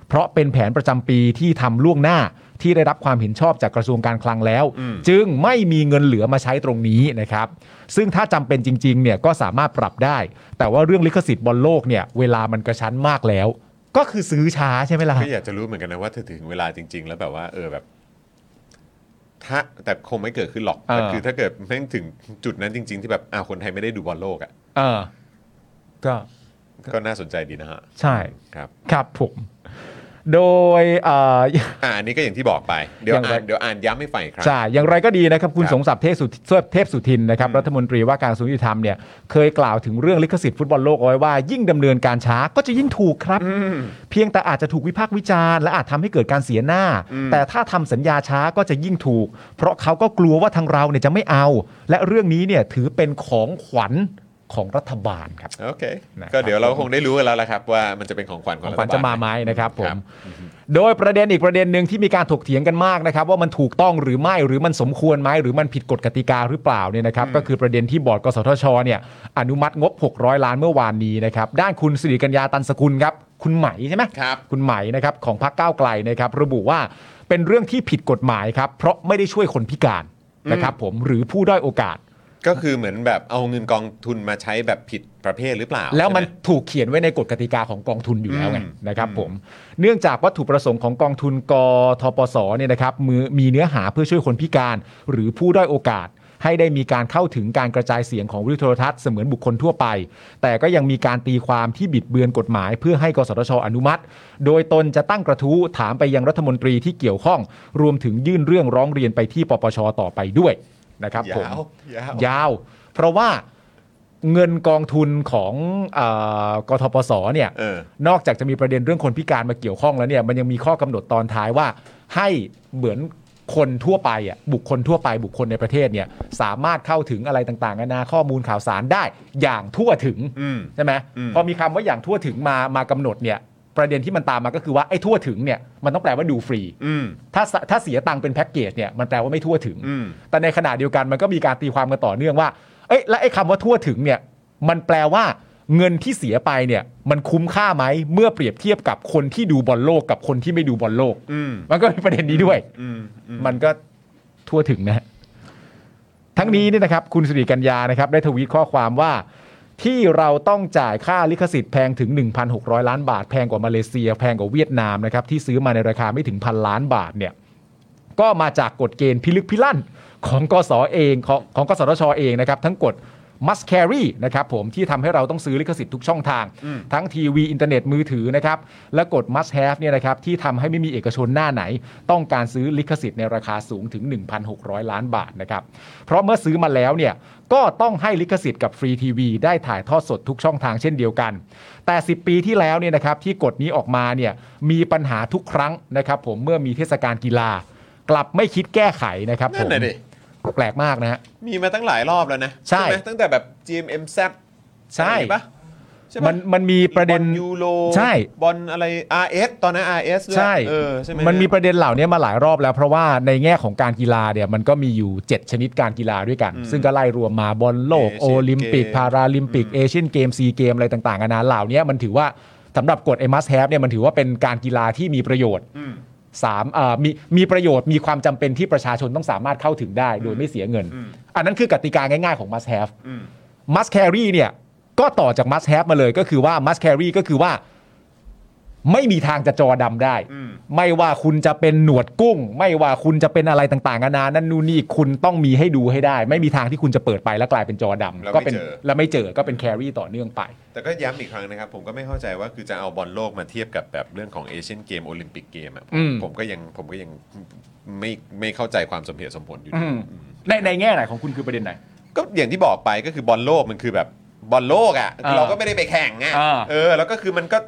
เพราะเป็นแผนประจำปีที่ทำล่วงหน้าที่ได้รับความเห็นชอบจากกระทรวงการคลังแล้ว จึงไม่มีเงินเหลือมาใช้ตรงนี้นะครับ ซึ่งถ้าจำเป็นจริงๆเนี่ยก็สามารถปรับได้ แต่ว่าเรื่องลิขสิทธิ์บอลโลกเนี่ยเวลามันกระชั้นมากแล้ว ก็คือซื้อช้าใช่ไหมล่ะ
ก็อยากจะรู้เหมือนกันนะว่าถ้าถึงเวลาจริง ๆ แล้วแบบว่า เออแบบ ถ้าแต่คงไม่เกิดขึ้นหรอก
เออ
แต่คือถ้าเกิดแม่งถึงจุดนั้นจริง ๆ ที่แบบอ่าคนไทยไม่ได้ดูบอลโลกอ่ะ
เออก็
ก็น่าสนใจดีนะฮะ
ใช่
ครับ
ครับผม โดยเอ่อ
อ่าอันนี้ก็อย่างที่บอกไปเดี๋ยว
อย่างไร
อ่านเดี๋ยวอ่านย้ำให้ฟังอีกครั้ง
ใช่ อย่างไรก็ดีนะครับ คุณ
ครับ
สงศักดิ์เทพสุเสื้อเทพสุทินนะครับ รัฐมนตรีว่าการกระทรวงยุติธรรมเนี่ย เคยกล่าวถึงเรื่องลิขสิทธิ์ฟุตบอลโลกเอาไว้ว่า ยิ่งดำเนินการช้าก็จะยิ่งถูกครับ เพียงแต่อาจจะถูกวิพากษ์วิจารณ์และอาจทำให้เกิดการเสียหน้า แต่ถ้าทำสัญญาช้าก็จะยิ่งถูก เพราะเขาก็กลัวว่าทางเราเนี่ยจะไม่เอา และเรื่องนี้เนี่ยถือเป็นของขวัญของรัฐบาลครับ
โอเค
นะครับ
ก็เดี๋ยวเราคงได้รู้กันแล้วละครับ ว่ามันจะเป็นของขวัญข
ข
อ
อง ง
รั
ข
ฐ
วัญ
บาล
จะมาไหมนะครับผ
ครั
ม
บ
โดยประเด็นอีกประเด็นหนึ่งที่มีการถกเถียงกันมากนะครับว่ามันถูกต้องหรือไม่หรือมันสมควรไหมหรือมันผิดกฎกติกาหรือเปล่าเนี่ยนะครับก็คือประเด็นที่บอร์ดกสทชเนี่ยอนุมัติงบ 600 ล้านเมื่อวานนี้นะครับด้านคุณสิริกัญญาตันสกุลครับคุณไหมใช่ไหม
ครับ
คุณไหมนะครับของพรรคก้าวไกลนะครับระบุว่าเป็นเรื่องที่ผิดกฎหมายครับเพราะไม่ได้ช่วยคนพิการนะครับผมหรือผู้ด้อยโอกาส
ก็คือเหมือนแบบเอาเงินกองทุนมาใช้แบบผิดประเภทหรือเปล่า
แล้วมัน
ใช่ไห
ถูกเขียนไว้ในกฎกติกาของกองทุนอยู่แล้วไง
อืม
นะครับผมเนื่องจากวัตถุประสงค์ของกองทุนกทปสเนี่ยนะครับมือมีเนื้อหาเพื่อช่วยคนพิการ หรือผู้ด้อยโอกาส ให้ได้มีการเข้าถึงการกระจายเสียงของวิทยุโทรทัศน์เสมือนบุคคลทั่วไป แต่ก็ยังมีการตีความที่บิดเบือนกฎหมาย เพื่อให้กสทชอนุมัติ โดยตนจะตั้งกระทู้ถามไปยังรัฐมนตรีที่เกี่ยวข้อง รวมถึงยื่นเรื่องร้องเรียนไปที่ปปชต่อไปด้วยนะครับผม
ยาวยาว
ยาว เพราะว่าเงินกองทุนของเออกทปสเนี่ย
เออ
นอกจากจะมีประเด็นเรื่องคนพิการมาเกี่ยวข้องแล้วเนี่ยมันยังมีข้อกำหนดตอนท้ายว่า ให้เหมือนคนทั่วไปอ่ะบุคคลทั่วไปบุคคลในประเทศเนี่ยสามารถเข้าถึงอะไรต่างๆนานาข้อมูลข่าวสารได้อย่างทั่วถึง
อืม
ใช่ไหม
อืม
พอมีคำว่าอย่างทั่วถึงมามากำหนดเนี่ยประเด็นที่มันตามมาก็คือว่าไอ้ทั่วถึงเนี่ยมันต้องแปลว่าดูฟรี
อืม
ถ้าสถ้าเสียตังค์เป็นแพ็กเกจเนี่ยมันแปลว่าไม่ทั่วถึง
อืม
แต่ในขณะเดียวกันมันก็มีการตีความกันต่อเนื่องว่า เอ้ยและไอ้คำว่าทั่วถึงเนี่ยมันแปลว่าเงินที่เสียไปเนี่ยมันคุ้มค่าไหมเมื่อเปรียบเทียบกับคนที่ดูบอลโลกกับคนที่ไม่ดูบอลโลก
อืม
มันก็มีประเด็นนี้ด้วย
อืมอืม
มันก็ทั่วถึงนะฮะทั้งนี้เนี่ยนะครับ คุณสิริกัญญานะครับ ได้ทวีตข้อความว่า ที่เราต้องจ่ายค่าลิขสิทธิ์แพงถึง 1,600 ล้านบาท แพงกว่ามาเลเซีย แพงกว่าเวียดนามนะครับ ที่ซื้อมาในราคาไม่ถึงพันล้านบาทเนี่ย ก็มาจากกฎเกณฑ์พิลึกพิลั่นของกสเองของของกสทชเองนะครับ ทั้งกฎ must carry นะครับผมที่ทำให้เราต้องซื้อลิขสิทธิ์ทุกช่องทาง ทั้งทีวีอินเทอร์เน็ตมือถือนะครับและกฎ must have เนี่ยนะครับที่ทำให้ไม่มีเอกชนหน้าไหน ต้องการซื้อลิขสิทธิ์ในราคาสูงถึง 1,600 ล้านบาทนะครับเพราะเมื่อซื้อมาแล้วเนี่ยก็ต้องให้ลิขสิทธิ์กับฟรีทีวีได้ถ่ายทอดสดทุกช่องทางเช่นเดียวกัน แต่ 10 ปีที่แล้วเนี่ยนะครับที่กฎนี้ออกมาเนี่ยมีปัญหาทุกครั้งนะครับผมเมื่อมีเทศกาลกีฬา กลับไม่คิดแก้ไขนะครับผ
นั่น
ม
น่ะดิ
แปลกมากนะฮะ
มีมาตั้งหลายรอบแล้วนะ
ใช่
ไหมตั้งแต่แบบ GMMZ
ใช่
ปะใช่ปะ
มันมันมีประเด็น
บอลยูโร
ใช่
บอลอะไร RS ตอนนั้น RS ด้วย
ใช่
เออใช่ไหม
มันมีประเด็นเหล่านี้มาหลายรอบแล้ว เพราะว่าในแง่ของการกีฬาเนี่ยมันก็มีอยู่ 7 ชนิดการกีฬาด้วยกัน ซึ่งก็ไล่รวมมาบอลโลก โอลิมปิก พาราลิมปิก เอเชียนเกมซีเกมอะไรต่างๆนานาเหล่านี้มันถือว่าสำหรับกฎ m อ s t have เนี่ยมันถือว่าเป็นการกีฬาที่มีประโยชน์สามเอ่อมีมีประโยชน์มีความจำเป็นที่ประชาชนต้องสามารถเข้าถึงได้โดยไม่เสียเงิน อันนั้นคือกติกาง่ายๆของ must have
อืม
must carry เนี่ยก็ต่อจาก must have มาเลยก็คือว่า must carry ก็คือว่า ไม่มีทางจะจอดำได้
อืม
ไม่ว่าคุณจะเป็นหนวดกุ้ง ไม่ว่าคุณจะเป็นอะไรต่างๆนานานั่นนู่นนี่คุณต้องมีให้ดูให้ได้ ไม่มีทางที่คุณจะเปิดไปแล้วกลายเป็นจอดำ
แล้วไม่
ก็เป็น
เจอ
แล้วไม่เจอก็เป็นแครี่ต่อเนื่องไป
แต่ก็ย้ำอีกครั้งนะครับ ผมก็ไม่เข้าใจว่าคือจะเอาบอลโลกมาเทียบกับแบบเรื่องของเอเชียนเกมโอลิมปิกเกมอ่ะ
อืม
ผมก็ยังผมก็ยังไม่ไม่เข้าใจความสมเหตุสมผลอยู่
อื
ดี
มในในแง่ไหนของคุณคือประเด็นไหน
ก็อย่างที่บอกไปก็คือบอลโลกมันคือแบบบอลโลกอ่ะ
อ่า
เราก็ไม่ได้ไปแข่งไง
อ่า
เออ แล้วก็คือมันก็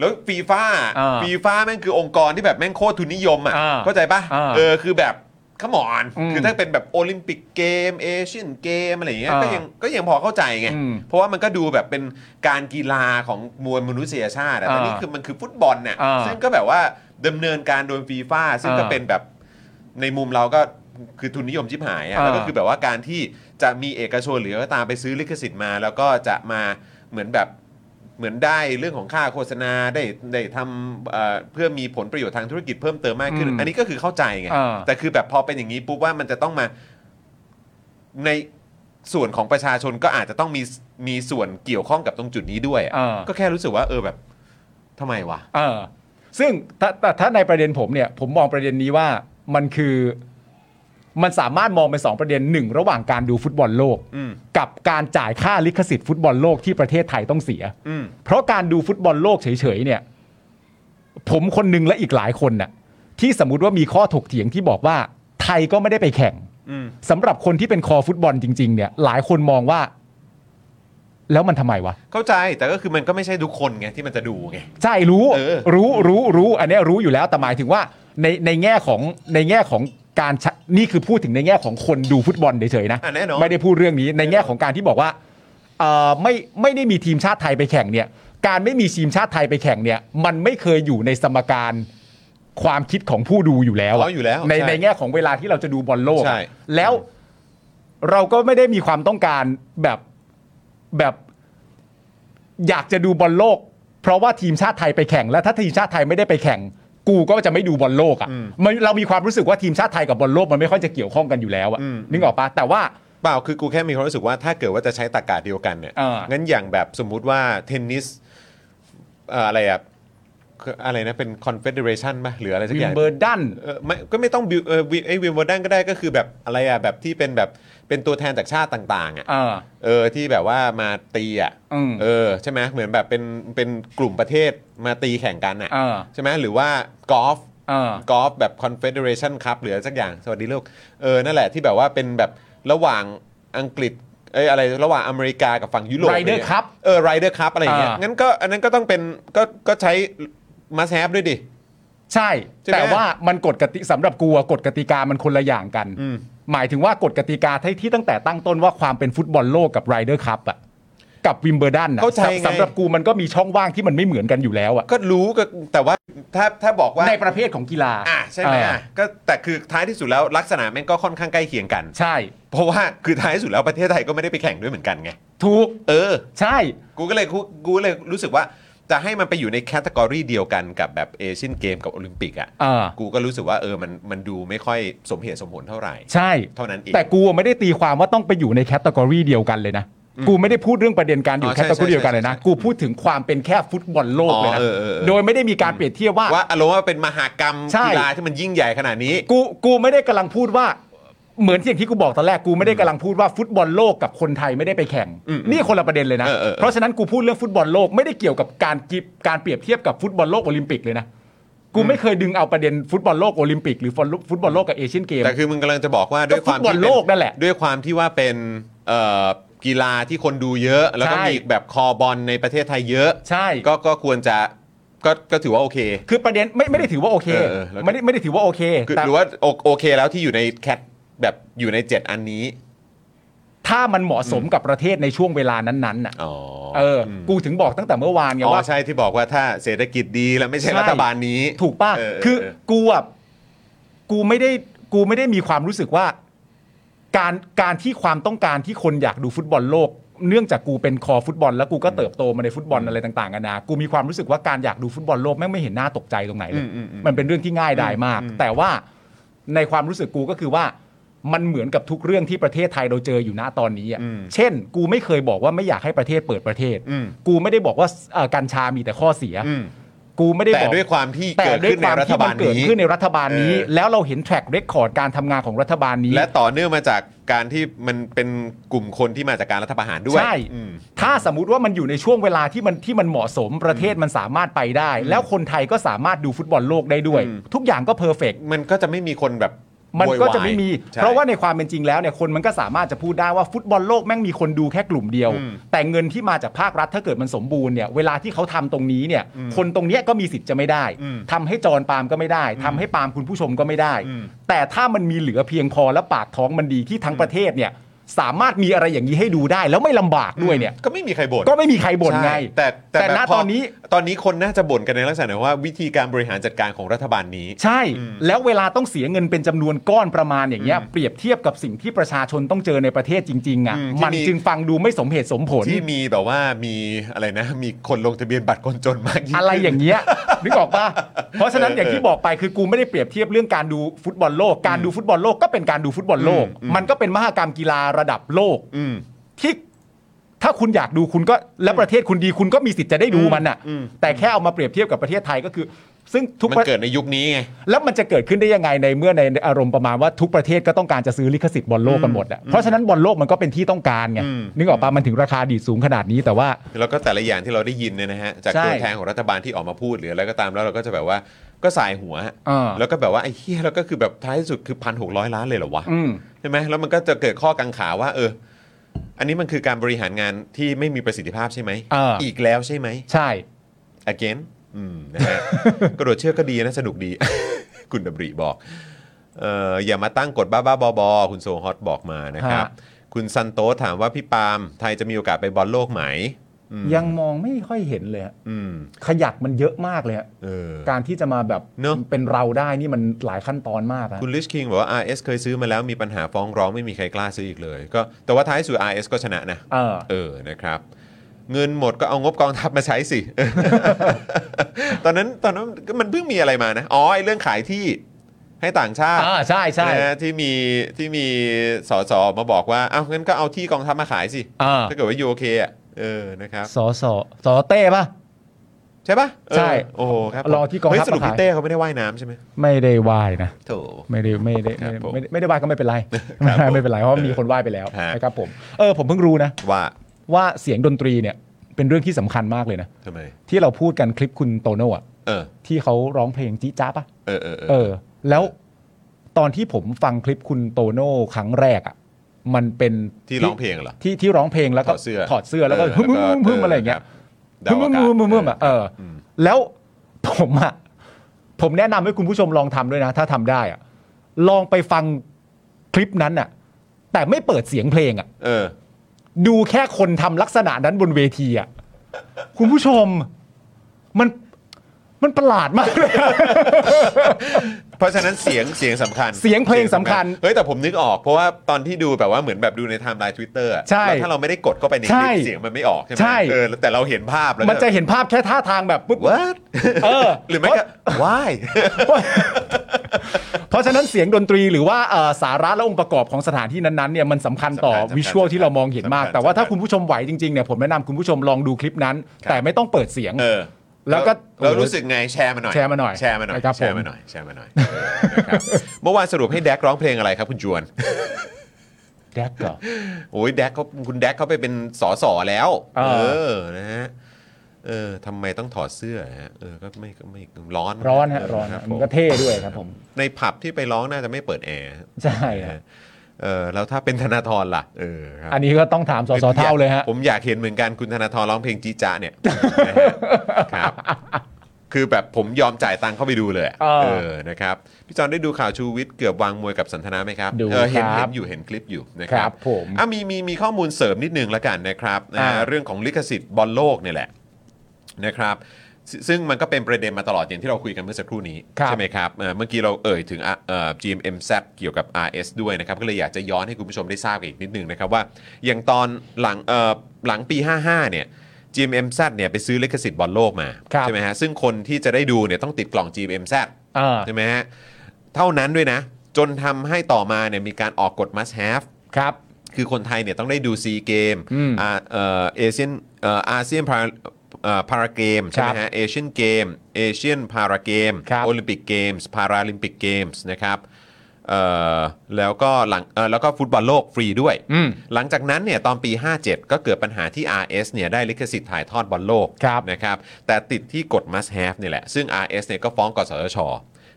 แล้วฟีฟ่า
อ่า
ฟีฟ่าแม่งคือองค์กรที่แบบแม่งโคตรทุนนิยมอ่ะ
อ่า
เข้าใจปะ
อ่า
เออคือแบบขมอน
อืม
คือถ้าเป็นแบบโอลิมปิกเกมเอเชียนเกมอะไรอย่างเงี้ย
อ่า
ก็ยังก็ยังพอเข้าใจไง
อืม
เพราะว่ามันก็ดูแบบเป็นการกีฬาของมวลมนุษยชาติอะแต่นี่
อ่า
คือมันคือฟุตบอลเนี่ย
อ่า
ซึ่งก็แบบว่าดำเนินการโดยฟีฟ่าซึ่งก็
อ่า
เป็นแบบในมุมเราก็คือทุนนิยมชิบหายอะ
อ่า
แล้วก็คือแบบว่าการที่จะมีเอกชนหรืออะไรก็ตามไปซื้อลิขสิทธิ์มา แล้วก็จะมาเหมือนแบบเหมือนได้เรื่องของค่าโฆษณาได้ได้ทำเอ่อเพื่อมีผลประโยชน์ทางธุรกิจเพิ่มเติมมากขึ้น
อืม
อันนี้ก็คือเข้าใจไง
อ่า
แต่คือแบบพอเป็นอย่างนี้ปุ๊บว่ามันจะต้องมาในส่วนของประชาชนก็อาจจะต้องมีมีส่วนเกี่ยวข้องกับตรงจุดนี้ด้วยอะ
เออ
ก็แค่รู้สึกว่า เออแบบทำไมวะ
เออซึ่งถ้าแต่ถ้าในประเด็นผมเนี่ย ผมมองประเด็นนี้ว่ามันคือมันสามารถมองเป็นสองประเด็นหนึ่งระหว่างการดูฟุตบอลโลก
อืม
กับการจ่ายค่าลิขสิทธิ์ฟุตบอลโลกที่ประเทศไทยต้องเสีย
อืม
เพราะการดูฟุตบอลโลกเฉยๆเนี่ย ผมคนหนึงและอีกหลายคนน่ะ ที่สมมติว่ามีข้อถกเถียงที่บอกว่าไทยก็ไม่ได้ไปแข่ง
อืม
สำหรับคนที่เป็นคอฟุตบอลจริง ๆ เนี่ย หลายคนมองว่า แล้วมันทำไมวะ
เข้าใจแต่ก็คือมันก็ไม่ใช่ทุกคนไงที่มันจะดูไง
ใช่รู้
เออ
รู้รู้รู้อันเนี้ยรู้อยู่แล้วแต่หมายถึงว่าในในแง่ของในแง่ของการใช้นี่คือพูดถึงในแง่ของคนดูฟุตบอลเฉยๆนะ
อ่ะแน่นอน
ไม่ได้พูดเรื่องนี้ในแง่ของการที่บอกว่าเอ่อไม่ไม่ได้มีทีมชาติไทยไปแข่งเนี่ย การไม่มีทีมชาติไทยไปแข่งเนี่ย มันไม่เคยอยู่ในสมการความคิดของผู้ดูอยู่แล้วะ
อ๋ออยู่แล้ว
ใน
ใช่
ในแง่ของเวลาที่เราจะดูบอลโลกอะ
ใช่
แล้วเราก็ไม่ได้มีความต้องการแบบแบบ อยากจะดูบอลโลก เพราะว่าทีมชาติไทยไปแข่ง และถ้าทีมชาติไทยไม่ได้ไปแข่ง กูก็จะไม่ดูบอลโลกอะมันเรามีความรู้สึกว่าทีมชาติไทยกับบอลโลกมันไม่ค่อยจะเกี่ยวข้องกันอยู่แล้วอะนึกออกปะแต่ว่า
เปล่าคือกูแค่มีความรู้สึกว่าถ้าเกิดว่าจะใช้ตากาเดียวกันเนี่ย
อ่างั้
งั้นอย่างแบบสมมุติว่าเทนนิสเอ่ออะไรอะคืออะไรนะเป็นคอนเฟเดเรชันป่ะหรืออะไรสักอย่าง
Wimbledon
เออไม่ก็ไม่ต้องบิวเออวิไอวิมเบลดันก็ได้ก็คือแบบอะไรอะแบบที่เป็นแบบเป็นตัวแทนจากชาติต่างๆอะ
อ่า
เออที่แบบว่ามาตีอ่ะ
อืม
เออใช่ไหมเหมือนแบบเป็นเป็นกลุ่มประเทศมาตีแข่งกันอ่ะ
เออ
ใช่ไหมหรือว่ากอล์ฟ
เออก
อล์ฟแบบ Confederation Cup หรืออะไรสักอย่าง สวัสดีลูกเออนั่นแหละที่แบบว่าเป็นแบบระหว่างอังกฤษเอ้ยอะไรระหว่างอเมริกากับฝั่งยุโร
Ryder
ปะไงี้ย
Cup
เออไรเดอร์คัพอะไรอย่างเงี้ย
เออ
งั้นก็อันนั้นก็ต้องเป็นก็ก็ใช้มาแซฟด้วยดิ
ใช่
ใช่ไหม
แต่ว่ามันกฎกติสำหรับกูอะกฎกติกามันคนละอย่างกัน
อืม
หมายถึงว่ากฎกติกาที่ที่ตั้งแต่ตั้งต้นว่าความเป็นฟุตบอลโลกกับไรเดอร์คัพอะกับวิมเบอร์ดันอะ
เข้าใจไง
สำหรับกูมันก็มีช่องว่างที่มันไม่เหมือนกันอยู่แล้วอะ
ก็รู้ก็แต่ว่าถ้าถ้าบอกว่า
ในประเภทของกีฬา
อ่ะใช่ไหมอ่ะ
อ่า
ก็แต่คือท้ายที่สุดแล้วลักษณะแม่งก็ค่อนข้างใกล้เคียงกัน
ใช่
เพราะว่าคือท้ายสุดแล้วประเทศไทยก็ไม่ได้ไปแข่งด้วยเหมือนกันไง
ถูก
เออ
ใช่
กูก็เลยกูกูเลยรู้สึกว่าจะให้มันไปอยู่ในแคตตากรีเดียวกันกับแบบเอเชียนเกมกับโอลิมปิกอ่ะ
อ่ากู
กูก็รู้สึกว่าเออมันมันดูไม่ค่อยสมเหตุสมผลเท่าไหร่
ใช่
เท่านั้นเอง
แต่กูอะไม่ได้ตีความว่าต้องไปอยู่ในแคตตากรีเดียวกันเลยนะ กูไม่ได้พูดเรื่องประเด็นการอยู่
อ๋อ
แค
ใช่
ตตากรีเดียวกันเลยนะ
ใช่ใช่
กูพูดถึงความเป็นแค่ฟุตบอลโลกเลยนะ
อ๋อเออเออเออ
โดยไม่ได้มีการเปรียบเทียบว่า
ว่าอารมณ์ว่าเป็นมหากรรม
ใช่
กีฬาที่มันยิ่งใหญ่ขนาดนี้
กูกูไม่ได้กำลังพูดว่า เหมือนที่อย่างที่กูบอกตอนแรกกูไม่ได้กำลังพูดว่าฟุตบอลโลกกับคนไทยไม่ได้ไปแข่ง นี่คนละประเด็นเลยนะ
เออเออเออ
เพราะฉะนั้นกูพูดเรื่องฟุตบอลโลกไม่ได้เกี่ยวกับการกิบการเปรียบเทียบกับฟุตบอลโลกโอลิมปิกเลยนะกูไม่เคยดึงเอาประเด็นฟุตบอลโลกโอลิมปิกหรือฟุตบอลโลกกับเอเชียนเกม
แต่คือมึงกำลังจะบอกว่าด้วยความ
ก็ฟุตบอล
ที่เป็
โลกนั่นแหละ
ด้วยความที่ว่าเป็นเอ่อกีฬาที่คนดูเยอะ แล้วก็
ใช่
มีแบบคอบอลในประเทศไทยเยอะ
ใช่
ก็ก็ควรจะก็ก็ถือว่าโอเค
คือประเด็นไม่ไม่ได้ถือว่าโอเค
เออเออแล้วก็
ไม่ได้ไม่ได้ถือว่าโอเค
คือ
แต่
หรือว่าโอโอเคแล้วที่อยู่ในแคทแบบอยู่ใน 7 อันนี้
ถ้ามันเหมาะสมกับประเทศในช่วงเวลานั้นๆน่ะ
อ๋อ
เอออ กูถึงบอกตั้งแต่เมื่อวานไง
อ๋อ
ว่า
ใช่ที่บอกว่าถ้าเศรษฐกิจดีแล้วไม่ใช่
ใช่
รัฐบาลนี้
ถูกป่ะ
เออเออ
คือ
เออ
กูอ่ะกูไม่ได้กูไม่ได้มีความรู้สึกว่า การการที่ความต้องการที่คนอยากดูฟุตบอลโลก เนื่องจากกูเป็นคอฟุตบอล แล้วกูก็เติบโตมาในฟุตบอลอะไรต่างๆกันานะกูมีความรู้สึกว่าการอยากดูฟุตบอลโลกแม่งไม่เห็นหน้าตกใจตรงไหนเลย มันเป็นเรื่องที่ง่ายดายมาก แต่ว่าในความรู้สึกกูก็คือว่า มันเหมือนกับทุกเรื่องที่ประเทศไทยเราเจออยู่ณตอนนี้อ่ะเช่น กูไม่เคยบอกว่าไม่อยากให้ประเทศเปิดประเทศ กูไม่ได้บอกว่าเอ่อกัญชามีแต่ข้อเสีย
อืม
กูไม่ได้
แต่
บอก
ด้วยความที่
แต่
เกิด
ด้วย
ขึ้นใน
ความ
รัฐ
ที่
บา
มั
ล
นเกิด
นี้
ขึ้นในรัฐบาลนี้
เออ
แล้วเราเห็นแทร็กเรคคอร์ดการทำงานของรัฐบาลนี้
และต่อเนื่องมาจากการที่มันเป็นกลุ่มคนที่มาจากการรัฐประหารด้วย
ใช่
อืม
ถ้าสมมติว่ามันอยู่ในช่วงเวลาที่มันที่มันเหมาะสมประเทศมันสามารถไปได้ แล้วคนไทยก็สามารถดูฟุตบอลโลกได้ด้วย
อืม
ทุกอย่างก็เพอร์เฟก
มันก็จะไม่มีคนแบบ
มันก็จะ
โวยวาย
ไม่มี
ใช่
เพราะว่าในความเป็นจริงแล้วเนี่ยคนมันก็สามารถจะพูดได้ว่าฟุตบอลโลกแม่งมีคนดูแค่กลุ่มเดียว
อืม
แต่เงินที่มาจากภาครัฐถ้าเกิดมันสมบูรณ์เนี่ยเวลาที่เขาทำตรงนี้เนี่ย คนตรงเนี้ยก็มีสิทธิ์จะไม่ได้ทำให้จรปาล์มก็ไม่ได้ทำให้ปาล์มคุณผู้ชมก็ไม่ได้ แต่ถ้ามันมีเหลือเพียงพอและปากท้องมันดีที่ทั้งประเทศเนี่ยสามารถมีอะไรอย่างนี้ให้ดูได้ แล้วไม่ลำบากด้วยเนี่ย
ก็ไม่มีใครบ่น
ก็ไม่มีใครบ่นไง
ใช่แต่
แต่ณ
บบพ
ตอนนี้
ตอนนี้คนน่าจะบ่นกันในลักษณะว่าวิธีการบริหารจัดการของรัฐบาลนี้
ใช่ แล้วเวลาต้องเสียเงินเป็นจำนวนก้อนประมาณอย่างเงี้ยเปรียบเทียบกับสิ่งที่ประชาชนต้องเจอในประเทศจริงๆอ่ะ
อืมที่
มัน
มี
จึงฟังดูไม่สมเหตุสมผล
ที่มีแบบว่ามีอะไรนะ มีคนลงทะเบียนบัตรคนจนมากยิ่ง
อะไร
ขึ้น
อย่างเงี้ย นึกออกปะเพราะฉะนั้น
เออ
อ
อย่าง
ที่บอกไปคือกูไม่ได้เปรียบเทียบเรื่องการดูฟุตบอลโลก การดูฟุตบอลโลกก็เป็นการดูฟุตบอลโลก
อืม
มันก็เป็นมหกรรมกีฬาระดับโลก
อืม
ที่ถ้าคุณอยากดูคุณก็และประเทศคุณดีคุณก็มีสิทธิ์จะได้ดูมันอ่ะ
อืม
แต่แค่เอามาเปรียบเทียบกับประเทศไทยก็คือ ซึ่งทุก
มัน
ประ
เกิดในยุคนี้ไง
แล้วมันจะเกิดขึ้นได้ยังไงในเมื่อในอารมณ์ประมาณว่าทุกประเทศก็ต้องการจะซื้อลิขสิทธิ์บอลโลกกันหมดอ่ะเพราะฉะนั้นบอลโลกมันก็เป็นที่ต้องการไง
อืม
นึกออกปะมันถึงราคาดีดสูงขนาดนี้แต่ว่า
แล้วก็แต่ละอย่างที่เราได้ยินเนี่ยนะฮะ จาก
ใช่
ตัวแทนของรัฐบาลที่ออกมาพูดหรืออะไรก็ตามแล้วเราก็จะแบบว่าก็สายหัวฮะ
อ่า
แล้วก็แบบว่าไอ้เฮียแล้วก็คือแบบท้ายที่สุดคือพันหกร้อยล้านเลยเหรอวะ
อืม
ใช่ไหมแล้วมันก็จะเกิดข้อกังขาว่า เออ อันนี้มันคือการบริหารงานที่ไม่มีประสิทธิภาพใช่ไหม
เอออี
กแล้วใช่ไหม
ใช่
again อืมนะฮะ กระโดดเชือกก็ดีนะ สนุกดี คุณดับริบอกเอ่ออย่ามาตั้งกฎบ้าบ้าๆบอบอๆคุณโซฮอตบอกมานะครับ
ฮะ
คุณซันโตสถามว่าพี่ปาล์มไทยจะมีโอกาสไปบอลโลกไหม อืม
ยังมองไม่ค่อยเห็นเลยอะ
อืม
ขยักมันเยอะมากเลยอะ
เออ
การที่จะมาแบบ
เนอะ
เป็นเราได้นี่มันหลายขั้นตอนมากอะ
คุณลิชคิงบอกว่า RS เคยซื้อมาแล้วมีปัญหาฟ้องร้องไม่มีใครกล้าซื้ออีกเลย ก็แต่ว่าท้ายสุด RS ก็ชนะนะ
เออ
เออ นะครับ เงินหมดก็เอางบกองทัพมาใช้สิ ตอนนั้นตอนนั้นก็มันเพิ่งมีอะไรมานะ อ๋อไอ้เรื่องขายที่ให้ต่างชาติ
อ่าใช่ใช่
นะฮะที่มีที่มีสสมาบอกว่า เอ้างั้นก็เอาที่กองทัพมาขายสิ
อ่า
ถ้าเกิดว่ายูโอเคอ่ะ เออ นะครับ
สอสอสอเต้ปะ
ใช่ปะเออ
ใช่
โอ้โหครับ
รอที่กองทัพ
เฮ้ยสรุป
มาขาย
พี่เต้เขาไม่ได้ว่ายน้ำใช่ไหม
ไม่ได้ไหวายนะ
โถ
ไม่ได้ไม่ได้
ครับผม
ไม่ได้ไม่ได้ไหวายก็ไม่เป็นไร
ครับผม
ไม่เป็นไรเพราะว่ามีคนไหวายไปแล้ว
ฮะ
นะครับผมเออผมเพิ่งรู้นะ
ว่า
ว่าเสียงดนตรีเนี่ยเป็นเรื่องที่สำคัญมากเลยนะ
ทำไม
ที่เราพูดกันคลิปคุณโตโน่อะ
เออ
ที่เขาร้องเพลงจี๊ดจ้าปะ
เออเออเอ
เอ
อ
อ แล้วตอนที่ผมฟังคลิปคุณโตโน่ครั้งแรกอะมันเป็น
ที่ร้องเพลงเหรอ
ที่ที่ร้องเพลงแล้วก็
ถอดเสื้อ
ถอดเสื้อแล้วก็
เออ
ฮึ่ม
แล้วก็
ฮึ่มฮึ่มอะไรอย่างเงี้ย
เออครับ
ฮึ่ม
เดา
ฮึ่
อาม กาศ
ฮึ่มฮึ่มอ่ะ
เอ
เอ
อ
อ
อืม
แล้วผมอ่ะผมแนะนำให้คุณผู้ชมลองทำด้วยนะ ถ้าทำได้อ่ะลองไปฟังคลิปนั้นอ่ะ แต่ไม่เปิดเสียงเพลงอ่ะ
เออ
ดูแค่คนทำลักษณะนั้นบนเวทีอ่ะคุณผู้ชมมันมันประหลาด มากเลย
เพราะฉะนั้นเสียงเสียงสำคัญ
เสียงเพลงสำคัญ
เฮ้ยแต่ผมนึกออกเพราะว่าตอนที่ดูแบบว่าเหมือนแบบดูในไทม์ไลน์ทวิตเตอร์
ใช่
แล้วถ้าเราไม่ได้กดเข้าไปในค
ใช่
ลิปเสียงมันไม่ออกใช่ไหม
ใช่
เออแต่เราเห็นภาพแล้ว
มันจะเห็นภาพแค่ท่าทางแบบ ปุ๊บ
วัด
เออ
หรือไม่ก็ why
เพราะฉะนั้นเสียงดนตรีหรือว่าเอ่อสาระและองค์ประกอบของสถานที่นั้นๆเนี่ยมันสำคัญต่อ
สำคัญสำคัญ
วิชวลที่เรามองเห็นมาก
สำคัญ
แต่ว่าถ้า
สำคัญ
คุณผู้ชมไหวจริงๆเนี่ยผมแนะนำคุณผู้ชมลองดูคลิปนั้น
ครับ
แต่ไม่ต้องเปิดเสียง
เออ
แล้วก็
เรารู้สึกไงแชร์มาหน่อย
แชร์มาหน่อย
แชร์มาหน่อย
นะครับ
แชร์มา
ผม
หน่อยแชร์มาหน่อยเออนะครับเมื่อวานสรุปให้แดกร้องเพลงอะไรครับคุณจวน
แดกก่อน
โอ้ยแดกเขาคุณแดกเขาไปเป็นสอสอแล้ว
เอ
เอ
อ
อนะฮะเออทำไมต้องถอดเสื้อฮะเออก็ไม่ก็ไม่ร้อน
ร้อนฮะ
เ
ร้อนฮะ
คบ
มันก็เท่ด้วยครับผม
ในผับที่ไปร้องน่าจะไม่เปิดแอร์
ใช่
นะ
ฮะ
ฮะเออแล้วถ้าเป็นธนาธรล่ะเออครับ
อันนี้ก็ต้องถามสสเท่าเลยฮะ
ผมอยากเห็นเหมือนกันคุณธนาธรร้องเพลงจีจ้าเนี่ย นะฮะครับคือแบบผมยอมจ่ายตังค์เข้าไปดูเลยอะ
เออ
เออนะครับพี่จอนได้ดูข่าวชูวิทย์เกือบวางมวยกับสันทนาไหมครับ
ดู
เออเห็น
ครั
เห็
บ
นอยู่เห็นคลิปอยู่นะ
ค
ค
รั
รับ
บผม
อ่ะมีมีมีข้อมูลเสริมนิดนึงละกันนะครับนะฮะ
อ่า
เรื่องของลิขสิทธิ์บอลโลกเนี่ยแหละนะครับซซึ่งมันก็เป็นประเด็นมาตลอดอย่างที่เราคุยกันเมื่อสักครู่นี้
ครับ
ใช่ไหมครับเอ่อเมื่อกี้เราเอ่ยถึงอ่ะเอ่อ GMM z เกี่ยวกับ RS ด้วยนะครับ ก็เลยอยากจะย้อนให้คุณผู้ชมได้ทราบกันอีกนิดนึงนะครับว่า อย่างตอนหลังเอ่อหลังปี 55 เนี่ย GMM z เนี่ยไปซื้อลิขสิทธิ์บอลโลกมา
ครับ
ใช่ไหมฮะซึ่งคนที่จะได้ดูเนี่ยต้องติดกล่อง GMM z
อ่า
ใช่ไหมฮะเท่านั้นด้วยนะ จนทำให้ต่อมาเนี่ยมีการออกกฎ must have
ครับ
คือคนไทยเนี่ยต้องได้ดูซีเกม
อืม
อาเอ่อเอเชียนเอ่ออาเซียนพาพาราเกมใช่ไหมฮะเอเชียนเกมเอเชียนพาราเกม
ครับ
โอลิมปิกเกมส์พาราลิมปิกเกมส์นะครับเอ่อแล้วก็หลังเอ่อแล้วก็ฟุตบอลโลกฟรีด้วย
อืม
หลังจากนั้นเนี่ยตอนปี 57 ก็เกิดปัญหาที่ RS เนี่ยได้ลิขสิทธิ์ถ่ายทอดบอลโลก
ครับ
นะครับแต่ติดที่กฎ must have เนี่ยแหละ ซึ่ง RS เนี่ยก็ฟ้องกสทช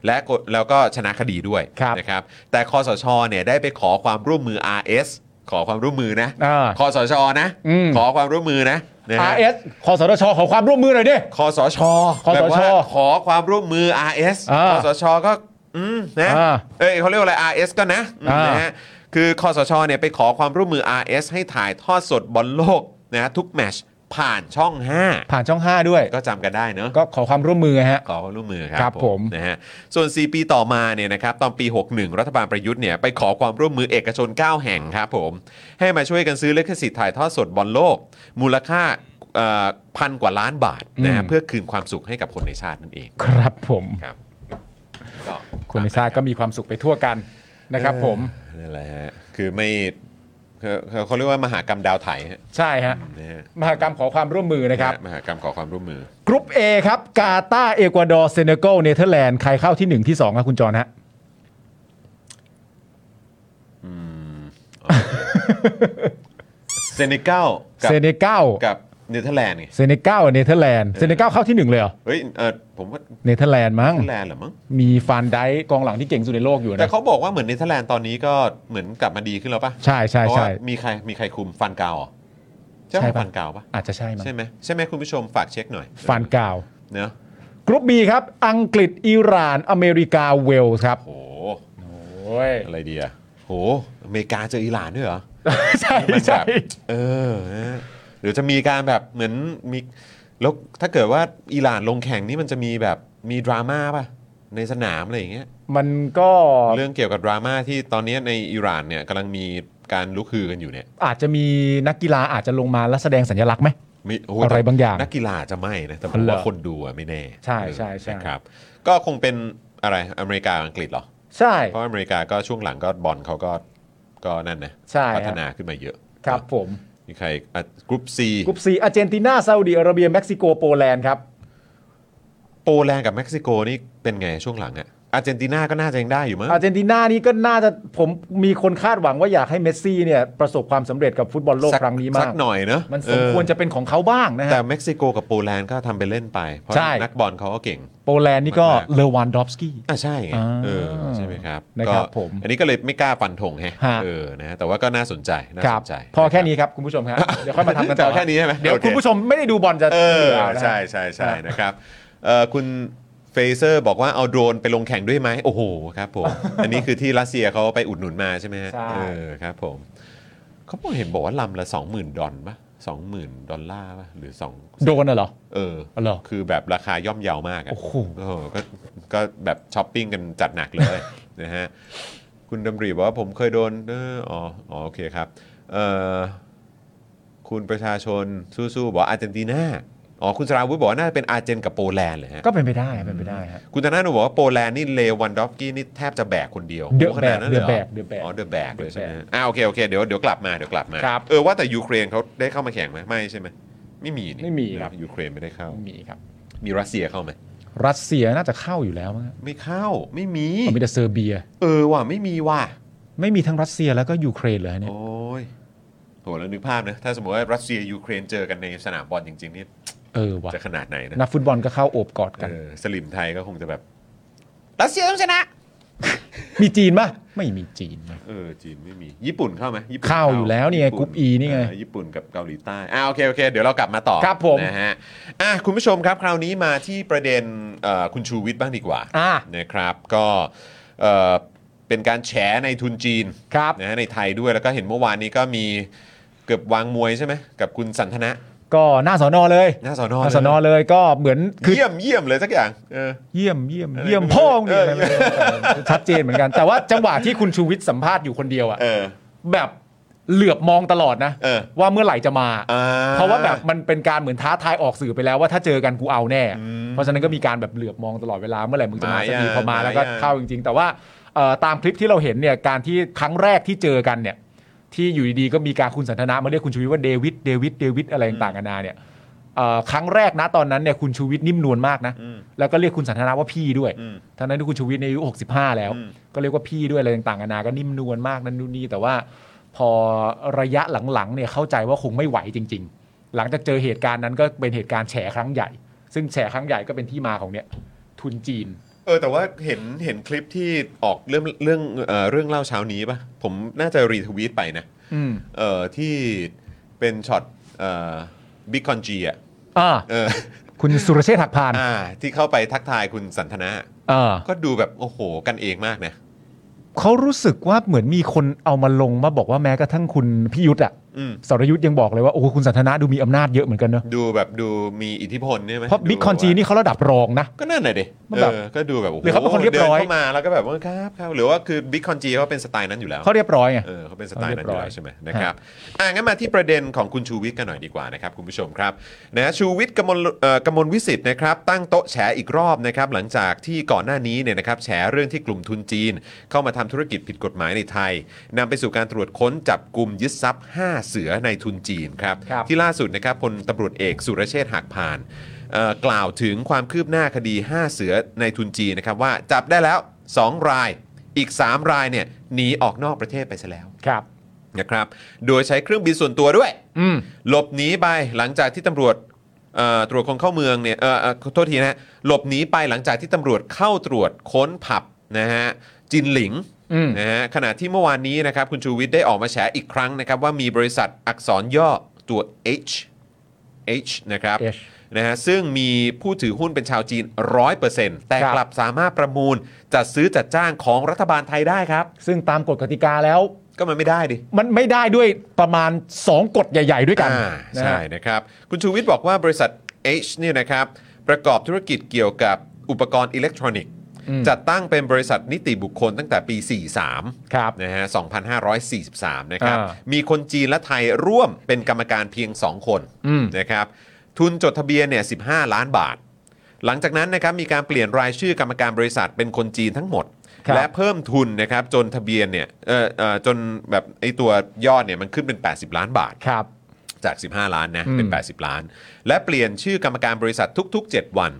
และกฎแล้วก็ชนะคดีด้วย
ครับ
นะครับแต่คอสชเนี่ยได้ไปขอความร่วมมือ RS ขอความร่วมมือนะ
อ่า
คอสชนะ
อืม
ขอความร่วมมือนะนะฮะ
RS คอสทชขอความร่วมมือหน่อยดิ
คอสช
คอสช
แบบว่าขอความร่วมมือ RS
อ่า
คอสชก็อืมนะ
อ่า
เอ้ยเขาเรียกว่าอะไร RS ก็นะอืม
อ่าน
นะฮะคือคอสชเนี่ยไปขอความร่วมมือ RS ให้ถ่ายทอดสดบอลโลกนะฮะทุกแมตชผ่านช่อง
ผ่านช่อง 5 ด้วย
5 ก็จำกันได้เนอะ
ก็ขอความร่วมมือฮะ
ขอความร่วมมือค
ครั
รับบ
ผม
นะฮะส่วน 4 ปีต่อมาเนี่ยนะครับตอนปี 61 รัฐบาลประยุทธ์เนี่ยไปขอความร่วมมือเอกชน 9 แห่งครับผม ให้มาช่วยกันซื้อลิขสิทธิ์ถ่ายทอดสดบอลโลก มูลค่าเอ่อพันกว่าล้านบาทนะฮะเพื่อคืนความสุขให้กับคนในชาตินั่นเอง
ครับผม
ครับก็
คุณไม่ทราบก็มีความสุขไปทั่วกันนะครับผม
นั่นแหละฮะคือไม่เขาเขาเขาเรียกว่ามหากรรมดาวไถฮะ
ใช่ฮะ
นะฮะ
มหากรรมขอความร่วมมือนะครับ
มหากรรมขอความร่วมมือก
รุ๊ป A ครับ กาตาร์เอกวาดอร์ เซเนกัล เนเธอร์แลนด์ ใครเข้าที่ 1 ที่2ครับคุณจรฮะ
เซเนกัลกับ
เซเนกัล
กับเนเธอร์แลนด์ไง
เซเนกัล เนเธอร์แลนด์ เซเนกัลเข้าที่ 1 เลยเหรอ
เฮ้ยเออผมว่า
เนเธอร์แลนด์มั้ง
เนเธอร์แลนด์เหรอมั้ง
มีฟานไดค์กองหลังที่เก่งสุดในโลกอยู่
แต่
นะ
เขาบอกว่าเหมือนเนเธอร์แลนด์ตอนนี้ก็เหมือนกลับมาดีขึ้นแล้วปะ
ใช่ใช่
เพราะว่า
ใช่
มีใครมีใครคุมฟันกาวเหรอใช่ไห
ใช่
ม
ปะ
ฟันกาวปะ
อาจจะใช่มั้ง
ใช่ไหมใช่ไหมคุณผู้ชมฝากเช็คหน่อย
ฟานกาว
เนอะ
กรุ๊ป B ครับ อังกฤษ อิหร่าน อเมริกา เวลส์ครับ
โห
โอ้ย
อะไรดีอะโหอเมริกาเจออิหร่านด้วยเหรอ
ใช่
มันแบ
ใช่
บเออนะหรือจะมีการแบบเหมือนมีแล้วถ้าเกิดว่าอิหร่านลงแข่งนี่มันจะมีแบบมีดราม่าป่ะในสนามอะไรอย่างเงี้ย
มันก็
เรื่องเกี่ยวกับดราม่าที่ตอนนี้ในอิหร่านเนี่ยกำลังมีการลุกฮือกันอยู่เนี่ย
อาจจะมีนักกีฬาอาจจะลงมาแล้วแสดงสัญลักษณ์ไหม
มีโ
อะไร
แต่
บางอย่าง
นักกีฬาจะไม่นะแต่ผม
เหร
ว่า
อ
คนดูอะไม่แน่
ใช่ใช่ใช่
นะครับ ก็คงเป็นอะไรอเมริกาอังกฤษเหรอ
ใช่
เพราะอเมริกาก็ช่วงหลังก็บอลเขาก็ก็นั่นนะ
ใช่ฮะ
พัฒนาขึ้นมาเยอะ
ครับผม
มีใครกรุ๊ปซี
กลุ่มสี่อาร์เจนตินาซาอุดิอาระเบีย เม็กซิโก โปแลนด์ครับ
โปแลนด์กับเม็กซิโกนี่เป็นไงช่วงหลังอะอาร์เจนตินาก็น่าจะยังได้อยู่มั้ง
อาร์เจนตินานี่ก็น่าจะผมมีคนคาดหวังว่าอยากให้เมสซี่เนี่ยประสบความสำเร็จกับฟุตบอลโลก
สัก
ครั้งนี้
สั
มาก ก
หน่อยเนอะ
มันสมควร
เออ
จะเป็นของเขาบ้างนะ
แต่
ฮะ
เม็กซิโกกับโปแลนด์ก็ทำไปเล่นไปเพราะ
ใช่
นักบอลเขาก็เก่ง
โปแลนด์นี่ก็
มากๆ
เลวานดอฟสกี้
อ่ะใช่ไง
อ่า
เออใช่ไหมครับ
นะครับ
ก็
ผม
อันนี้ก็เลยไม่กล้าฟันธงแฮะ
ฮะ
เออนะแต่ว่าก็น่าสนใจน่า
ค
ส
รับ
นใจ
พอแค่
ะรับ
นี้ครับคุณผู้ชม ครับ เดี๋ยวค่อยมาทำกันต่อ
จะเอาแค่นี้ใช่ไหม
เดี๋ยว
โอเค
คุณผู้ชมไม่ได้ดูบอลจะ
เออ
บื่นะฮะ
ใช่ใช่ใช่
ครับ
นะครับเอ่อคุณเฟเซอร์บอกว่าเอาโดรนไปลงแข่งด้วยไหมโอ้โหครับ ผม อันนี้คือที่รัสเซียเขาไปอุดหนุนมาใช่ไหมฮะ
ใช่
เออครับผมเขาบอกเห็นบอกว่าลำละ 20,000 ดอลปะ20,000 ดอลลาร์ปะหรือ2
โดนน่ะเหรอ
เออ
เหรอ
คือแบบราคาย่อมเยาวมากอะ
โอ้โห
เออก็ก็แบบช้อปปิ้งกันจัดหนักเลย นะฮะคุณดำรีบอกว่าผมเคยโดนเอออ๋ออ๋อโอเคครับเอ่อ คุณประชาชนสู้ๆบอกอาร์เจนตินาอ๋อ คุณสราวุฒิบอกว่าน่าจะเป็นอาร์เจนกับโปแลนด์เลยฮะ
ก็เป็นไปได้เป็นไปได้ฮะ
คุณธนาหนูบอกว่าโปแลนด์นี่เลวันดอฟกี้นี่แทบจะแบกคนเดียว
The
โอ้ขนานั้น
Bag
หร
The Bag
อ๋อ
The
เดอะแบก
The
เลยใช่ไหมอ่าโอเคโอเคเดี๋ยวเดี๋ยวกลับมาเดี๋ยวกลับมา
ครับ
เออว่าแต่ยูเครนเขาได้เข้ามาแข่งไหมไม่ใช่ไหมไม่มีนี่
ไม่มีครับ
ยูเครนไม่ได้เข้า
มีครับ
มีรัสเซียเข้าไหม
รัสเซียน่าจะเข้าอยู่แล้วมั้ง
ไม่เข้าไม่มี
ผมมีแต่เซอร์เบีย
เออว่ะไม่มีว่ะ
ไม่มีทั้งรัสเซียแล้วก็ยูเครนเลยเนี่ย
โอ้ยโหแล้วนึกภาพนะถ้าสมมติว่ารัสเซียยูเครนเจอกันในสนามบอลจริงๆนี่
เออว่ะ
จะขนาดไหนนะ
นักฟุตบอลก็เข้าโอบกอดกัน
เออสลิมไทยก็คงจะแบบรัสเซียต้องชนะ
มีจีนปะไม่มีจีนนะ
เออจีนไม่มีญี่ปุ่นเข้าไหมญี่ปุ่น
เข้าอยู่แล้วนี่ไง
ญี่ปุ่
กรุ๊ป E นี่ไง
เออญี่ปุ่นกับเกาหลีใต้อ่าโอเคโอเคเดี๋ยวเรากลับมาต่อ
ครับผม
นะฮะอ่ะคุณผู้ชมครับคราวนี้มาที่ประเด็นเอ่อคุณชูวิทย์บ้างดีกว่า
อ่า
นะครับก็เอ่อเป็นการแฉในทุนจีน
ครับ
นะฮะในไทยด้วยแล้วก็เห็นเมื่อวานนี้ก็มีเกือบวางมวยใช่ไหมกับคุณสันทนะ
ก็หน้าสอนอเลย
หน้าสอนอ
หน้าสอนอเลยก็เหมือนคือ
เยี่ยมเยี่ยมเลยสักอย่างเออ
เยี่ยมเยี่ยม
อะไร
เยี่ยม
ไม่รู้
พ่อมึงเนี่ย
เออ
อะไรไม่รู้แต่ชัดเจนเหมือนกัน แต่ว่าจังหวะที่คุณชูวิทย์สัมภาษณ์อยู่คนเดียวอะ
เออ
แบบเหลือบมองตลอดนะ
เออ
ว่าเมื่อไหร่จะมา
อ่
เพราะว่าแบบมันเป็นการเหมือนท้าทายออกสื่อไปแล้วว่าถ้าเจอกันกูเอาแน่ เพราะฉะนั้นก็มีการแบบเหลือบมองตลอดเวลาเมื่อไหร่มึงจะมาสักที
ยัง
พอมา
มา
แล้วก็
ยัง
เข้าจริง ๆ แต่ว่าเอ่อตามคลิปที่เราเห็นเนี่ยการที่ครั้งแรกที่เจอกันเนี่ย ที่อยู่ดีๆก็มีการคุณสันทนามาเรียกคุณชูวิทย์ว่าเดวิดเดวิดเดวิดอะไรต่างๆกันานาเนี่ยเอ่อครั้งแรกนะตอนนั้นเนี่ยคุณชูวิทย์นิ่มนวลมากนะแล้วก็เรียกคุณสันทนาว่าพี่ด้วย
อืม
ทั้งนั้นที่คุณชูวิทย์ในยอายุ65 แล้ว ก็เรียกว่าพี่ด้วยอะไรต่างๆกันานาก็นิ่มนวลมากนั่นนู่นนี่แต่ว่าพอระยะหลังๆเนี่ยเข้าใจว่าคงไม่ไหวจริง ๆ หลังจากเจอเหตุการณ์นั้นก็เป็นเหตุการณ์แฉครั้งใหญ่ ซึ่งแฉครั้งใหญ่ก็เป็นที่มาของเนี่ยทุนจีน
เออแต่ว่าเห็นเห็นคลิปที่ออกเรื่องเรื่องเอ่อเรื่องเล่าเช้านี้ป่ะ ผมน่าจะรีทวีตไปนะ
อืม
เออที่เป็นช็อตเอ่อบิ๊กคอนจีอ่ะ
อ่า
เออ
คุณสุรเชษฐ์หักพาน
อ่าที่เข้าไปทักทายคุณสันทนา
อ่า
ก็ดูแบบโอ้โหกันเองมากนะ
เขารู้สึกว่าเหมือนมีคนเอามาลงมาบอกว่าแม้กระทั่งคุณพิยุทธ์อะ
อืม
สรยุทธ์ยังบอกเลยว่า โอ้โหคุณสันทนาดูมีอำนาจเยอะเหมือนกันเนอะ
ดูแบบดูมีอิทธิพลใช่ไหม
เพราะ
ดู
บิ๊กคอนจีนี่เขาระดับรองนะ
ก็นั่นแหละดิ
มันแบบ
เออก็ดูแบบโโ
หรือเขาเป็นคนเรียบร้อย
ดินเข้ามาแล้วก็แบบว่าครับครับหรือว่าคือบิ๊กคอนจีเขาเป็นสไตล์นั้นอยู่แล้ว
เขาเรียบร้อยไง
เออเขาเป็นสไตล์นั้นอ
เขาเรียบร้
ยู่
อย
แล้วใช่ไหมนะครับอ่ะงั้นมาที่ประเด็นของคุณชูวิทย์กันหน่อยดีกว่านะครับคุณผู้ชมครับนะชูวิทย์กมลเอ่อกมลวิสิทธิ์นะครับตั้งโต๊ะแฉอีกรอบนะครับหลังจากที่ก่อนหน้านี้เนี่ยนะครับแฉเรื่องที่กลุ่มทุนจีน เข้ามาทำธุรกิจผิดกฎหมายในไทยนำไปสู่การตรวจค้นจับกลุ่มยึดทรัพย์ 5 เสือในทุนจีนครับ
ครับ
ที่ล่าสุดนะครับพลตำรวจเอกสุรเชษฐ์หักพานเอ่อกล่าวถึงความคืบหน้าคดี 5 เสือในทุนจีนนะครับว่าจับได้แล้ว 2 รายอีก 3 รายเนี่ยหนีออกนอกประเทศไปซะแล้ว
ครับ
นะครับโดยใช้เครื่องบินส่วนตัวด้วย
อืม
หลบหนีไปหลังจากที่ตำรวจเอ่อตรวจคนเข้าเมืองเนี่ยเอ่อเอ่อขอโทษทีนะฮะหลบหนีไปหลังจากที่ตำรวจเข้าตรวจค้นผับนะฮะจินหลิง
อืม
นะฮะขณะที่เมื่อวานนี้นะครับคุณชูวิทย์ได้ออกมาแฉอีกครั้งนะครับว่ามีบริษัทอักษรย่อตัว H H นะครับ
H
นะฮะซึ่งมีผู้ถือหุ้นเป็นชาวจีน 100%แต่
ครับ
กลับสามารถประมูลจัดซื้อจัดจ้างของรัฐบาลไทยได้ครับ
ซึ่งตามกฎกติกาแล้ว
ก็มันไม่ได้ดิ
มันไม่ได้ด้วยประมาณ 2 กฎใหญ่ ๆ ด้วยกัน
อ่า
นะ
ใช่
ฮะ
นะครับ คุณชูวิทย์บอกว่าบริษัท H เนี่ยนะครับ ประกอบธุรกิจเกี่ยวกับอุปกรณ์อิเล็กทรอนิกส์
อืม
จัดตั้งเป็นบริษัทนิติบุคคลตั้งแต่ปี
ครับ
43 นะฮะ 2543 นะครับ
อ่า
มีคนจีนและไทยร่วมเป็นกรรมการเพียง 2 คน
อืม
นะครับ ทุนจดทะเบียนเนี่ย 15 ล้านบาท หลังจากนั้นนะครับมีการเปลี่ยนรายชื่อกรรมการบริษัทเป็นคนจีนทั้งหมด
ครับ
และเพิ่มทุนนะครับจนทะเบียนเนี่ยเออเออจนแบบไอตัวยอดเนี่ยมันขึ้นเป็น 80 ล้านบาท
ครับ
จาก 15 ล้านนะ เป็น
อืม
80 ล้าน และเปลี่ยนชื่อกรรมการบริษัททุก ๆ 7 วัน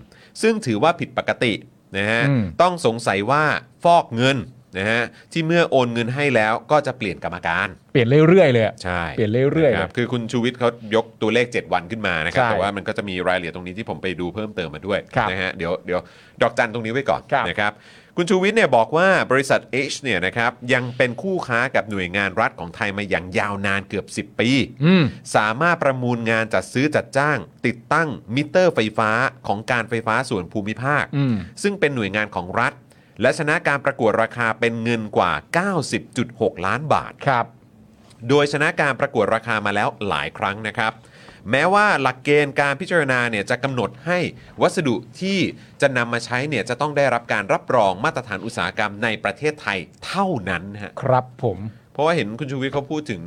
ซึ่งถือว่าผิดปกตินะฮะ
อืม
ต้องสงสัยว่าฟอกเงินนะฮะ ที่เมื่อโอนเงินให้แล้วก็จะเปลี่ยนกรรมการ
เปลี่ยนเรื่อยๆเลยอะ
ใช่
เปลี่ยนเรื่อยๆ
นะครับคือคุณชูวิทย์เขายกตัวเลข 7 วันขึ้นมานะครับ
ใช่
แต่ว่ามันก็จะมีรายละเอียดตรงนี้ที่ผมไปดูเพิ่มเติมมาด้วย
ครับ
นะฮะ เดี๋ยวเดี๋ยวดอกจันตรงนี้ไว้ก่อน
ครับ
นะครับ คุณชูวิทย์เนี่ยบอกว่าบริษัท H เนี่ยนะครับยังเป็นคู่ค้ากับหน่วยงานรัฐของไทยมาอย่างยาวนานเกือบ 10 ปี
อืม
สามารถประมูลงานจัดซื้อจัดจ้าง ติดตั้งมิเตอร์ไฟฟ้าของการไฟฟ้าส่วนภูมิภาค
อืม
ซึ่งเป็นหน่วยงานของรัฐ และชนะการประกวดราคาเป็นเงินกว่า 90.6 ล้านบาท
ครับ
โดยชนะการประกวดราคามาแล้วหลายครั้งนะครับ แม้ว่าหลักเกณฑ์การพิจารณาเนี่ยจะกำหนดให้วัสดุที่จะนำมาใช้เนี่ยจะต้องได้รับการรับรองมาตรฐานอุตสาหกรรมในประเทศไทยเท่านั้นฮะ
ครับผม
เพราะว่าเห็นคุณชูวิทย์เขาพูดถึง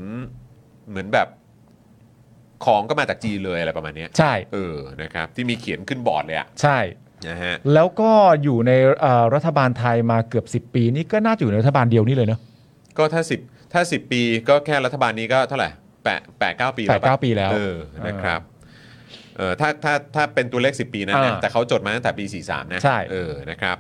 เหมือนแบบของก็มาจากจีนเลยอะไรประมาณเนี้ย
ใช่
เออนะครับ ที่มีเขียนขึ้นบอร์ดเลยอะ
ใช่
นะฮะ
แล้วก็อยู่ในเอ่อรัฐบาลไทยมาเกือบ 10 ปีนี่ก็น่าจะอยู่ในรัฐบาลเดียวนี่เลยเนอะ
ก็ถ้าสิบถ้าสิบปีก็แค่รัฐบาลนี้ก็เท่าไหร่แปดแปดเก้าปี
แปดเก้าปีแล้ว
เออนะครับ เออถ้าถ้าถ้าเป็นตัวเลข 10 ปีนะนะ
อ่า
แต่เขาจดมาตั้งแต่ปี 43 นะ
ใช่
เออนะครับ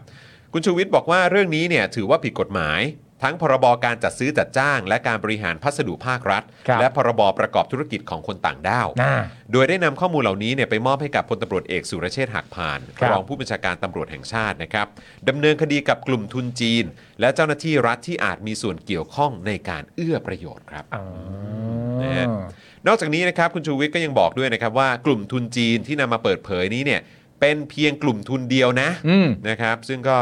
คุณชูวิทย์บอกว่าเรื่องนี้เนี่ยถือว่าผิดกฎหมาย ทั้งพรบการจัดซื้อจัดจ้าง และการบริหารพัสดุภาครัฐ
ครับ
และพรบประกอบธุรกิจของคนต่างด้าว
อ่า
โดยได้นำข้อมูลเหล่านี้เนี่ยไปมอบให้กับพลตำรวจเอกสุรเชษฐ์หักพาน
ครับ
รองผู้บัญชาการตำรวจแห่งชาตินะครับดำเนินคดีกับกลุ่มทุนจีน และเจ้าหน้าที่รัฐที่อาจมีส่วนเกี่ยวข้องในการเอื้อประโยชน์ครับ
อ่า
นะฮะ นอกจากนี้นะครับคุณชูวิทย์ก็ยังบอกด้วยนะครับว่ากลุ่มทุนจีนที่นำมาเปิดเผยนี้เนี่ยเป็นเพียงกลุ่มทุนเดียวนะ
อืม
นะครับ ซึ่งก็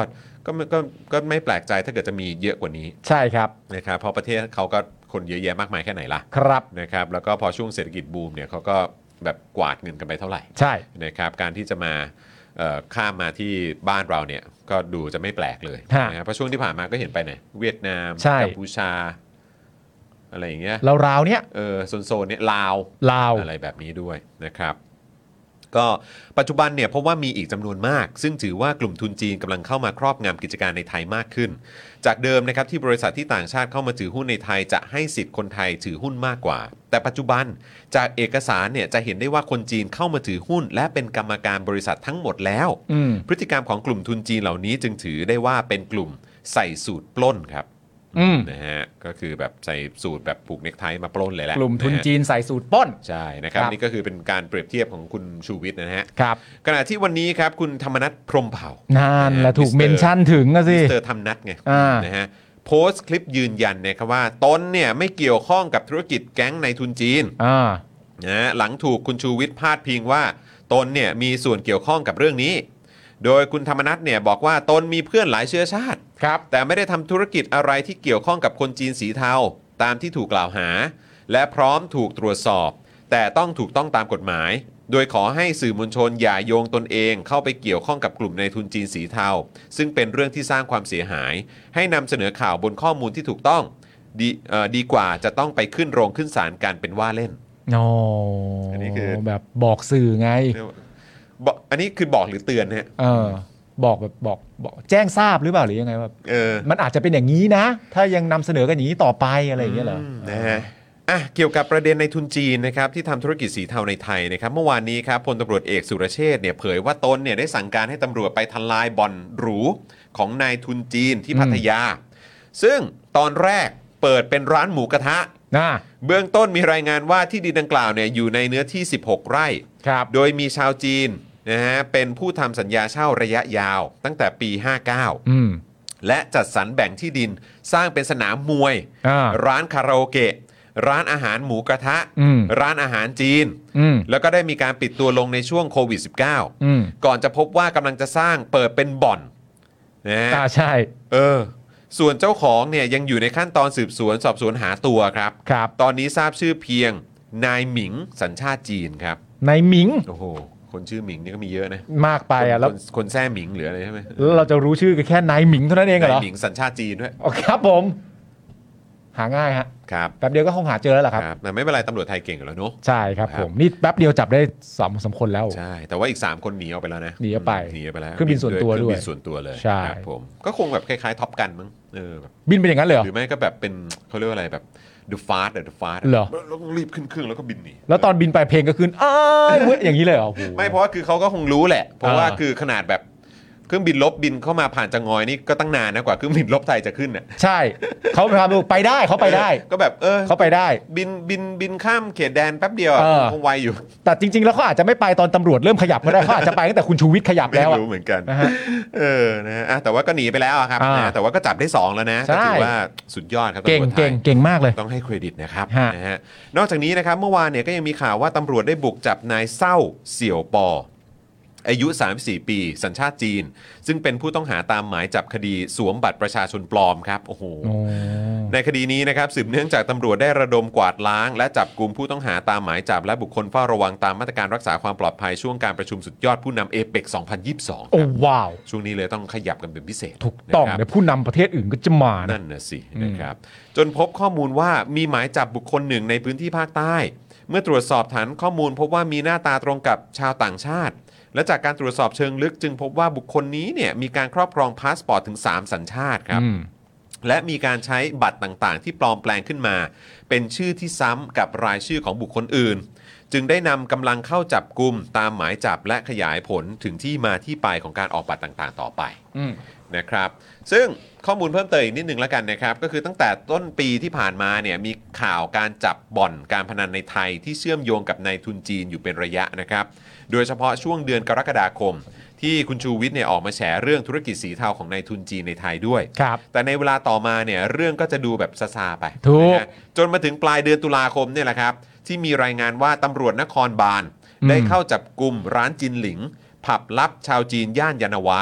ก็ไม่ก็ก็ไม่แปลกใจถ้าเกิดจะมีเยอะกว่านี้
ใช่ครับ
นะครับเพราะประเทศเขาก็คนเยอะแยะมากมายแค่ไหนล่ะ
ครับ
นะครับแล้วก็พอช่วงเศรษฐกิจบูมเนี่ยเขาก็แบบกวาดเงินกันไปเท่าไหร่
ใช่
นะครับการที่จะมาเอ่อข้ามมาที่บ้านเราเนี่ยก็ดูจะไม่แปลกเลย
ฮะ
นะครับเพราะช่วงที่ผ่านมาก็เห็นไปไหนเวียดนาม
ใช่
กัมพูชา อะไรอย่างเงี้ย
เราราวๆเนี้ย
เออโซนๆเนี่ยลาว
ลาว
อะไรแบบนี้ด้วยนะครับ ก็ปัจจุบันเนี่ยพบว่ามีอีกจำนวนมาก ซึ่งถือว่ากลุ่มทุนจีนกำลังเข้ามาครอบงำกิจการในไทยมากขึ้น จากเดิมนะครับที่บริษัทที่ต่างชาติเข้ามาถือหุ้นในไทย จะให้สิทธิ์คนไทยถือหุ้นมากกว่า แต่ปัจจุบันจากเอกสารเนี่ยจะเห็นได้ว่าคนจีนเข้ามาถือหุ้น และเป็นกรรมการบริษัททั้งหมดแล้ว
อืม
พฤติกรรมของกลุ่มทุนจีนเหล่านี้จึงถือได้ว่าเป็นกลุ่มใส่สูตรปล้นครับ
อืม
นะฮะก็คือแบบใส่สูตรแบบผูกเน็กไทมาปล้นเลยแหละ
กลุ่มทุนะ
ฮะ
จีนใส่สูตรปล้น
ใช่นะครับ
ครับ
นี่ก็คือเป็นการเปรียบเทียบของคุณชูวิทย์นะฮะ
ครับ
ขณะที่วันนี้ครับคุณธรรมนัทพรหมเผ่า
นั่นแหละ
นะ
ถู
มิ
ก
สเตอร์
เมนชั่นถึงอะสิ
มิสเตอร์ธรรมนัทไง
อ่าน
นะฮะโพสต์คลิปยืนยันนะครับว่าตนเนี่ยไม่เกี่ยวข้องกับธุรกิจแก๊งในทุนจีน
อ่า
นะฮะหลังถูกคุณชูวิทย์พาดพิงว่าตนเนี่ยมีส่วนเกี่ยวข้องกับเรื่องนี้ โดยคุณธรรมนัทเนี่ยบอกว่าตนมีเพื่อนหลายเชื้อชาติ
ครับ
แต่ไม่ได้ทำธุรกิจอะไรที่เกี่ยวข้องกับคนจีนสีเทาตามที่ถูกกล่าวหา และพร้อมถูกตรวจสอบ แต่ต้องถูกต้องตามกฎหมาย โดยขอให้สื่อมวลชนอย่าโยงตนเองเข้าไปเกี่ยวข้องกับกลุ่มในทุนจีนสีเทาซึ่งเป็นเรื่องที่สร้างความเสียหาย ให้นำเสนอข่าวบนข้อมูลที่ถูกต้องดีเอ่อดีกว่าจะต้องไปขึ้นโรงขึ้นศาลการเป็นว่าเล่น
โอ้
อันนี้คือ
แบบบอกสื่อไง
เรียกว่าบอกอันนี้คือบอกหรือเตือนฮะ
เออ บอกแบบบอกบอกแจ้งทราบหรือเปล่าหรือยังไงแบบ
เออ
มันอาจจะเป็นอย่างนี้นะ ถ้ายังนำเสนอกันอย่างนี้ต่อไปอะไรอย่างเงี้ยเหรอ
นะฮะอ่ะเกี่ยวกับประเด็นในทุนจีนนะครับที่ทำธุรกิจสีเทาในไทยนะครับเมื่อวานนี้ครับพลตำรวจเอกสุรเชษฐ์เนี่ยเผยว่าตนเนี่ยได้สั่งการให้ตำรวจไปทลายบ่อนหรูของนายทุนจีนที่
อืม
พัทยา ซึ่งตอนแรกเปิดเป็นร้านหมูกระทะ
นะ
เบื้องต้นมีรายงานว่าที่ดินดังกล่าวเนี่ยอยู่ในเนื้อที่ 16 ไร่
ครับ
โดยมีชาวจีนนะฮะเป็นผู้ทำสัญญาเช่าระยะยาว ตั้งแต่ปี 59
อืม
และจัดสรรแบ่งที่ดินสร้างเป็นสนามมวย
อ่า
ร้านคาราโอเกะ ร้านอาหารหมูกระทะ
อืม
ร้านอาหารจีน
อืม
แล้วก็ได้มีการปิดตัวลงในช่วงโควิด -19
อืม
ก่อนจะพบว่ากำลังจะสร้างเปิดเป็นบ่อนนะฮะ
อ่าใช่
เออ ส่วนเจ้าของเนี่ยยังอยู่ในขั้นตอนสืบสวนสอบสวนหาตัวครับ
ครับ
ตอนนี้ทราบชื่อเพียงนายหมิงสัญชาติจีนครับ
ในหมิง
โอ้โห คนชื่อหมิงนี่ก็มีเยอะนะ
มากไปอ่ะ
คน
แล้ว
คนคนแซ่หมิงหรืออะไรใช่ไหม
แล้วเราจะรู้ชื่อกันแค่นายหมิงเท่านั้นเองเห
นาย
รอ
หมิงสัญชาติจีนด้วย
อ๋อครับผม หาง่ายฮะ
ครับ
แป๊บเดียวก็คงหาเจอแล้วล่ะครับ
ครับแต่ไม่เป็นไรตำรวจไทยเก่งอยู่แล้วเนอะ
ใช่ครับ
ครับ
ผม นี่แป๊บเดียวจับได้สามสามคนแล้ว
ใช่ แต่ว่าอีก 3 คนหนีออกไปแล้วนะ
หนีออกไป
หนีออกไปแล้ว
เครื่องบินส่วนตัว
เครื่อง
ด้วย
บินส่วนตัวเลย
ใช่
ครับผมก็คงแบบคล้ายๆท็อปกันมั้งเออแบบ
บินเป็นอย่างนั้นเลยเหรอ
หรือไม่ก็แบบเป็นเขาเรียกว่าอะไรแบบ the fast อะ the fast ะ
เหรอ
แล้วต้องรีบขึ้นเครื่องแล้วก็บินหนี
แล้วตอนบินไปเพลงก็ขึ้นอ้ายเว้ยอย่างนี้เลยเหรอโอ้โห
ไม่เพราะว่าคือเขาก็คงรู้แหละ เพราะว่า
อ่า
คือขนาดแบบเครื่องบินลบบินเข้ามาผ่านจังงอยนี่ก็ตั้งนานนะกว่าเครื่องบินลบไทยจะขึ้นน่ะ
ใช่ เขาพาไปได้เขาไปได้
ก็แบบเออ
เขาไปได้
บินบินบินข้ามเขตแดนแป๊บเดียวอะ
เออ
คงไวอยู่
แต่จริง ๆ แล้วเขาอาจจะไม่ไปตอนตำรวจเริ่มขยับก็ได้เขาอาจจะไปตั้งแต่คุณชูวิทย์ขยับแล้ว
ไม่
อะ
รู้เหมือนกัน
นะฮะ
เออ นะฮะอ่ะแต่ว่าก็หนีไปแล้วอะครับ
อ่า
นะแต่ว่าก็จับได้ 2 แล้วนะ
ใช่
ก็ถืว่าสุดยอดครับตำ
เก่ง
รวจไท
เก่
ย
งเก่งมากเลย
ต้องให้เครดิตนะครับ
ฮะ
นะฮะ นอกจากนี้นะครับ เมื่อวานเนี่ยก็ยังมีข่าวว่าตำรวจได้บุกจับนายเศร้าเสี่ยวปอ อายุ 34 ปี สัญชาติจีน ซึ่งเป็นผู้ต้องหาตามหมายจับคดีสวมบัตรประชาชนปลอมครับ โอ้โห
โอ้
ในคดีนี้นะครับสืบเนื่องจากตำรวจได้ระดมกวาดล้าง และจับกลุ่มผู้ต้องหาตามหมายจับ และบุคคลเฝ้าระวังตามมาตรการรักษาความปลอดภัยช่วงการประชุมสุดยอดผู้นำเอเปก2022ค
โอ้
รับ
ว้าว
ช่วงนี้เลยต้องขยับกันเป็นพิเศษ
ถูกต้อง
นะครับ
เดี๋ยวผู้นำประเทศอื่นก็จะมานะ
นั่นนะสินะครับจนพบข้อมูลว่ามีหมายจับบุคคลหนึ่งในพื้นที่ภาคใต้ เมื่อตรวจสอบฐานข้อมูล พบว่ามีหน้าตาตรงกับชาวต่างชาติ และจากการตรวจสอบเชิงลึกจึงพบว่าบุคคลนี้เนี่ยมีการครอบครองพาสปอร์ตถึงสามสัญชาติครับ
อืม
และมีการใช้บัตรต่างๆ ที่ปลอมแปลงขึ้นมา เป็นชื่อที่ซ้ำกับรายชื่อของบุคคลอื่น จึงได้นำกำลังเข้าจับกลุ่มตามหมายจับและขยายผลถึงที่มาที่ไปของการออกบัตรต่างๆ ต่อไป
อืม
นะครับซึ่งข้อมูลเพิ่มเติมอีกนิดหนึ่งแล้วกันนะครับ ก็คือตั้งแต่ต้นปีที่ผ่านมาเนี่ยมีข่าวการจับบ่อนการพนันในไทยที่เชื่อมโยงกับนายทุนจีนอยู่เป็นระยะนะครับ โดยเฉพาะช่วงเดือนกรกฎาคม ที่คุณชูวิทย์เนี่ยออกมาแฉเรื่องธุรกิจสีเทาของนายทุนจีนในไทยด้วย
ครับ
แต่ในเวลาต่อมาเนี่ยเรื่องก็จะดูแบบซาซาๆไป
ถูก
นะฮะจนมาถึงปลายเดือนตุลาคมเนี่ยแหละครับ ที่มีรายงานว่าตำรวจนครบาล
อืม
ได้เข้าจับกลุ่มร้านจินหลิง ผับลับชาวจีนย่านยานนาวา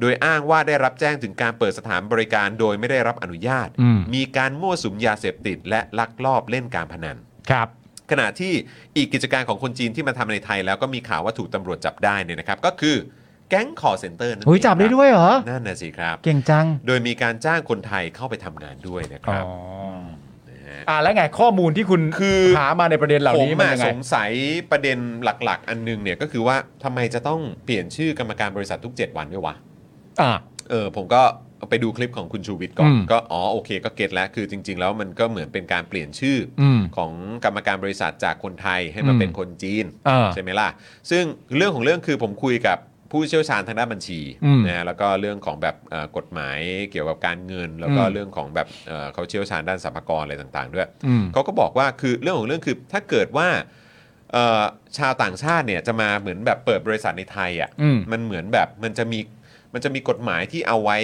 โดยอ้างว่าได้รับแจ้งถึงการเปิดสถานบริการโดยไม่ได้รับอนุญาต
อืม
มีการมั่วสุมยาเสพติด และลักลอบเล่นการพนัน
ครับ
ขณะที่อีกกิจการของคนจีนที่มาทำในไทยแล้วก็มีข่าวว่าถูกตำรวจจับได้เนี่ยนะครับ ก็คือแก๊งคอเซ็นเตอร์นั่นเอง
โอ้ยจับได้ด้วยเหรอ
นั่นน่ะสิครับ
เก่งจัง
โดยมีการจ้างคนไทยเข้าไปทำงานด้วยนะครับ นะฮะ
อ่าแล้วไงข้อมูลที่คุณ
คือ
หามาในประเด็นเหล่า
ผม
นี้มัน
อะ
ยังไง
สงสัยประเด็นหลักๆ อันหนึงเนี่ยก็คือว่าทำไมจะต้องเปลี่ยนชื่อกรรมการบริษัททุก 7 วันด้วยวะ
อ่า
เออผมก็ไปดูคลิปของคุณชูวิทย์ก่อน
อืม
ก็อ๋อโอเคก็เก็ตแล้ว คือจริง ๆ แล้วมันก็เหมือนเป็นการเปลี่ยนชื่ออ
อืม
ของกรรมการบริษัทจากคนไทยให้มา
อืม
เป็นคนจีน
อ่า
ใช่ไหมล่ะ ซึ่งเรื่องของเรื่องคือผมคุยกับผู้เชี่ยวชาญทางด้านบัญชี
อืม
นะฮะแล้วก็เรื่องของแบบเอ่อกฎหมายเกี่ยวกับการเงิน แล้วก็
อืม
เรื่องของแบบเอ่อเขาเชี่ยวชาญด้านสรรพากรอะไรต่างๆ ด้วย
อืม
เขาก็บอกว่าคือเรื่องของเรื่องคือถ้าเกิดว่าเอ่อชาวต่างชาติเนี่ยจะมาเหมือนแบบเปิดบริษัทในไทย
อืม
อะ่ะมันเหมือนแบบมันจะมีมันจะมีกฎหมายที่เอาไว้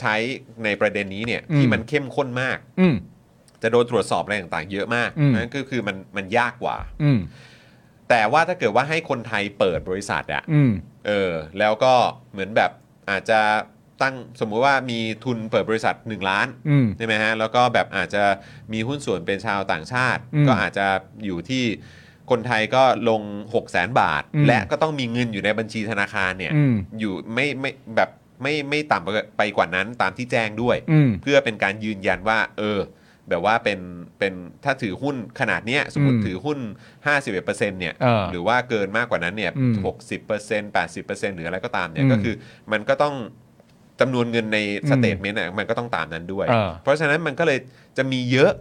ใช้ในประเด็นนี้เนี่ย
อืม
ที่มันเข้มข้นมาก
อืม
จะโดนตรวจสอบอะไรต่างๆ เยอะมาก
อืม
นั่นก็คือมันมันยากกว่า
อืม
แต่ว่าถ้าเกิดว่าให้คนไทยเปิดบริษัทอ่ะ
อืม
เออแล้วก็เหมือนแบบอาจจะตั้งสมมุติว่ามีทุนเปิดบริษัท 1 ล้าน
อืม
ใช่ไหมฮะแล้วก็แบบอาจจะมีหุ้นส่วนเป็นชาวต่างชาติ
อืม
ก็อาจจะอยู่ที่คนไทยก็ลง 6 0 0แสนบาท
อืม
และก็ต้องมีเงินอยู่ในบัญชีธนาคารเนี่ย
อืม
อยู่ไม่ไม่แบบไม่ไม่ต่ำไปกว่านั้นตามที่แจ้งด้วย
อืม
เพื่อเป็นการยืนยันว่า เออ แบบว่าเป็นเป็นถ้าถือหุ้นขนาดเนี้ยสมมติ
อืม
ถือหุ้น 51%เนี่ย
เออ
หรือว่าเกินมากกว่านั้นเนี่ย
อืม
60% 80%หรืออะไรก็ตามเนี่
อื
ย
ม
ก็คือมันก็ต้องจำนวนเงินใน
อืม
สเตทเมนต์มันก็ต้องตามนั้นด้วย
เออ
เพราะฉะนั้นมันก็เลยจะมีเยอะ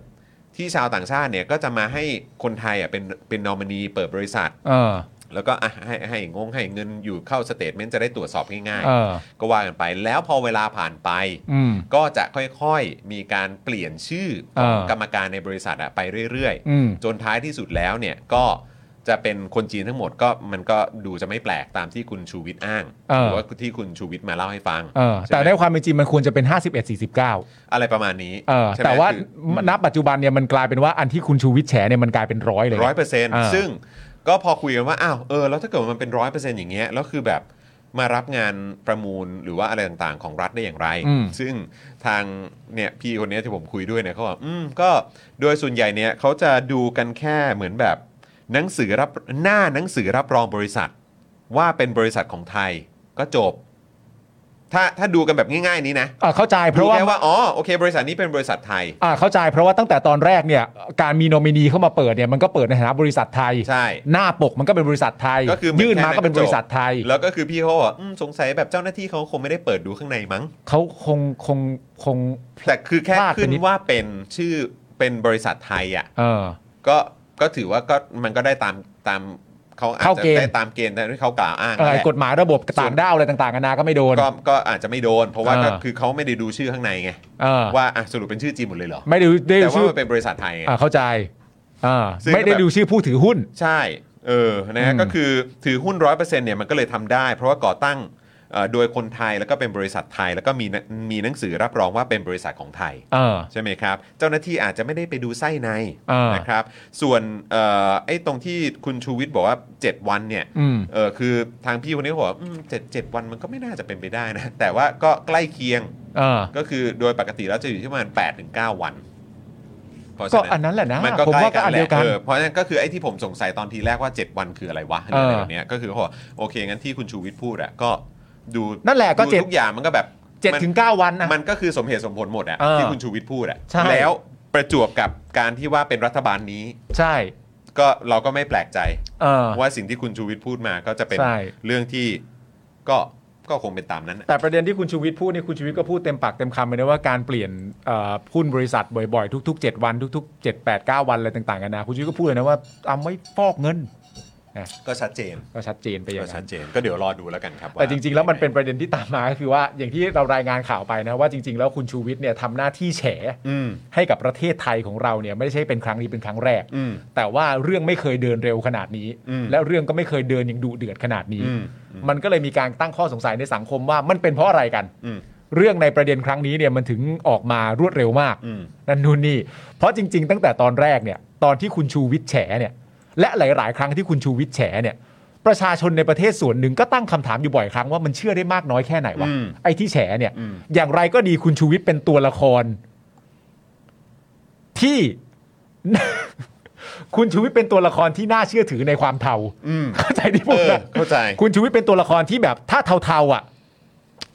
ที่ชาวต่างชาติเนี่ยก็จะมาให้คนไทยอ่ะเป็นเป็นนอมินีเปิดบริษัท
เออ
แล้วก็อ่ะให้ให้งงให้เงินอยู่เข้าสเตทเมนต์จะได้ตรวจสอบง่าย
เออ
ๆก็ว่ากันไปแล้วพอเวลาผ่านไป
อืม
ก็จะค่อยๆ มีการเปลี่ยนชื่อของ
เออ
กรรมการในบริษัทอะไปเรื่อย
อืม
ๆ จนท้ายที่สุดแล้วเนี่ยก็จะเป็นคนจีนทั้งหมดก็มันก็ดูจะไม่แปลกตามที่คุณชูวิทย์อ้าง
เออ
หรืว่าที่คุณชูวิทย์มาเล่าให้ฟัง
เออ
ใช่
แต่
ไหม
ในความเป็นจริงมันควรจะเป็น 51 49
อะไรประมาณนี้
เออ
ใช่ไหม
แต่ว่า
คือ
ณปัจจุบันเนี่ยมันกลายเป็นว่าอันที่คุณชูวิทย์แฉเนี่ยมันกลายเป็นร้อยเลยนะ
ร้อยเปอร์เซ็นต์
เออ
ซึ่งก็พอคุยกันว่าอ้าวเออแล้วถ้าเกิดมันเป็นร้อยเปอร์เซ็นต์อย่างเงี้ยแล้วคือแบบมารับงานประมูลหรือว่าอะไรต่างๆของรัฐได้อย่างไร
อืม
ซึ่งทางเนี่ยพี่คนเนี้ยที่ผมคุยด้วยเนี่ยเขาบอกอืมก็โดยส่วนใหญ่เนี่ยเขาจะดูกันแค่เหมือนแบบหนังสือรับหน้าหนังสือรับรองบริษัท ว่าเป็นบริษัทของไทยก็จบ ถ้าถ้าดูกันแบบง่ายๆนี้นะ
อ่าเข้าใจเพราะว่า
ดูแค่ว่าอ๋อโอเค บริษัทนี้เป็นบริษัทไทย
อ่าเข้าใจเพราะว่าตั้งแต่ตอนแรกเนี่ยการมีโนมินีเข้ามาเปิดเนี่ยมันก็เปิดในฐานะบริษัทไทย
ใช่
หน้าปกมันก็เป็นบริษัทไทย
ก็คือเหอน
ยื่นมา
แค่
ก็เป็นบริษัทไทย
แล้วก็คือพี่เขาบอกว่าอืมสงสัยแบบเจ้าหน้าที่เขาคงไม่ได้เปิดดูข้างในมั้ง
เขาคงคงคง
แต่คือแค่
พลาดไป
ขึ้น
นิด
ว่าเป็นชื่อเป็นบริษัทไทยอ่ะ
เออ
ก็ก็ถือว่าก็มันก็ได้ตามตามเขาอาจ
เข้า
จะ
เกณฑ์
ได้ตามเกณฑ์ที่เขากล่าวอ้าง
เอ่อ
นั่นแหละ
กฎหมายระบบต่างด้าวอะไรต่างๆกันานาก็ไม่โดน
ก็ก็อาจจะไม่โดน เพราะว่า
เออ
ก็คือเขาไม่ได้ดูชื่อข้างในไง
เออ
ว่าอ่ะสรุปเป็นชื่อจีนหมดเลยเหรอ
ไม่ได้ดูได้
แต่
ดู
ว่า
ชื่อ
มันเป็นบริษัทไทยไง
อ่าเข้าใจอ่า
ซึ่ง
ไม่ได้ดูชื่อผู้ถือหุ้น
ใช่เออนะฮะ
อืม
ก็คือถือหุ้นร้อยเปอร์เซ็นต์เนี่ยมันก็เลยทำได้ เพราะว่าก่อตั้งเอ่อโดยคนไทยแล้วก็เป็นบริษัทไทย แล้วก็มีหนังมีหนังสือรับรองว่าเป็นบริษัทของไทย
เออ
ใช่ไหมครับ เจ้าหน้าที่อาจจะไม่ได้ไปดูไส้ใน
อ่าน
นะครับ ส่วนเอ่อไอ้ตรงที่คุณชูวิทย์บอกว่า 7 วันเนี่ย
อืม
เออคือทางพี่คนนี้เขาบอกว่าอืมเจ็ดเจ็ดวันมันก็ไม่น่าจะเป็นไปได้นะ แต่ว่าก็ใกล้เคียง
เออ
ก็คือโดยปกติแล้วจะอยู่ที่ประมาณ8ปถึงเวันเพราะฉะ
ก็อันนั้นแหละนะ
มันก็
ผม
ใกล้
ว่าก็
กั
อั
น
น
แห
เดี
ละ
ยวกัน
เออเพราะฉะนั้นก็คือไอ้ที่ผมสงสัยตอนทีแรกว่า 7 วันคืออะไรวะหรืออะไร
เออ
แบบเนี้ยก็คือเขาบอกโอเคงั้นที่คุณชูวิทย์พูดอะก็ดู
นั่นแหละก็
ดู
เจ็ด
ทุกอย่างมันก็แบบ
เจ็ด
มัน
ถึงเก้าวันนะ
มันก็คือสมเหตุสมผลหมดอะ
เออ
ที่คุณชูวิทย์พูดอะ
ใช่
แล้วประจวบกับการที่ว่าเป็นรัฐบาลนี้
ใช่
ก็เราก็ไม่แปลกใจ
เออ
ว่าสิ่งที่คุณชูวิทย์พูดมาก็จะเป็น
ใช่
เรื่องที่ก็ ก็คงเป็นตามนั้นน่ะ
แต่ประเด็นที่คุณชูวิทย์พูดเนี่ยคุณชูวิทย์ก็พูดเต็มปากเต็มคำเลยนะว่าการเปลี่ยนเอ่อหุ้นบริษัทบ่อยๆ ทุก ๆ 7 วันทุก ๆ 7 8 9 วันอะไรต่างๆกันนะคุณชูวิทย์ก็พูดเลยนะว่าเอาไม่ฟอกเงิน
ก็ชัดเจน
ก็ชัดเจนไปอย่า
ก็
ง
ชั
นั้
ด
น
เจนก็เดี๋ยวรอดูแล้วกันครับา
แต่จริง ๆ แล้วมันเป็นประเด็นที่ตามมาก็คือว่าอย่างที่เรารายงานข่าวไปนะว่าจริง ๆ แล้วคุณชูวิทย์เนี่ยทำหน้าที่แฉ
อืม
ให้กับประเทศไทยของเราเนี่ยไม่ใช่เป็นครั้งนี้เป็นครั้งแรก
อืม
แต่ว่าเรื่องไม่เคยเดินเร็วขนาดนี้
อืม
และเรื่องก็ไม่เคยเดินอย่างดุเดือดขนาดนี้
อืม
มันก็เลยมีการตั้งข้อสงสัยในสังคมว่ามันเป็นเพราะอะไรกัน
อืม
เรื่องในประเด็นครั้งนี้เนี่ยมันถึงออกมารวดเร็วมาก
อืม
นั่นนู่นนี่ เพราะจริง ๆ ตั้งแต่ตอนแรกเนี่ยตอนที่คุณชูวิทย์แฉเนี่ยและหลาย ๆ ครั้งที่คุณชูวิทย์แฉเนี่ยประชาชนในประเทศส่วนหนึ่งก็ตั้งคำถามอยู่บ่อยครั้งว่ามันเชื่อได้มากน้อยแค่ไหนวะ
อืม
ไอ้ที่แฉเนี่ย
อืม
อย่างไรก็ดีคุณชูวิทย์เป็นตัวละคร ที่ คุณชูวิทย์เป็นตัวละครที่น่าเชื่อถือในความเทา
อืม
เข้าใจที่ผม
เออ
นะ
เข้าใจ
คุณชูวิทย์เป็นตัวละครที่แบบถ้าเทาๆอ่ะ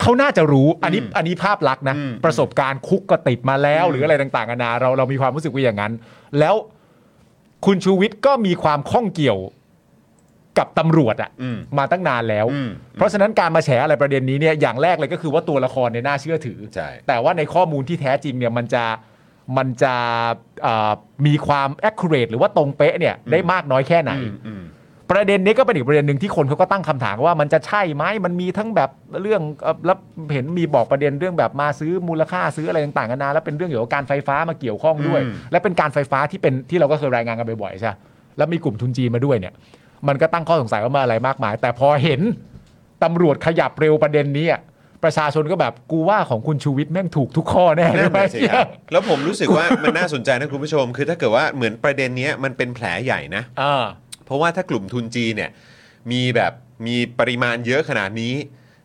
เขาน่าจะรู้อันนี้อันนี้ภาพลักษณ์นะ
อืม
ประสบการณ์คุกก็ติดมาแล้ว หรืออะไรต่างๆนานาเราเรามีความรู้สึกว่าอย่างนั้น แล้วคุณชูวิทย์ก็มีความข้องเกี่ยวกับตำรวจอ่ะ
อืม
มาตั้งนานแล้ว
อืม
เพราะฉะนั้นการมาแฉอะไรประเด็นนี้เนี่ยอย่างแรกเลยก็คือว่าตัวละครเนี่ยน่าเชื่อถือ
ใช่
แต่ว่าในข้อมูลที่แท้จริงเนี่ยมันจะมันจะเอ่อมีความ accurate หรือว่าตรงเป๊ะเนี่ยได้มากน้อยแค่ไหน
อืมอืม
ประเด็นนี้ก็เป็นอีกประเด็นหนึ่งที่คนเขาก็ตั้งคำถามว่ามันจะใช่ไหมมันมีทั้งแบบเรื่องเอ่อแล้วเห็นมีบอกประเด็นเรื่องแบบมาซื้อมูลค่าซื้ออะไรต่างๆกันานาแล้วเป็นเรื่องเกี่ยวกับการไฟฟ้ามาเกี่ยวข้องด้วย
อืม
และเป็นการไฟฟ้าที่เป็นที่เราก็เคยรายงานกันบ่อยๆใช่ปะแล้วมีกลุ่มทุนจีนมาด้วยเนี่ย มันก็ตั้งข้อสงสัยว่ามาอะไรมากมาย แต่พอเห็นตำรวจขยับเร็วประเด็นนี้อะประชาชนก็แบบกูว่าของคุณชูวิทย์แม่งถูกทุกข้อแน่เล
นั่
ย
น
ไหม
แหละสิครับ แล้วผมรู้สึกว่ามันน่าสนใจนะคุณผู้ชม คือถ้าเกิดว่าเหมือนประเด็นเนี้ยมันเป็นแผลใหญ่นะ
อ่า
เพราะว่าถ้ากลุ่มทุนจีนเนี่ยมีแบบมีปริมาณเยอะขนาดนี้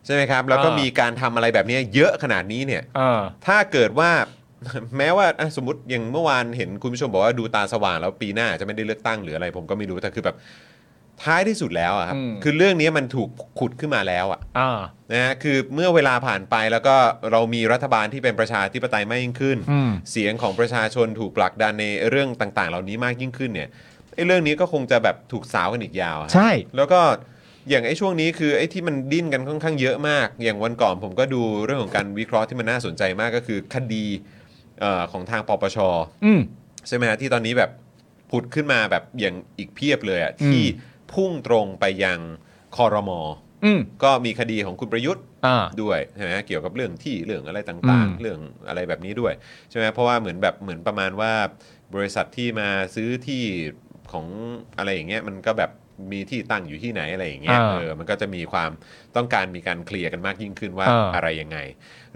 ใช่ไหมครับ แล้วก็
อ่ามี
มีการทำอะไรแบบเนี้ยเยอะขนาดนี้เนี่ย
อ่า
ถ้าเกิดว่า แม้ว่าอ่ะสมมติอย่างเมื่อวานเห็นคุณผู้ชมบอกว่าดูตาสว่างแล้วปีหน้าอาจจะไม่ได้เลือกตั้งหรืออะไร ผมก็ไม่รู้แต่คือแบบท้ายที่สุดแล้วอะครับ
อืม
คือเรื่องนี้มันถูกขุดขึ้นมาแล้วอะ
อ่า
นะฮะคือเมื่อเวลาผ่านไปแล้วก็เรามีรัฐบาลที่เป็นประชาธิปไตยมากยิ่งขึ้น
อืม
เสียงของประชาชนถูกผลักดันในเรื่องต่างๆ เหล่านี้มากยิ่งขึ้นเนี่ยไอ้เรื่องนี้ก็คงจะแบบถูกสาวกันอีกยาวอะ
ใช่
แล้วก็อย่างไอ้ช่วงนี้คือไอ้ที่มันดิ้นกันค่อนข้างเยอะมาก อย่างวันก่อนผมก็ดูเรื่องของการวิเคราะห์ที่มันน่าสนใจมากก็คือคดีเอ่อของทางปปช
อืม
ใช่ไหมฮะที่ตอนนี้แบบผุดขึ้นมาแบบอย่างอีกเพียบเลยอะที่พุ่งตรงไปยังคอรมอ
อืม
ก็มีคดีของคุณประยุทธ์
อ่า
ด้วยใช่ไหมเกี่ยวกับเรื่องที่เรื่องอะไรต่าง
อืม
ๆ เรื่องอะไรแบบนี้ด้วยใช่ไหมเพราะว่าเหมือนแบบเหมือนประมาณว่าบริษัทที่มาซื้อที่ของอะไรอย่างเงี้ยมันก็แบบมีที่ตั้งอยู่ที่ไหนอะไรอย่างเงี้ย
อ่า
เออมันก็จะมีความต้องการมีการเคลียร์กันมากยิ่งขึ้นว่า
อ่า
อะไรยังไง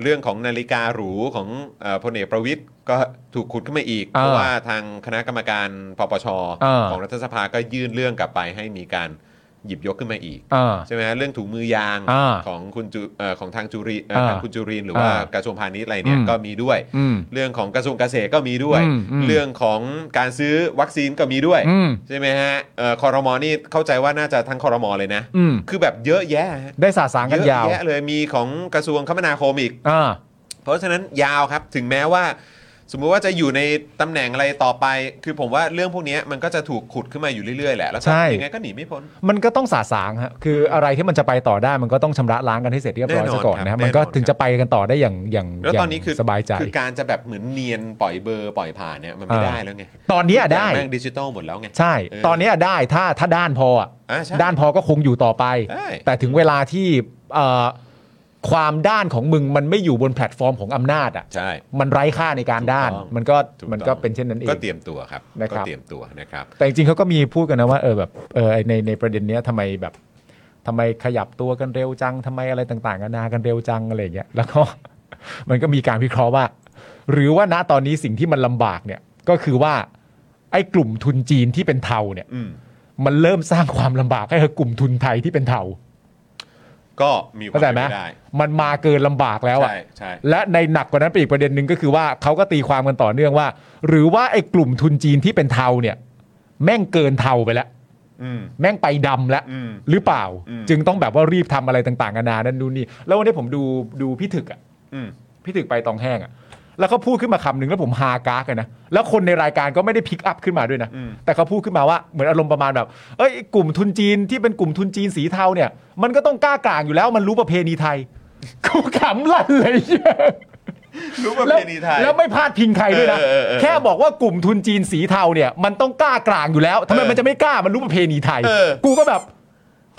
เรื่องของนาฬิกาหรูของเออพลเอกประวิทย์ก็ถูกขุดขึ้นมาอีก เพราะว่าทางคณะกรรมการปปช
อ่า
ของรัฐสภาก็ยื่นเรื่องกลับไปให้มีการหยิบยกขึ้นมาอีก
อ่า
ใช่ไหมฮะเรื่องถุงมือยาง
อ่า
ของคุณจุเอ่อของทางจุรีเอ่อ
อ่า
ทางคุณจุรินทร์หรือว่า
อ่าก
ระทรวงพาณิชย์อะไรเนี่ย
อืม
ก็มีด้วย
อืม
เรื่องของกระทรวงเกษตรก็มีด้วย
อืมอืม
เรื่องของการซื้อวัคซีนก็มีด้วย
อืม
ใช่ไหมฮะเอ่อคอรมอนี่เข้าใจว่าน่าจะทั้งคอรมอเลยนะ
อืม
คือแบบเยอะแยะฮะ
ได้สาสาง
เย
กันยา
อะ
ว
แยะเลยมีของกระทรวงคมนาคมอีก
อ่า
เพราะฉะนั้นยาวครับถึงแม้ว่า สมมุติว่าจะอยู่ในตำแหน่งอะไรต่อไป คือผมว่าเรื่องพวกเนี้ยมันก็จะถูกขุดขึ้นมาอยู่เรื่อยๆแหละแล้วก็
ใช่
ยังไงก็หนีไม่พ้น
มันก็ต้องสาสางฮะคืออะไรที่มันจะไปต่อได้มันก็ต้องชำระล้างกันให้เสร็จเรียบร้อย
แน่นอน
ซะก่อนนะ
ครั
ฮะ
บ
มันก็
แน่นอน
ถึงจะไปกันต่อได้อย่างอย่าง
แล้ว
ย่าง
ตอนนี้คือ
สบายใจ
คือการจะแบบเหมือนเนียนปล่อยเบอร์ปล่อยผ่านเนี่ยมันไม่
อ่า
ได้แล้วไง
ตอนเนี้ยได้
แม่งดิจิตอลหมดแล้วไง
ใช่
เออ
ตอนเนี้ยได้ถ้าถ้าด้านพออะ
อ่าใช่
ด้านพอก็คงอยู่ต่อไป
ใช่
แต่ถึงเวลาที่เอ่อความด้านของมึงมันไม่อยู่บนแพลตฟอร์มของอำนาจอ่ะ
ใช่
มันไร้ค่าในการด้าน
ถูกต้อง
มันก็
ถูต้อง
มันก็เป็นเช่นนั้นเอง
ก็เตรียมตัวครับ
นะค
ก็
รับ
เตรียมตัวนะครับ
แต่จริงๆเขาก็มีพูดกันนะว่าเออแบบเออไอ้ในในประเด็นเนี้ยทำไมแบบทำไมขยับตัวกันเร็วจังทำไมอะไรต่างๆกันานากันเร็วจังอะไรอย่างเงี้ยแล้วก็ มันก็มีการวิเคราะห์ว่า หรือว่าณตอนนี้สิ่งที่มันลำบากเนี่ยก็คือว่าไอ้กลุ่มทุนจีนที่เป็นเทาเนี่ย
อืม
มันเริ่มสร้างความลำบากให้กับกลุ่มทุนไทยที่เป็นเทา
ก็มีควา
เข้า
เป็น
ม ใจไหม
ไปได้
มันมาเกินลำบากแล้วอะ
ใช่ใช่
และในหนักกว่านั้นไปอีกประเด็นหนึ่งก็คือว่าเขาก็ตีความกันต่อเนื่องว่า หรือว่าไอ้กลุ่มทุนจีนที่เป็นเทาเนี่ย แม่งเกินเทาไปแล้ว
อืม
แม่งไปดำแล้ว
อืม
หรือเปล่า
อืม
จึงต้องแบบว่ารีบทำอะไรต่างๆนานานั่นนู่นนี่แล้ววันนี้ผมดูดูพี่ถึกอ่ะ
อืม
พี่ถึกไปตองแห้งอ่ะ แล้วเขาพูดขึ้นมาคำหนึ่งแล้วผมฮากากเลยนะ แล้วคนในรายการก็ไม่ได้พิกอัพขึ้นมาด้วยนะ แต่เขาพูดขึ้นมาว่าเหมือนอารมณ์ประมาณแบบ เอ้ยไอ้กลุ่มทุนจีนที่เป็นกลุ่มทุนจีนสีเทาเนี่ย มันก็ต้องกล้ากลางอยู่แล้วมันรู้ประเพณีไทย กูขำลั่นเลยเหี้ย
รู้ประเพณีไทย
แล้วไม่พลาดพิงใครด้วยนะ
เออเออเออ
แค่บอกว่ากลุ่มทุนจีนสีเทาเนี่ย มันต้องกล้ากลางอยู่แล้วทำไม
เออ
มันจะไม่กล้ามันรู้ประเพณีไทย
เออ
กูก็แบบ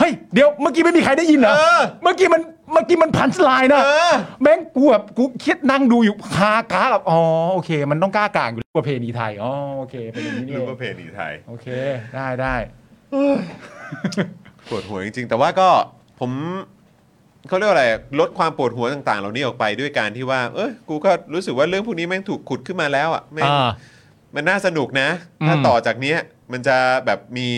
เฮ้ยเดี๋ยวเมื่อกี้ไม่มีใครได้ยินเหรอ
เออ
เมื่อกี้มันเมื่อกี้มันพันสไลน์นะ
เออ
แม่งกูแบบกูคิดนั่งดูอยู่คากาแบบอ๋อโอเค มันต้องกล้ากลางอยู่แล้วประเพณีไทยอ๋อโอเคเป็นอย่างนี้นี่
รู้
เอ
ป
ง
ระเพณีไทย
โอเคได้ได้
ปวดหัวจริงๆ แต่ว่าก็ผมเขาเรียกว่าอะไรลดความปวดหัวต่างๆ เหล่านี้ออกไปด้วยการที่ว่า เอ้ยกูก็รู้สึกว่าเรื่องพวกนี้แม่งถูกขุดขึ้นมาแล้วอ่ะแม่ง
อ่า
มันน่าสนุกนะ ถ้า
อืม
ต่อจากเนี้ยมันจะแบบมี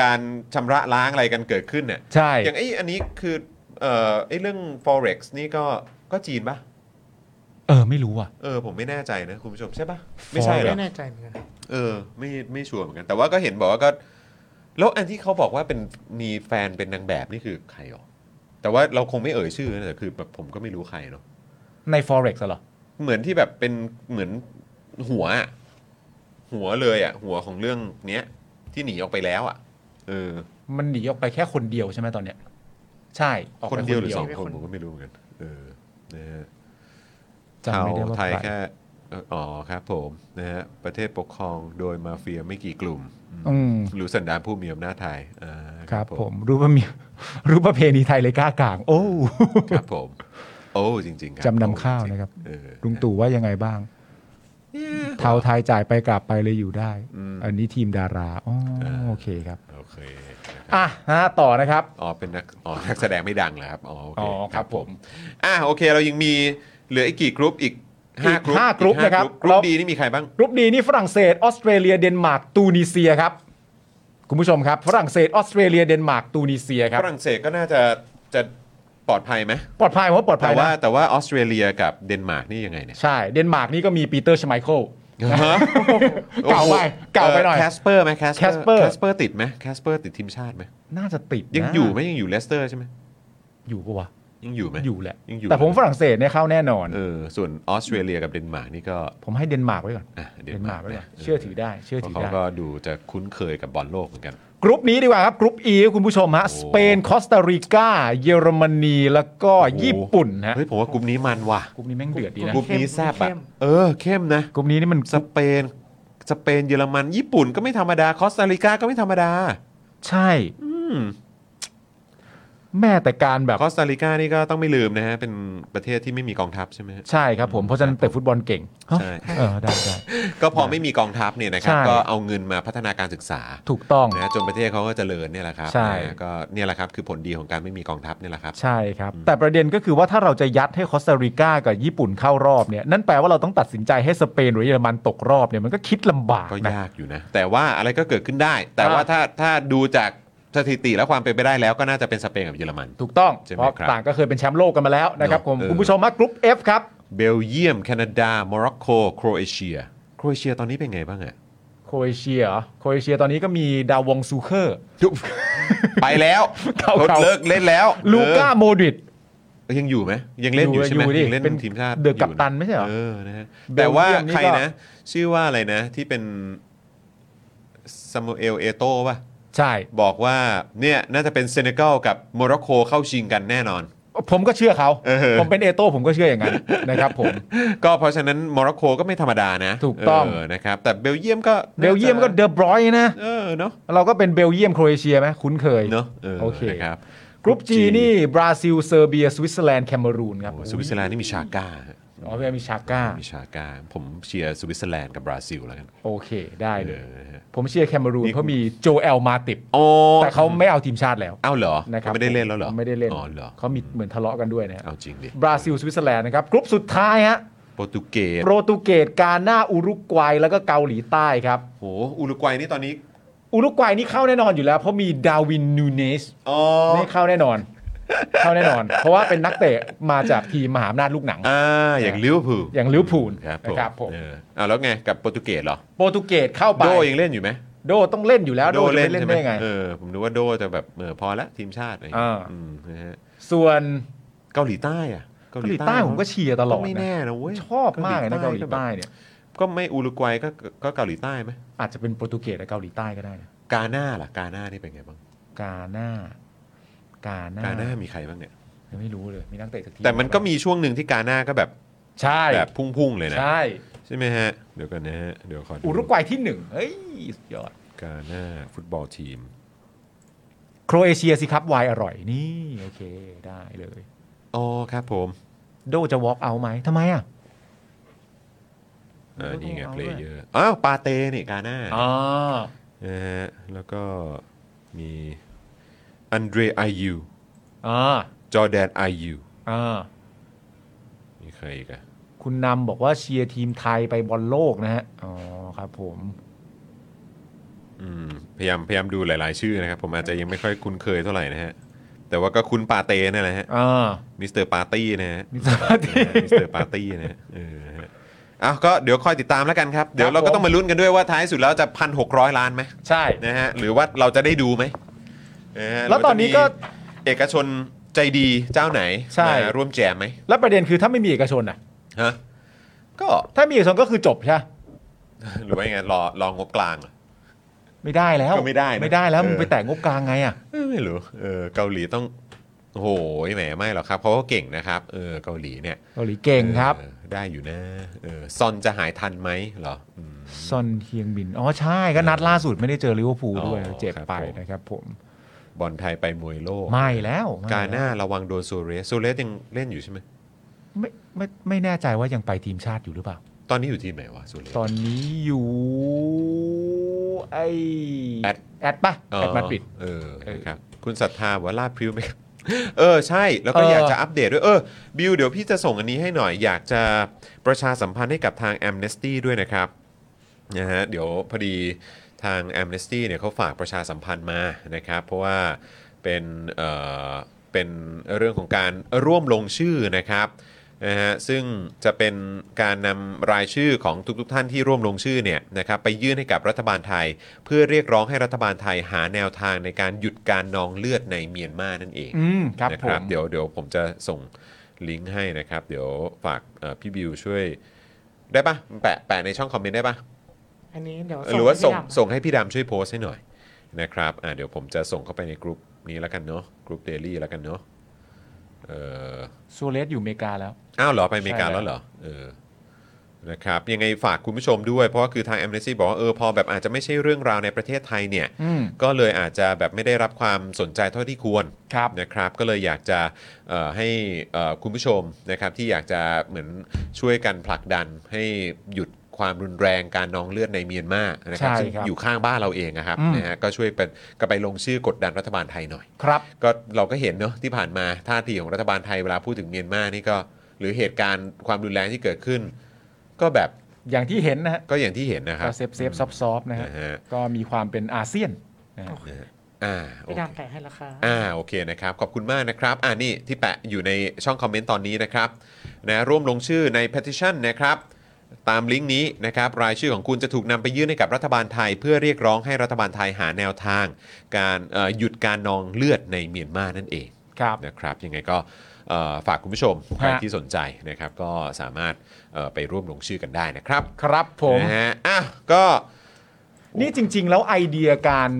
การชำระล้างอะไรกันเกิดขึ้นเนี่ย
ใช่
อย่างไอ้อันนี้คือเอ่อไอ้เรื่อง forex นี่ก็ก็จีนปะ
เออไม่รู้อ่ะ
เออผมไม่แน่ใจนะคุณผู้ชมใช่ปะไม่ใช่เหรอ
ไม่แน่ใจเหมือนกัน
เออไม่ไม่ชัวร์เหมือนกัน แต่ว่าก็เห็นบอกว่าก็แล้วอันที่เขาบอกว่าเป็นมีแฟนเป็นนางแบบนี่คือใครหรอ แต่ว่าเราคงไม่เอ่ยชื่อนะแต่คือแบบผมก็ไม่รู้ใครเนาะ
ใน forex อะเหรอ
เหมือนที่แบบเป็นเหมือนหัวอะหัวเลยอะหัวของเรื่องเนี้ยที่หนีออกไปแล้วอะเออ
มันหนีออกไปแค่คนเดียวใช่ไหมตอนเนี้ยใช่ออก
คน
ไป
เดียวหรือสอง
เดียว
คนผมก็ไม่รู้เหมือนกันเออนะฮะ
จำไม่ได้ว่า
ไทย
ใคร
แค่เอ่ออ๋อครับผมนะฮะประเทศปกครองโดยมาเฟียไม่กี่กลุ่ม
อืม
หรือสันดานผู้มีอำนาจไทยอ่า
ครับผมรู้ประมีรู้ประเพณีไทยเลยกล้ากลาง โอ้
ครับผม โอ้จริง ๆ ครับ
จำนำข้าวนะครับ
เออ
ลุงตู่ว่ายังไงบ้าง เทาไทยจ่ายไปกลับไปเลยอยู่ได้
อืม
อันนี้ทีมดาราอ๋อโอเคครับ
โอเคนะครับ
อ่ะฮะต่อนะครับ
อ๋อเป็นนักอ๋อนักแสดงไม่ดังเหรอครับอ๋อโอเค
อ๋อครับผม
อ่ะโอเคเรายังมีเหลืออีกกี่กรุ๊ปอีกห้า
อีก
กรุ๊ป
ห้ากรุ๊ป
อีห้
นะครับ
กรุ๊ป
เรา
ดีนี่มีใครบ้าง
กรุ๊ปดีนี่ฝรั่งเศสออสเตรเลียเดนมาร์กตูนิเซียครับ คุณผู้ชมครับ ฝรั่งเศสออสเตรเลียเดนมาร์กตูนิเซียครับ
ฝรั่งเศสก็น่าจะจะปลอดภัยไหม
ปลอดภัยผมว่าปลอดภั
แต่
ย
ว่า
นะ
แต่ว่าออสเตรเลียกับเดนมาร์กนี่ยังไงเนี่ย
ใช่เดนมาร์กนี่ก็มีปีเตอร์ชไมเคิล เก่าไป
โอ้โห
เก่าไปหน่อย
แคสเปอร์ไหมแคส
Casper
แคสเปอร์ติดไหมแคสเปอร์ติดทีมชาติไหม
น่าจะติดนะ
ยังอยู่ไหมยังอยู่เลสเตอร์ใช่ไหม
อยู่ปะวะ
ยังอยู่ไหม
อยู่แหละ
ยังอยู่
แต่ผมฝรั่งเศสเนี่ยเข้าแน่นอน
เออส่วนออสเตรเลียกับเดนมาร์กนี่ก็
ผมให้เดนมาร์กไว้ก่อน
อ่ะ
เดนมาร์กไว้ก่อน
ะ
เชื่อถือได้ เชื่อ
เพ
ถื
ราะ
อ
เขา
ได้
ก็ดูจะคุ้นเคยกับบอลโลกเหมือนกัน
กรุ๊ปนี้ดีกว่าครับ กรุ๊ป E คุณผู้ชมฮะ
โอ้
สเปน คอสตาริกา เยอรมนี แล้วก็ญี่ปุ่นฮะ
เฮ้ยผมว่ากลุ่มนี้มันว่ะ
กรุ๊ปนี้แม่งเดือดดีนะ
กลุ่มนี้แซบ
เข้
อะ
ม
เออเข้มนะ
กรุ๊ปนี้นี่มัน
สเปนสเปนเยอรมัน ญี่ปุ่นก็ไม่ธรรมดาคอสตาริกาก็ไม่ธรรมดา
ใช่ แม่แต่การแบบ
คอสตาริกานี่ก็ต้องไม่ลืมนะฮะ เป็นประเทศที่ไม่มีกองทัพใช่ไหมฮะ
ใช่ครับผม เพราะฉะนั้นเตะฟุตบอลเก่ง
ใช่
เออได้ได้
ก็พอไม่มีกองทัพเนี่ยนะครับ
ใช่
ก็เอาเงินมาพัฒนาการศึกษา
ถูกต้อง
นะจนประเทศเขาก็เจริญเนี่ยแหละครับ
ใช่
นะก็เนี่ยแหละครับคือผลดีของการไม่มีกองทัพเนี่ยแหละครับ
ใช่ครับ แต่ประเด็นก็คือว่าถ้าเราจะยัดให้คอสตาริกากับญี่ปุ่นเข้ารอบเนี่ย นั่นแปลว่าเราต้องตัดสินใจให้สเปนหรือเยอรมันตกรอบเนี่ยมันก็คิดลำบาก
ก็
นะ
ยากอยู่นะ แต่ว่าอะไรก็เกิดขึ้นได้ แต่ว่าถ้าถ้าดูจากสถิติและความเป็นไปได้แล้วก็น่าจะเป็นสเปนกับเยอรมัน
ถูกต้อง
ใช่ไหม
เพราะ
ครับ
ต่างก็เคยเป็นแชมป์โลกกันมาแล้วนะครับผมคุณผู้ชมมากรุ๊ป F ครับ
เบลเยียม แคนาดา โมร็อกโกโครเอเชียโครเอเชียตอนนี้เป็นไงบ้างอะ
โครเอเชียเหรอโครเอเชียตอนนี้ก็มีดาวองซูเคอร์
ไปแล้ว
เก่าๆ
เลิกเล่นแล้ว
ลูก้า
เออ
โมดริด
ยังอยู่ไหมยังเล่นอยู่ใช่ไหม
อยู่ดิ
ยังเล่น
เป็น
ทีมชาติ
เดอะกัปตัน
ยู่ะ
ไม่ใช่เหรอ
เออนะฮะ
เบลเยียม
แต่ว่า
นี่ก็
ใครนะ ชื่อว่าอะไรนะ ที่เป็นซามูเอลเอโต้ป่ะ
ใช่
บอกว่าเนี่ยน่าจะเป็นเซเนกัลกับโมร็อกโกเข้าชิงกันแน่นอน
ผมก็เชื่อเขา
เออ
ผมเป็นเอโต้ผมก็เชื่ออย่าง นั้น นะครับผม
ก็เพราะฉะนั้นโมร็อกโกก็ไม่ธรรมดานะ
ถูกต้อง
เนะครับ แต่เบลเยียมก็
เบลเยียมก็เดอบรอยน์นะ
เออเนาะ
เราก็เป็นเบลเยียมโครเอเชียไหมคุ้นเคย
เนาะ
โอเค
นะครับ
กรุ๊ปจีนี่บราซิลเซอร์เบีย สวิตเซอร์แลนด์แคเมรูนครับ
โอ้สวิตเซอร์แลนด์นี่มีชาก้า
อ๋อเวียมีชาก้า
มีชาก้าผมเชียร์สวิตเซอร์แลนด์กับบราซิลแล้วกัน
โอเคได้เลย
เออฮะ
ผมเชียร์แคเมรูนเพราะมีโจเอลมาติบ
โอ้
แต่เขาไม่เอาทีมชาติแล้ว
เอาเหรอ
นะครับ
ไม่ได้เล่นแล้วเหรอ
ไม่ได้เล่น
อ๋อเหรอ
เขามีเหมือนทะเลาะกันด้วยนะฮะ
เอาจริงดิ
บราซิลสวิตเซอร์แลนด์นะครับกรุ๊ปสุดท้ายฮะ
โปรตุเกส
โปรตุเกสกาหน้าอุรุกวัยแล้วก็เกาหลีใต้ครับ
โหอุรุกวัยนี่ตอนนี้
อุรุกวัยนี่เข้าแน่นอนอยู่แล้ว เพราะมีดาวินนูเนส
อ๋อ
นี่เข้าแน่นอน เข้าแน่นอน เพราะว่าเป็นนักเตะมาจากทีมมหาอำนาจลูกหนัง
อ่าอย่างลิเวอร์พูล
อย่างลิเวอร์พูล
ครับผม
นะครับผม
เออเอาแล้วไงกับโปรตุเกสเหรอ
โปรตุเกสเข้าไป
โดยังเล่นอยู่ไหม
โดต้องเล่นอยู่แล้วโดจะไม่เล่น
ใช่หม
ได้ไง
เออผมนึกว่าโดจะแบบเออพอละทีมชาติอะไรอย่างเงี้ย
อ่า
อืมนะฮะ
ส่วน
เกาหลีใต้อ่ะ
เกาหลีใต้ผมก็เชียร์ตลอด
ไม่
นะ
แน่นะเว้ย
ชอบมากเลยนะเกาหลีใต้เนี่ย
ก็ไม่อุรุกวัยก็ก็เกาหลีใต้ไหม
อาจจะเป็นโปรตุเกสและเกาหลีใต้ก็ได้นะ
กาหน้าล่ะกาหน้านี่เป็นไงบ้าง
กาหน้า กาหน้าก
าหน้ามีใครบ้างเนี่ย
ยังไม่รู้เลยมีนักเตะจากที
แต่มันก็มีช่วงหนึ่งที่กาหน้าก็แบบ
ใช่
แบบพุ่งๆเลยนะ
ใช่
ใช่ไหมฮะเดี๋ยวกันนะฮะเดี๋ยวขอดู
อุรุกวัยที่หนึ่งเฮ้ยสุดยอด
กาหน้าฟุตบอลทีม
โครเอเชียสิครับไวน์อร่อยนี่โอเคได้เลย
อ๋อครับผม
โดจะวอล์กเอาไหมทำไมอ่ะ
เออนี่ไง
เอา
เพ
ด้
ล
วย
เยอร์อ้าวปาเต้นี่กาหน้า
อ๋อ
นะฮะแล้วก็มีอันเดรอายู
อ๋อ
จอร์แดนอายู
อ๋อ
มีใครอีกอะ
คุณนำบอกว่าเชียร์ทีมไทยไปบอลโลกนะฮะอ๋อครับผม
อืมพยายามพยายามดูหลาย ๆ ชื่อนะครับ ผมอาจจะยังไม่ค่อยคุ้นเคยเท่าไหร่นะฮะ แต่ว่าก็คุ้นปาเต้นั่นแหละฮะ
อ่า
มิสเตอร์ปาร์ตี้นะฮะ
มิสเตอร์ปาร์ตี้
นะฮะมิสเตอร์ปาร์ตี้นะฮะเออฮะอ้าวก็เดี๋ยวคอยติดตามแล้วกันครับ เดี๋ยวเรา
ผ
ก็
ม
ต้องมาลุ้นกันด้วยว่าท้ายสุดแล้วจะ 1,600 ล้านไหม
ใช่
นะฮะหรือว่าเราจะได้ดูไหมนะฮะ
แล้วตอนนี้ก็
เราจะมีเอกชนใจดีเจ้าไหน
ใช่
มาร่วมแจมไหม
แล้วประเด็นคือถ้าไม่มีเอกชนอ่ะ
ฮะก็
ถ้ามีเอกชนก็คือจบใช่ปะ
หรือว่ายังไงรอรองบกลางเหรอ
ไม่ได้แล้ว
ก็ไม่ได้นะ
ไม่ได้แล้วมึง
เออ
ไปแตะงบกลางไงอ่ะ
เอ้ยไม่รู้เออเกาหลีต้องโอ้โหแหมไม่หรอกครับเขาก็เก่งนะครับเออเกาหลีเนี่ย
เกาหลีเก่งครับ
ออได้อยู่นะเออซอนจะหายทันไหมเหรออืม
ซอนเฮียงบิน อ๋อใช่ก็นัดล่าสุดไม่ได้เจอลิเวอร์พูลด้วย
อ๋อ
เจ็บ
ครับ
ไป
ผม
นะครับผม
บอลไทยไปมวยโลก
ไม่แล้วไม่
กาหน้าระวังโดนโซเรสโซเรสยังเล่นอยู่ใช่ไหม
ไม่ไม่ไม่แน่ใจว่ายังไปทีมชาติอยู่หรือเปล่า
ตอนนี้อยู่ทีมไหนวะโซเรส
ตอนนี้อยู่ไอ
แอด
แอดปะแอดมาดริด
เออ
เออ
ครับคุณศรัทธาบอกว่าลาดพริ้วไหมครับเออใช่แล้วก็
เออ
อ
อ
ยากจะอัปเดตด้วย เออ บิวเดี๋ยวพี่จะส่งอันนี้ให้หน่อย อยากจะประชาสัมพันธ์ให้กับทาง a m n e s t y ด้วยนะครับนะฮะเดี๋ยวพอดีทาง a m n e s t y เนี่ยเขาฝากประชาสัมพันธ์มานะครับ เพราะว่าเป็นเอ่อเป็นเรื่องของการร่วมลงชื่อนะครับนะฮะซึ่งจะเป็นการนำรายชื่อของทุกๆท่านที่ร่วมลงชื่อเนี่ยนะครับไปยื่นให้กับรัฐบาลไทย เพื่อเรียกร้องให้รัฐบาลไทยหาแนวทางในการหยุดการนองเลือดในเมียนมานั่นเอง
อืมครับ
นะ
ผม
เดี๋ยวเดี๋ยวผมจะส่งลิงก์ให้นะครับ เดี๋ยวฝากเอ่อพี่บิวช่วยได้ปะแปะแปะในช่องคอมเมนต์ได้ปะ
อันนี้เดี๋ยว
หรือว่าส่ง
ให้พี่
ส่งให้
ดำ
พี่ดำช่วยโพสต์ให้หน่อยนะครับอ่ะเดี๋ยวผมจะส่งเข้าไปในกลุ่มนี้แล้วกันเนาะกลุ่มเดลี่แล้วกันเนาะเออ
โซเลสอยู่อเมริกาแล้ว
อ้าวเหรอไปอเมริกา
ใช่
แล้วเหรอเออนะครับยังไงฝากคุณผู้ชมด้วยเพราะว่าคือทาง a อ n e s t y บอกว่าเออพอแบบอาจจะไม่ใช่เรื่องราวในประเทศไทยเนี่ย
อืม
ก็เลยอาจจะแบบไม่ได้รับความสนใจเท่าที่ควร
ครับ
นะครับก็เลยอยากจะเอ่อให้เอ่อคุณผู้ชมนะครับที่อยากจะเหมือนช่วยกันผลักดันให้หยุดความรุนแรงการนองเลือดในเมียนมานะครับ
ใช่
ซึ่ง
ครับ
อยู่ข้างบ้านเราเองนะครับ
อืม
นะฮะก็ช่วยเป็นก็ไปลงชื่อกดดันรัฐบาลไทยหน่อย
ครับ
ก็เราก็เห็นเนาะที่ผ่านมาท่าทีของรัฐบาลไทยเวลาพูดถึงเมียนมานี่ก็หรือเหตุการณ์ความรุนแรงที่เกิดขึ้น ก็แบบ
อย่างที่เห็นนะฮะ
ก็อย่างที่เห็นนะครั
ก็
บ
เซฟเซฟซอฟซอฟนะฮะ
นะฮะ
ก็มีความเป็นอาเซียนนะฮะ
อ่าโอ
พี่
เค
ดำแปะให้ราคา
อ่าโอเคนะครับ ขอบคุณมากนะครับอ่านี่ที่แปะอยู่ในช่องคอมเมนต์ตอนนี้นะครับนะร่วมลงชื่อใน petition นะครับ ตามลิงก์นี้นะครับรายชื่อของคุณจะถูกนำไปยื่นให้กับรัฐบาลไทย เพื่อเรียกร้องให้รัฐบาลไทยหาแนวทาง การเอ่อหยุดการนองเลือดในเมียนมานั่นเอง
ครับ
นะครับยังไงก็เอ่อฝากคุณผู้ชมใคร
ฮะ
ที่สนใจนะครับ ก็สามารถเอ่อไปร่วมลงชื่อกันได้นะครับ
ครับผม
นะฮะอ่ะก็
นี่จริง ๆ แล้วไอเดียการ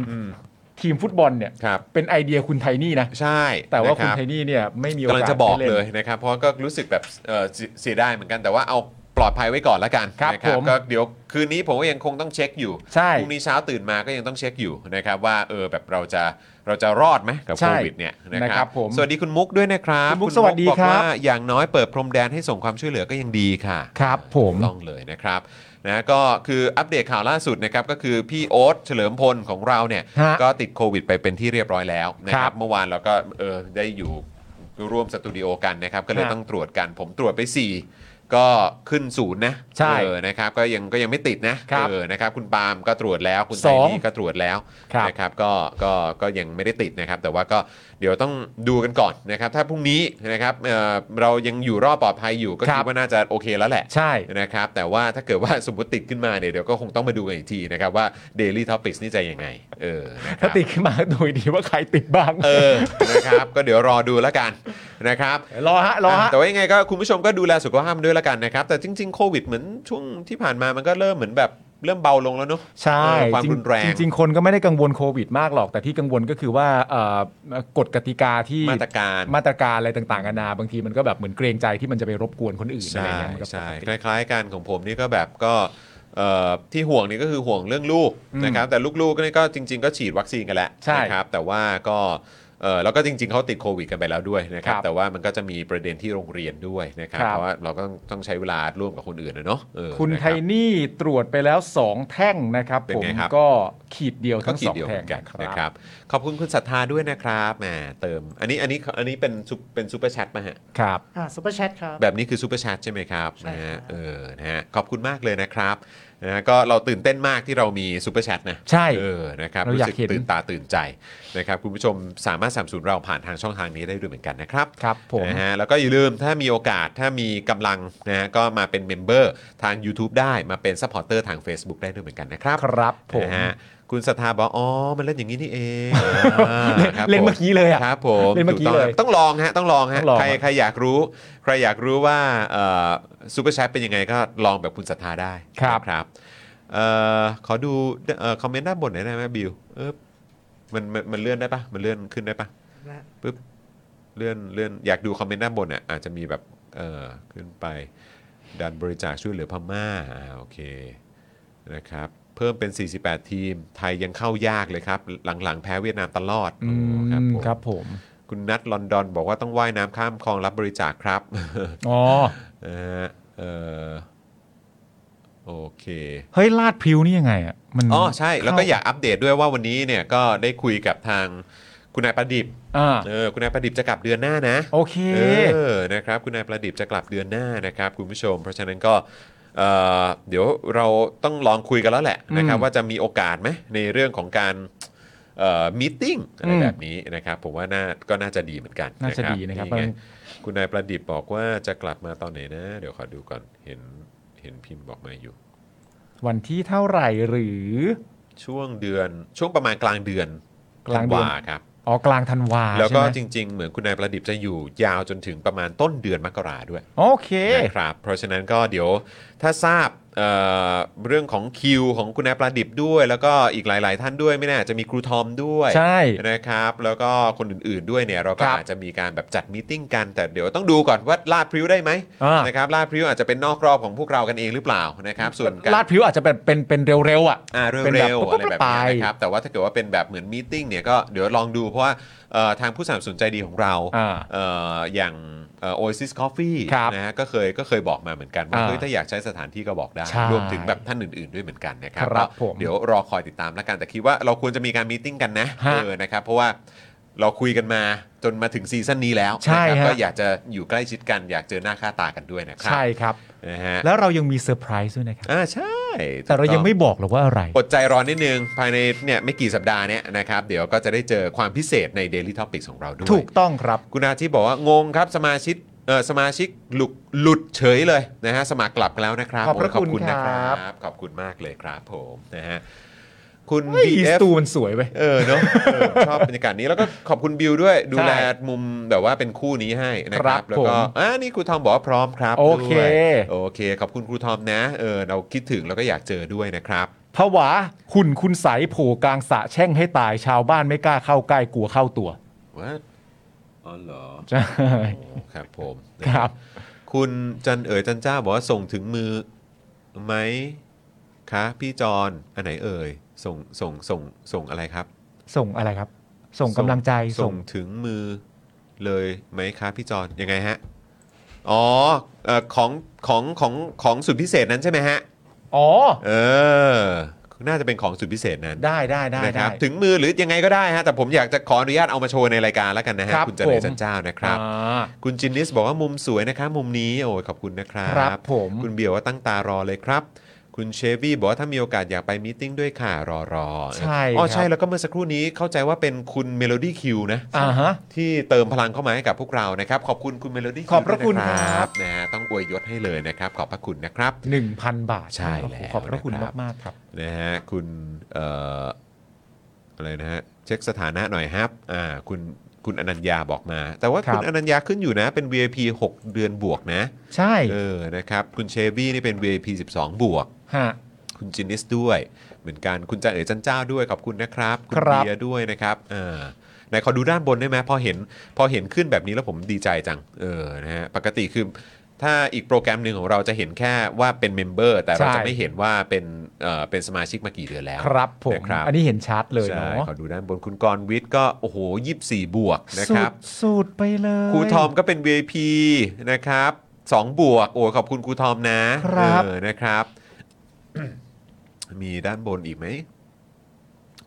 ทีมฟุตบอลเนี่ย
ครับ
เป็นไอเดียคุณไทนี่นะ
ใช่
แต่ว่า
นะ
คุณ
รับ
ไทนี่เนี่ยไม่มีโอก
ำลัง
กาส
จะบอก
ได้น
เลยนะครับเพราะก็รู้สึกแบบเอ่อเสียเสียดายเหมือนกันแต่ว่าเอาปลอดภัยไว้ก่อนละกัน
ครับ
นะ
ผม
ก็เดี๋ยวคืนนี้ผมก็ยังคงต้องเช็คอยู่
ใช่
พรุ่งนี้เช้าตื่นมาก็ยังต้องเช็คอยู่นะครับว่าเออแบบเราจะเราจะรอดไหมกับ
ใช่
โควิดเนี่ยนะค
นะค
รั
รั
บบ
ผม
สวัสดีคุณมุกด้วยนะครับ
คุณมุกสวัสดี
อก
ครับ
ว่าอย่างน้อยเปิดพรมแดนให้ส่งความช่วยเหลือก็ยังดีค่ะ
ครับผม
ล่องเลยนะครับนะก็คืออัปเดตข่าวล่าสุดนะครับก็คือพี่โอ๊ตเฉลิมพลของเราเนี่ย
ฮะ
ก็ติดโควิดไปเป็นที่เรียบร้อยแล้วนะค
ครั
รับบ เมื่อวานเราก็เออได้อยู่ร่วมสตูดิโอกันนะครับก็เลย
ฮะ
ต้องตรวจกันผมตรวจไป4 ก็ขึ้นศูนย์นะ
ใช่
เออนะครับก็ยังก็ยังไม่ติดนะครับ เออนะครับคุณปาล์มก็ตรวจแล้วคุณไท
สอง
นี่ก็ตรวจแล้ว
ครับ
นะครับก็ก็ก็ยังไม่ได้ติดนะครับ แต่ว่าก็เดี๋ยวต้องดูกันก่อนนะครับ ถ้าพรุ่งนี้นะครับเอ่อเรายังอยู่รอบปลอดภัยอยู่ก็
ครั
คิด
บ
ว่าน่าจะโอเคแล้วแหละ
ใช่
นะครับแต่ว่าถ้าเกิดว่า สมมติติดขึ้นมาเนี่ยเดี๋ยวก็คงต้องมาดูกันอีกทีนะครับว่า Daily Topics นี่จะยังไงเออนะครั
ถ้า
บ
ติดขึ้นมาดูดีว่าใครติดบ้าง
เออนะครับ ก็เดี๋ยวรอดูแล้วกันนะครับ
รอฮะรอฮะ
แต่ว่ายังไงก็คุณผู้ชมก็ดูแลสุขภาพด้วยแล้วกันนะครับ แต่จริง ๆ โควิดเหมือนช่วงที่ผ่านมามันก็เริ่มเหมือนแบบเริ่มเบาลงแล้วเนาะ
ใช่
เออความ
จง
รุนแรง
จริงๆ คนก็ไม่ได้กังวลโควิดมากหรอก แต่ที่กังวลก็คือว่าเอ่อเอ่อกฎกติกาที่
มาตรการ
มาตรการอะไรต่างๆนานาบางทีมันก็แบบเหมือนเกรงใจที่มันจะไปรบกวนคนอื่นอะไร
ใช่
เงี้ยมันก็ป
ใช่
กติ
คล้ายๆกันของผมนี่ก็แบบก็เอ่อที่ห่วงนี่ก็คือห่วงเรื่องลูก
อืม
นะครับแต่ลูกๆนี่ก็จริง ๆ ก็ฉีดวัคซีนกันแล้ว
ใช่
นะครับแต่ว่าก็เออแล้วก็จริง ๆเขาติดโควิดกันไปแล้วด้วยนะครับ
ครับ
แต่ว่ามันก็จะมีประเด็นที่โรงเรียนด้วยนะครับ
ครับ
เพราะว่าเราก็ต้องต้องใช้เวลาร่วมกับคนอื่นนะเนาะเออ
คุณ
นะ
ไท
รับ
นี่ตรวจไปแล้ว 2 แท่งนะครับ
เป็น
ผม
ไงครับ
ก็ขีดเดียว
ก็
ทั้ง
ขี
ส
ด
อง
เดียว
แท่
เหมือ
ง
นกัน
นะ
นะ
ค
ค
รั
รับ บขอบคุณคุณศรัทธาด้วยนะครับแหมเติมอันนี้อันนี้อันนี้เป็นซุปเป็นซูเปอร์แชทมาฮะ
ครับ
อ่าซูเปอร์แชทครับ
แบบนี้คือซูเปอร์แชทใช่ไหมครับ
ใช่
นะ
ครั
ฮะ
บ
เออนะฮะขอบคุณมากเลยนะครับนะฮะก็เราตื่นเต้นมากที่เรามีซูเปอร์แชทนะ
ใช่
เออ นะครับ
เรา
รู้
อยาก
สึก
เห็น
ตื่นตาตื่นใจนะครับ คุณผู้ชมสามารถสามสูนเราผ่านทางช่องทางนี้ได้ด้วยเหมือนกันนะครับ
ครับผม
นะฮะแล้วก็อย่าลืมถ้ามีโอกาสถ้ามีกำลังนะฮะก็มาเป็นเมมเบอร์ทาง YouTube ได้มาเป็นซัพพอร์เตอร์ทาง Facebook ได้ด้วยเหมือนกันนะครับ
ครับผม
นะฮะคุณสถาบอกอ๋อ มันเล่นอย่างนี้นี่เองอ่าครับ
เล่นเมื่อกี้เลยอะ
ครับผม
เล่นเมื่อกี้เลย
ถูต้งครับต้องลองฮะต้องลองฮะ
ต้องลอง
ใคร
อะ
ใครอยากรู้ใครอยากรู้ว่าซูเปอร์แชทเป็นยังไงก็ลองแบบคุณศรัทธาได้
ครับ
นะครับเอ่อขอดูเอ่อคอมเมนต์ด้านบนหน่อยได้ไหมบิวเออมันมันมันเลื่อนได้ปะมันเลื่อนขึ้นได้ปะ
นะ
ปึ๊บเลื่อนเลื่อนอยากดูคอมเมนต์ด้านบนอ่ะอาจจะมีแบบเออขึ้นไปดันบริจาคช่วยเหลือพม่าอ่าโอเคนะครับเพิ่มเป็น 48 ทีม ไทยยังเข้ายากเลยครับ หลังๆ แพ้เวียดนามตลอด
อื
โอ้
ม
ครับผม
ครับผม
คุณนัทลอนดอนบอกว่าต้องว่ายน้ำข้ามคลองรับบริจาคครับ
อ๋อ
เออเออโอเค
เฮ้ยลาดพริ้วนี่ยังไงอ่ะมัน
อ๋อใช่แล้วก็
เข้
อยากอัปเดตด้วยว่าวันนี้เนี่ยก็ได้คุยกับทางคุณนายประดิษฐ์
อ่า
เออคุณนายประดิษฐ์จะกลับเดือนหน้านะ
โอเค
เออ นะครับ คุณนายประดิษฐ์จะกลับเดือนหน้านะครับคุณผู้ชม เพราะฉะนั้นก็เอ่อเดี๋ยวเราต้องลองคุยกันแล้วแหละนะครับ
อืม
ว่าจะมีโอกาสไหมในเรื่องของการเอ่อมีติ้งอะไร
อืม
แบบนี้นะครับ ผมว่าน่าก็น่าจะดีเหมือนกัน
น่าจะดีนะครับ
นี่ไง
มัน
คุณนายประดิษฐ์บอกว่าจะกลับมาตอนไหนนะ เดี๋ยวขอดูก่อนเห็นเห็นพิมพ์บอกมาอยู่
วันที่เท่าไหร่หรือ
ช่วงเดือนช่วงประมาณกลางเดือน
กลางเดือน
ธันวครับ
อ๋อกลางธันวา
แล้วก็
ใช่ไหม
จริง ๆ เหมือนคุณนายประดิษฐ์จะอยู่ยาวจนถึงประมาณต้นเดือนมกราด้วย
โอเค
นะครับเพราะฉะนั้นก็เดี๋ยวถ้าทราบเอ่อเรื่องของคิวของคุณนายประดิบด้วย แล้วก็อีกหลาย ๆ ท่านด้วยไม่แน่อาจจะมีครูทอมด้วย
ใช่
นะครับแล้วก็คนอื่นๆด้วยเนี่ยเราก็
ครับ
อาจจะมีการแบบจัดมีตติ้งกัน แต่เดี๋ยวต้องดูก่อนว่าลาดพริ้วได้ไหม
อ่าน
นะครับลาดพริ้วอาจจะเป็นนอกรอบของพวกเรากันเองหรือเปล่านะครับส่วนการ
ลาดพริ้วอาจจะเป็นเป็นเป็นเร็วๆอ่ะ
อ่า
ป็น
เร็วๆ
ปุ๊
อะไรแบบ
ไป
นี้นะครับแต่ว่าถ้าเกิดว่าเป็นแบบเหมือนมีติ้งเนี่ยก็เดี๋ยวลองดูเพราะว่าเอ่อทางผู้สนับสนุนใจดีของเรา
อ่า
เอ่ออย่างเอ่อ Oasis Coffee
ครับ
นะฮะก็เคยก็เคยบอกมาเหมือนกันว่า
อ่า
เฮ้ยถ้าอยากใช้สถานที่ก็บอกได้
ใช่
รวมถึงแบบท่านอื่น ๆด้วยเหมือนกันนะครับ
ครับ
ก็
ผม
เดี๋ยวรอคอยติดตามแล้วกันแต่คิดว่าเราควรจะมีการมีติ้งกันนะ
ฮะ
เออนะครับเพราะว่าเราคุยกันมาจนมาถึงซีซั่นนี้แล้ว
ใช่
นะครับ
ฮะ
ก็อยากจะอยู่ใกล้ชิดกันอยากเจอหน้าค่าตากันด้วยนะครั
ใช่ครับ
นะฮะ
แล้วเรายังมีเซอร์ไพรส์ด้วยนะครับ
อ่าใช่
แต่เรา
ถูก
ยั
องง
ไม่บอกหรอกว่าอะไร
อดใจรอนิดนึง ภายในเนี่ยไม่กี่สัปดาห์เนี่ยนะครับ เดี๋ยวก็จะได้เจอความพิเศษใน Daily Topics ของเราด้วย
ถูกต้องครับ
คุณอาที่บอกว่างงครับสมาชิกเออสมาชิกหลุดหลุดเฉยเลยนะฮะสมัครกลับกันแล้วนะครับ
ขอบพระ
โย
คุณ
นะ
ค
ค
รั
รับ บ ขอบคุณมากเลยครับผมนะฮะคุณ
เฮ้ย
BF
สตูมันสวยเว้ย
เออเนาะเออชอบบรรยากาศนี้แล้วก็ขอบคุณบิวด้วย ดูแลมุมแบบว่าเป็นคู่นี้ให้นะค
ครั
รั
บบ
แล้วก็
ผม
อ่านี่ครูทอมบอกว่าพร้อมครับ
โอเค
ด้วยโอเค ขอบคุณครูทอมนะเออเราคิดถึงแล้วก็อยากเจอด้วยนะครับ
ผวาหุ่นคุณใสโผล่กลางสระแช่งให้ตายชาวบ้านไม่กล้าเข้าใกล้กลัวเข้าตัว
What? อ๋อเหรอ
ใช่
ครับผมนะ
ค
ค
รั
รั
บบ
คุณจันเอ๋ยจันเจ้าบอกว่าส่งถึงมือไหมคะพี่จอนอันไหนเอ่ยส่งส่งส่งส่งอะไรครับ
ส่งอะไรครับ ส่งกำลังใจส่
ส่
ง
งถึงมือเลยไหมคะพี่จอนยังไงฮะอ๋อเอ่อของของของของสุดพิเศษนั้นใช่ไหมฮะ
อ๋อ
เออ น่าจะเป็นของสุดพิเศษนั้น
ได้ได้ได้
นะค
ได้
รับถึงมือหรือยังไงก็ได้ฮะแต่ผมอยากจะขออนุญาตเอามาโชว์ในรายการแล้วกันนะฮะ
ครับ
คุณเจริญ
ผม
จันเจ้านะครับ
อ่า
คุณจินนิสบอกว่ามุมสวยนะคะมุมนี้โอ้ยขอบคุณนะครับ
ครับผม
คุณเบียวว่าตั้งตารอเลยครับ คุณเชฟี่บอกว่าถ้ามีโอกาสอยากไปมีตติ้งด้วยค่ะรอรอ
ใช่
อ๋อ
ครับ
ใช่แล้วก็เมื่อสักครู่นี้เข้าใจว่าเป็นคุณเมโลดี้คิวนะ
อ่าฮะ
ที่เติมพลังเข้ามาให้กับพวกเรานะครับ ขอบคุณคุณเมโลดี้
ขอบพระคุณ
ด้วยนะครับ นะฮะต้องอวยยศให้เลยนะครับ ขอบพระคุณนะครับ
หนึ่งพันบาท
ใช่
โอ้โห
แล้ว
ขอบพระคุณ
นะครั
มา
บ
กมากๆครับ
นะฮะคุณเอ่ออะไรนะฮะเช็คสถานะหน่อยครับอ่าคุณคุณอนัญญาบอกมา แต่ว่า
ครับ
คุณอนัญญาขึ้นอยู่นะเป็น VIP 6 เดือนบวกนะ
ใช่
เออ นะครับ คุณเชบี้นี่เป็น VIP 12 บวก
ฮะ
คุณจินนิสด้วย เหมือนกัน คุณจ่าเอ๋ยจันเจ้าด้วย ขอบคุณนะครับ คุณ
ครับ
เบียร์ด้วยนะครับเออไหนขอดูด้านบนได้ไหมพอเห็น พอเห็นขึ้นแบบนี้แล้วผมดีใจจัง เออ นะฮะ ปกติคือ ถ้าอีกโปรแกรมหนึ่งของเราจะเห็นแค่ว่าเป็นเมมเบอร์ แต่เราจะไม่เห็นว่าเป็น เอ่อ เป็นสมาชิกมากี่เดือนแล้ว
ครับผม
นะครับ
อันนี้เห็นชัดเลย
ใช่
เนาะ
ขอดูด้านบน คุณกรณ์วิทย์ก็ โอ้โห24 บวกนะค
สุ
รับ
ดสุดไปเลย
ครูทอมก็เป็น VIP นะครับสองบวก โอ้ขอบคุณครูทอมนะครับ เออนะครับ มีด้านบนอีกไหม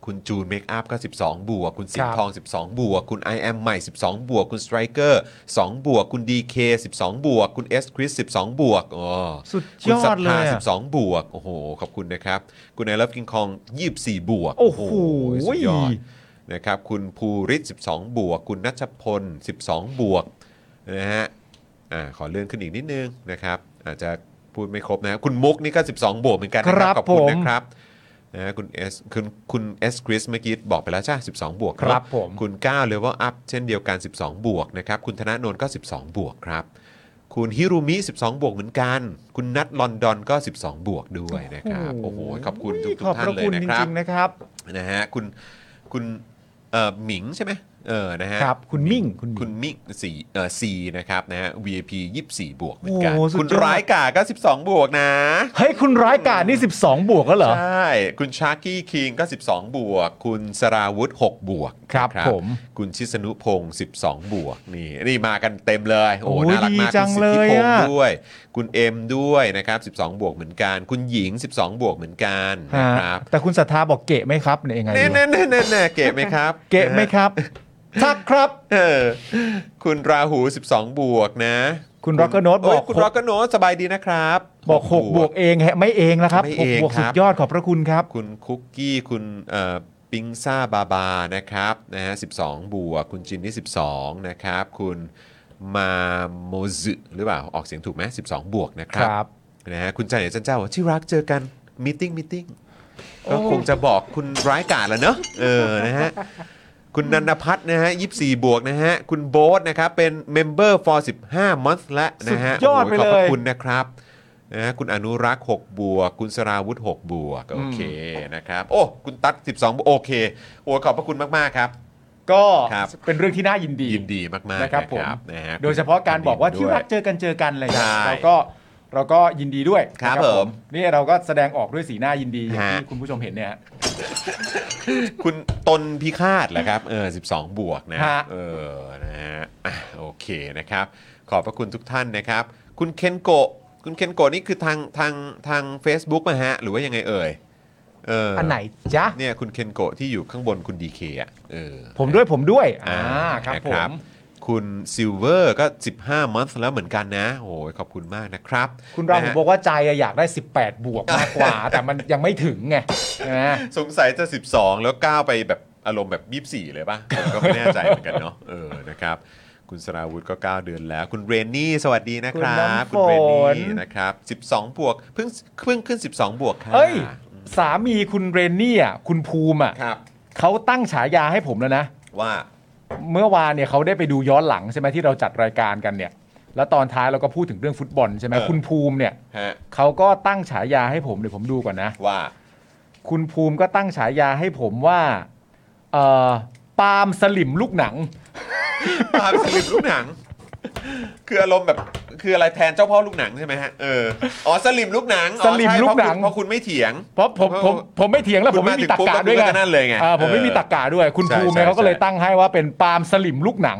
คุณจูนเมคอัพก็ 12 บวก คุณสิงห์
ครับ
ทอง 12 บวก คุณ I am ใหม่ 12 บวก คุณสไตรเกอร์2บวก คุณ DK 12 บวก คุณ S Chris 12 บวกโอ้
สุด
คุณศรัทธาย
อดเลยอะ
12 บวก โอ้โห ขอบคุณนะครับ คุณไอ o ล e กิงคอง 24 บวก
โอ้โห
สุดยอด นะครับคุณภูริศ12 บวก คุณนัชพล 12 บวกนะฮะอ่าขอเลื่อนขึ้นอีกนิดนึงนะครับ อาจจะพูดไม่ครบนะคุณมุกนี่ก็ 12 บวกเหมือนกันนะค
ครั
รับบ ขอบคุณ
ผม
นะครับนะฮะคุณเอสคุณคุณเอสคริสเมื่อกี้บอกไปแล้วใช่12 บวก
ครับผม
คุณก้าวเลเวลอัพเช่นเดียวกัน 12 บวกนะครับ คุณธนาโนนก็ 12 บวกครับ คุณฮิรุมิ 12 บวกเหมือนกัน คุณนัทลอนดอนก็ 12 บวกด้วยนะครับโอ้โหขอบคุณทุก
ขอบ
ๆท่า
พ
น
ระ
เลย
คุณ
นะค
จ
รับ
ริงๆนะครับ
นะฮะคุณคุณเอ่อหมิงใช่ไหมเออนะฮะ
ครับคุณมิ่งคุ
คุณ ณ
มิ่ง
มิ่งสี่เอ่อสี่นะครับนะฮะ VIP 24 บวกเหมือนกัน
โอ้สุดยอด
คุณร้ายกาก็12 บวกนะ
เฮ้ยคุณร้ายกาจนี่ 12 บวกแล้วเหรอ
ใช่คุณชาร์กี้คิงก็ 12 บวก คุณสราวุธ 6 บวก
ครับ
นะ
ผม
คุณชิสนุพงศ์12 บวกนี่นี่มากันเต็มเลยโอ้โห
โอ้ย
น่ารักมาก
ดีจั
คุณ
ง
สิทธิพงศ์
เลยอะ
ด้วย คุณเอ็มด้วยนะครับ12 บวกเหมือนกัน คุณหญิง 12 บวกเหมือนกันนะครับ
ฮะแต่คุณศรัทธาบอกเกะไหมครับเนี่ยยังไง
แน่
ดี
แน่แน่แน่แน่เก๋ไหมครับ
เกะไหมครับทักครับ
เออ คุณราหู 12 บวกนะ
คุณ Rocker Note
ย
บอก
คุณ
หก
ร็อกเกอร์โนสบายดีนะครับ
บอกหกบวกเองฮะไม่เองนะครับ
ไม่
ห
เอก ง
บวก
ค
สุ
รั
ดยอดขอบพระคุณครับ
คุณคุกกี้คุณเอ่อปิงซ่าบาบานะครับนะฮะ12 บวก คุณจินนี่ 12 นะครับ คุณมาโมซึหรือเปล่า ออกเสียงถูกไหม12 บวกนะครั
ครับ
นะฮะคุณจันเหนือจันเจ้าบอกว่าที่รักเจอกันมีติ้งมีติ้งก็คงจะบอกคุณร้ายกาจแหล้วเนอะเออนะฮะ คุณนันพัฒน์นะฮะ24 บวกนะฮะ คุณโบ๊ทนะครับ เป็นเมมเบอร์ for 15 month และนะฮะ
สุดยอด
โโห
ไปเล
ขอบ
ย
พระคุณนะครับนะฮะคุณอนุรักษ์ 6 บวก คุณสราวุธ 6 บวก โอเคนะครับ โอ้ คุณตั๊ด12 บวก โอเค โอ้ขอบพระคุณมาก ๆ ครับ
ก็
ครับ
เป็นเรื่องที่น่ายินดี
ยินดีมาก ๆ
นะครับผม
นะฮะ
โดยเฉพาะการบอกว่าที่รัก
ด้วย
เจอกันเจอกันอะไรอย่างเงี้ย
ใช่
เราก็เราก็ยินดีด้วย
ครับ
นะ
ผม
นี่เราก็แสดงออกด้วยสีหน้ายินดีอย่างที่
ฮะ
คุณผู้ชมเห็นเนี่ยฮะ
คุณตนพิฆาตเหรอครับเออ12 บวกนะ
ฮะ
เออนะฮะอ่ะโอเคนะครับ ขอบพระคุณทุกท่านนะครับ คุณเคนโกะคุณเคนโกะนี่คือทางทางทาง Facebook มาฮะ หรือว่ายังไงเอ่ยเอออั
นไหนจ๊ะ
เนี่ยคุณเคนโกะที่อยู่ข้างบนคุณดีเคอ่ะเออ
ผมด้วยผมด้วย
อ่า
อ่าครับ
นะ
ผม
คุณซิลเวอร์ก็ 15 month แล้วเหมือนกันนะโอ้ยขอบคุณมากนะครับ
คุณราหู
นะฮะ
บอกว่าใจอะอยากได้ 18 บวกมากกว่า แต่มันยังไม่ถึงไงใช่ไหม
สงสัยจะ 12 แล้วก้าวไปแบบอารมณ์แบบ 24 เลยป่ะ ผมก็ไม่แน่ใจเหมือนกันเนาะเออนะครับ คุณสราวุธก็ 9 เดือนแล้ว คุณเรนนี่ สวัสดีนะครับ
คุณน้ำฝน
เรนนี่นะครับ 12 บวกเพิ่งเพิ่งขึ้น 12 บวกค่ะ
เอ้ย สามีคุณเรนนี่อ่ะคุณภูมิอ่ะ
ครับ
เขาตั้งฉายาให้ผมแล้วนะ
ว่า
เมื่อวานเนี่ยเขาได้ไปดูย้อนหลังใช่ไหมที่เราจัดรายการกันเนี่ย แล้วตอนท้ายเราก็พูดถึงเรื่องฟุตบอลใช่ไหมคุณภูมิเนี่ย
ฮะ
เขาก็ตั้งฉายาให้ผมเดี๋ยวผมดูก่อนนะ
ว่า
คุณภูมิก็ตั้งฉายาให้ผมว่าเอ่อปาล์มสลิมลูกหนัง
ปาล์มสลิปลูกหนัง คืออารมณ์แบบคืออะไรแทนเจ้าพ่อลูกหนังใช่ไหมฮะเอออ๋อสลิมลูกหนังอ๋อ
สลิม
ใช่
ลูกหนัง
เพราะคุณเพราะคุณไม่เถียง
เพราะผมผมผมไม่เถียงแล้ว
คุ
ผ
ณ
มไม่มี
มา
ตร
ถึงปุ๊บ
กะ
ก็
ด้วย
คุณก็นั่นเลยไง
อ่าผมไม่
เออ
มีตรกะด้วย คุณ
ใช่
ภูมิเนี่ย
ใช่
เขาก็เลย
ใช่
ตั้งให้ว่าเป็นปาล์มสลิมลูกหนัง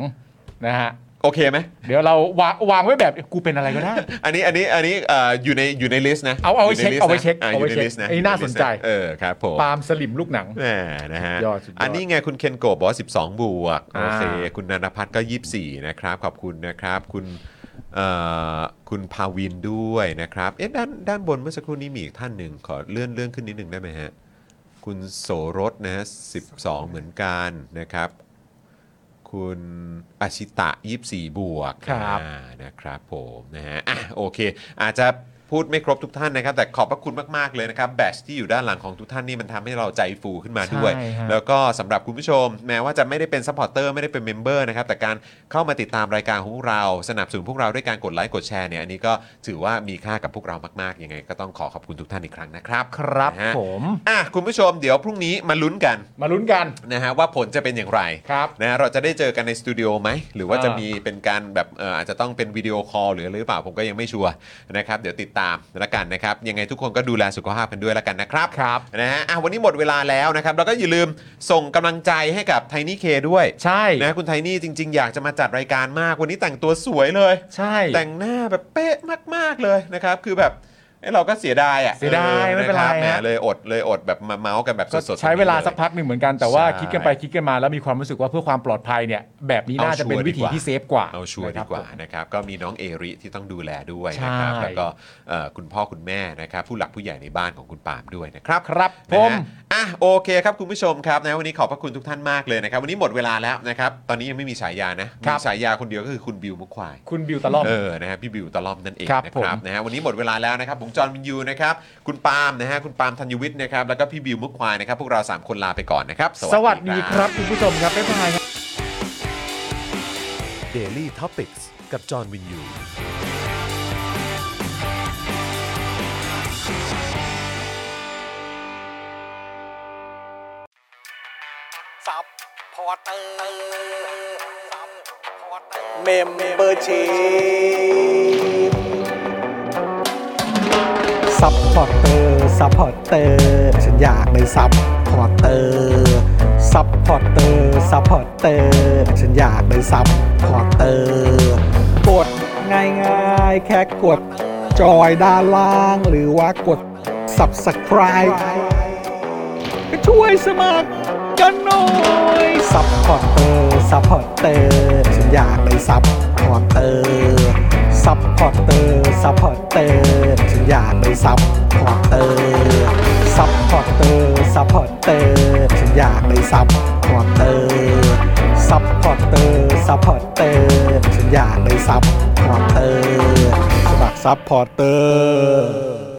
นะฮะ
โอเคไหม
เดี๋ยวเราวางวางไว้แบบกูเป็นอะไรก็ ได้
อันนี้อันนี้อันนี้เอ่ออยู่ในอยู่ในลิสต์นะ
เอาเอาไว้
ยู่ใน
เช็ค
ลิสต์นะ
เอาไว้เช็ค
ะ
เอาไว้
ยู่
เช็ค
ลิสต์ะ
ไอ้น่าสนใจ
อยู่ลิสต์ะเออครับผม
ปาล์มสลิมลูกหนัง
แหมนะฮะ
สุดยอดสุดยอด
อันนี้ไงคุณเคนโกะบอกว่า12 บวกโอเค
อ่า
คุณนันทพัฒน์ก็ 24 นะครับ ขอบคุณนะครับ คุณเอ่อคุณภาวินด้วยนะครับเอ๊ะด้านด้านบนเมื่อสักครู่นี้มีอีกท่านหนึ่งขอเลื่อนเลื่อนขึ้นนิดหนึ่งได้ไหมฮะ คุณโสรสนะฮะ12 เหมือนกันนะครับ คุณอาชิตะ 24 บวก
ครับ
อ่านะครับผมนะฮะอ่ะโอเค อาจจะพูดไม่ครบทุกท่านนะครับ แต่ขอบพระคุณมาก ๆ เลยนะครับ แบชที่อยู่ด้านหลังของทุกท่านนี่มันทำให้เราใจฟูขึ้นมาด้วย
ใช่ฮะ
แล้วก็สำหรับคุณผู้ชม แม้ว่าจะไม่ได้เป็นซัพพอร์ตเตอร์ไม่ได้เป็นเมมเบอร์นะครับ แต่การเข้ามาติดตามรายการของพวกเราสนับสนุนพวกเราด้วยการกดไลค์กดแชร์เนี่ยอันนี้ก็ถือว่ามีค่ากับพวกเรามากๆยังไง ก็ต้องขอขอบคุณทุกท่านอีกครั้งนะครับ
ครับ
นะฮะ
ผม
อ่ะคุณผู้ชมเดี๋ยวพรุ่งนี้มาลุ้นกัน
มาลุ้นกัน
นะฮะว่าผลจะเป็นอย่างไร
ครับ
นะฮะเราจะได้เจอกันในสตูดิโอไหม หรือว่า
เออ
จะมีเป็นการแบบเอ่ออาจจะต้องเป็นวิดีโอคอลหรืออะไรหรือเปล่าผมก็ยังไม่ชัวร์นะครับ เดี๋ยวติดตามละกันนะครับ ยังไงทุกคนก็ดูแลสุขภาพกันด้วยละกันนะครับ
ครับ
นะฮะอ่ะวันนี้หมดเวลาแล้วนะครับ แล้วก็อย่าลืมส่งกำลังใจให้กับไทนี่เคด้วย
ใช่
นะคุณไทนี่จริง ๆ อยากจะมาจัดรายการมาก วันนี้แต่งตัวสวยเลย
ใช่
แต่งหน้าแบบเป๊ะมาก ๆ เลยนะครับ คือแบบเอ้ยเราก็เสียดายอ่ะ
เสียดาย
ออะ
ไม่เป็นไร
คบแหม
ฮะ
เลยอดเลยอดแบบมาเมาส์กันแบบส
ก็
ดๆ
ใช้เวลา
ตรงนี้ย
สักพักหนึ่งเหมือนกันแต่ว่า
ใช่
คิดกันไปคิดกันมาแล้วมีความรู้สึกว่าเพื่อความปลอดภัยเนี่ย แบบนี้
เอา
น่าจะเป็น
ชัวร์
วิธี
ดีกว่า
ที่เซฟกว่า
เอาชัวร์
นะค
ดี
บ
กว่า
ผม
นะครับก็มีน้องเอริที่ต้องดูแลด้วยนะครับ
ใช่
แล้วก็เอ่อคุณพ่อคุณแม่นะครับผู้หลักผู้ใหญ่ในบ้านของคุณปาล์มด้วยนะครับ
ครับผ
นะ
ม
ฮะอ่ะโอเคครับคุณผู้ชมครับนะวันนี้ขอบพระคุณทุกท่านมากเลยนะครับ วันนี้หมดเวลาแล้วนะครับตอนนี้ยังไม่มีฉายานะครับ มีฉายาคนเดียวก็คือคุณบิวมุกควาย
คุณบิวตะล่อม
เออ นะฮะ พี่บิวตะล่อมนั่นเอง
ครับ
นะ
ผม
ครับ นะฮะ วันนี้หมดเวลาแล้วนะครับ ผมจอห์นวินยูนะครับ คุณปาล์มนะฮะ คุณปาล์มธัญวิทย์นะครับ แล้วก็พี่บิวมุกควายนะครับ พวกเรา 3 คนลาไปก่อนนะครับ
สวัสดีครับคุณผู้ชมครับบ๊ายบาย
Daily Topics กับจอห์นวินยู
ซับพอร์เตอร์ซับพอร์เตอร์
เมมเบอร์ชีซัพพอร์เตอร์ซัพพอร์เตอร์ฉันอยากเป็นซัพพอร์เตอร์ซัพพอร์เตอร์ซัพพอร์เตอร์ฉันอยากเป็นซัพพอร์เตอร์กดง่ายๆ แค่กดจอยด้านล่าง หรือว่ากด subscribe ก็ช่วยสมัครกันหน่อยซัพพอร์เตอร์ซัพพอร์เตอร์ฉันอยากเป็นซัพพอร์เตอร์ซัพพอร์เตอร์ซัพพอร์เตอร์ฉันอยากเป็นซัพพอร์เตอร์ซัพพอร์เตอร์ซัพพอร์เตอร์ฉันอยากเป็นซัพพอร์เตอร์ซัพพอร์เตอร์ซัพพอร์เตอร์ฉันอยากเป็นซัพพอร์เตอร์สมัครซัพพอร์เตอร์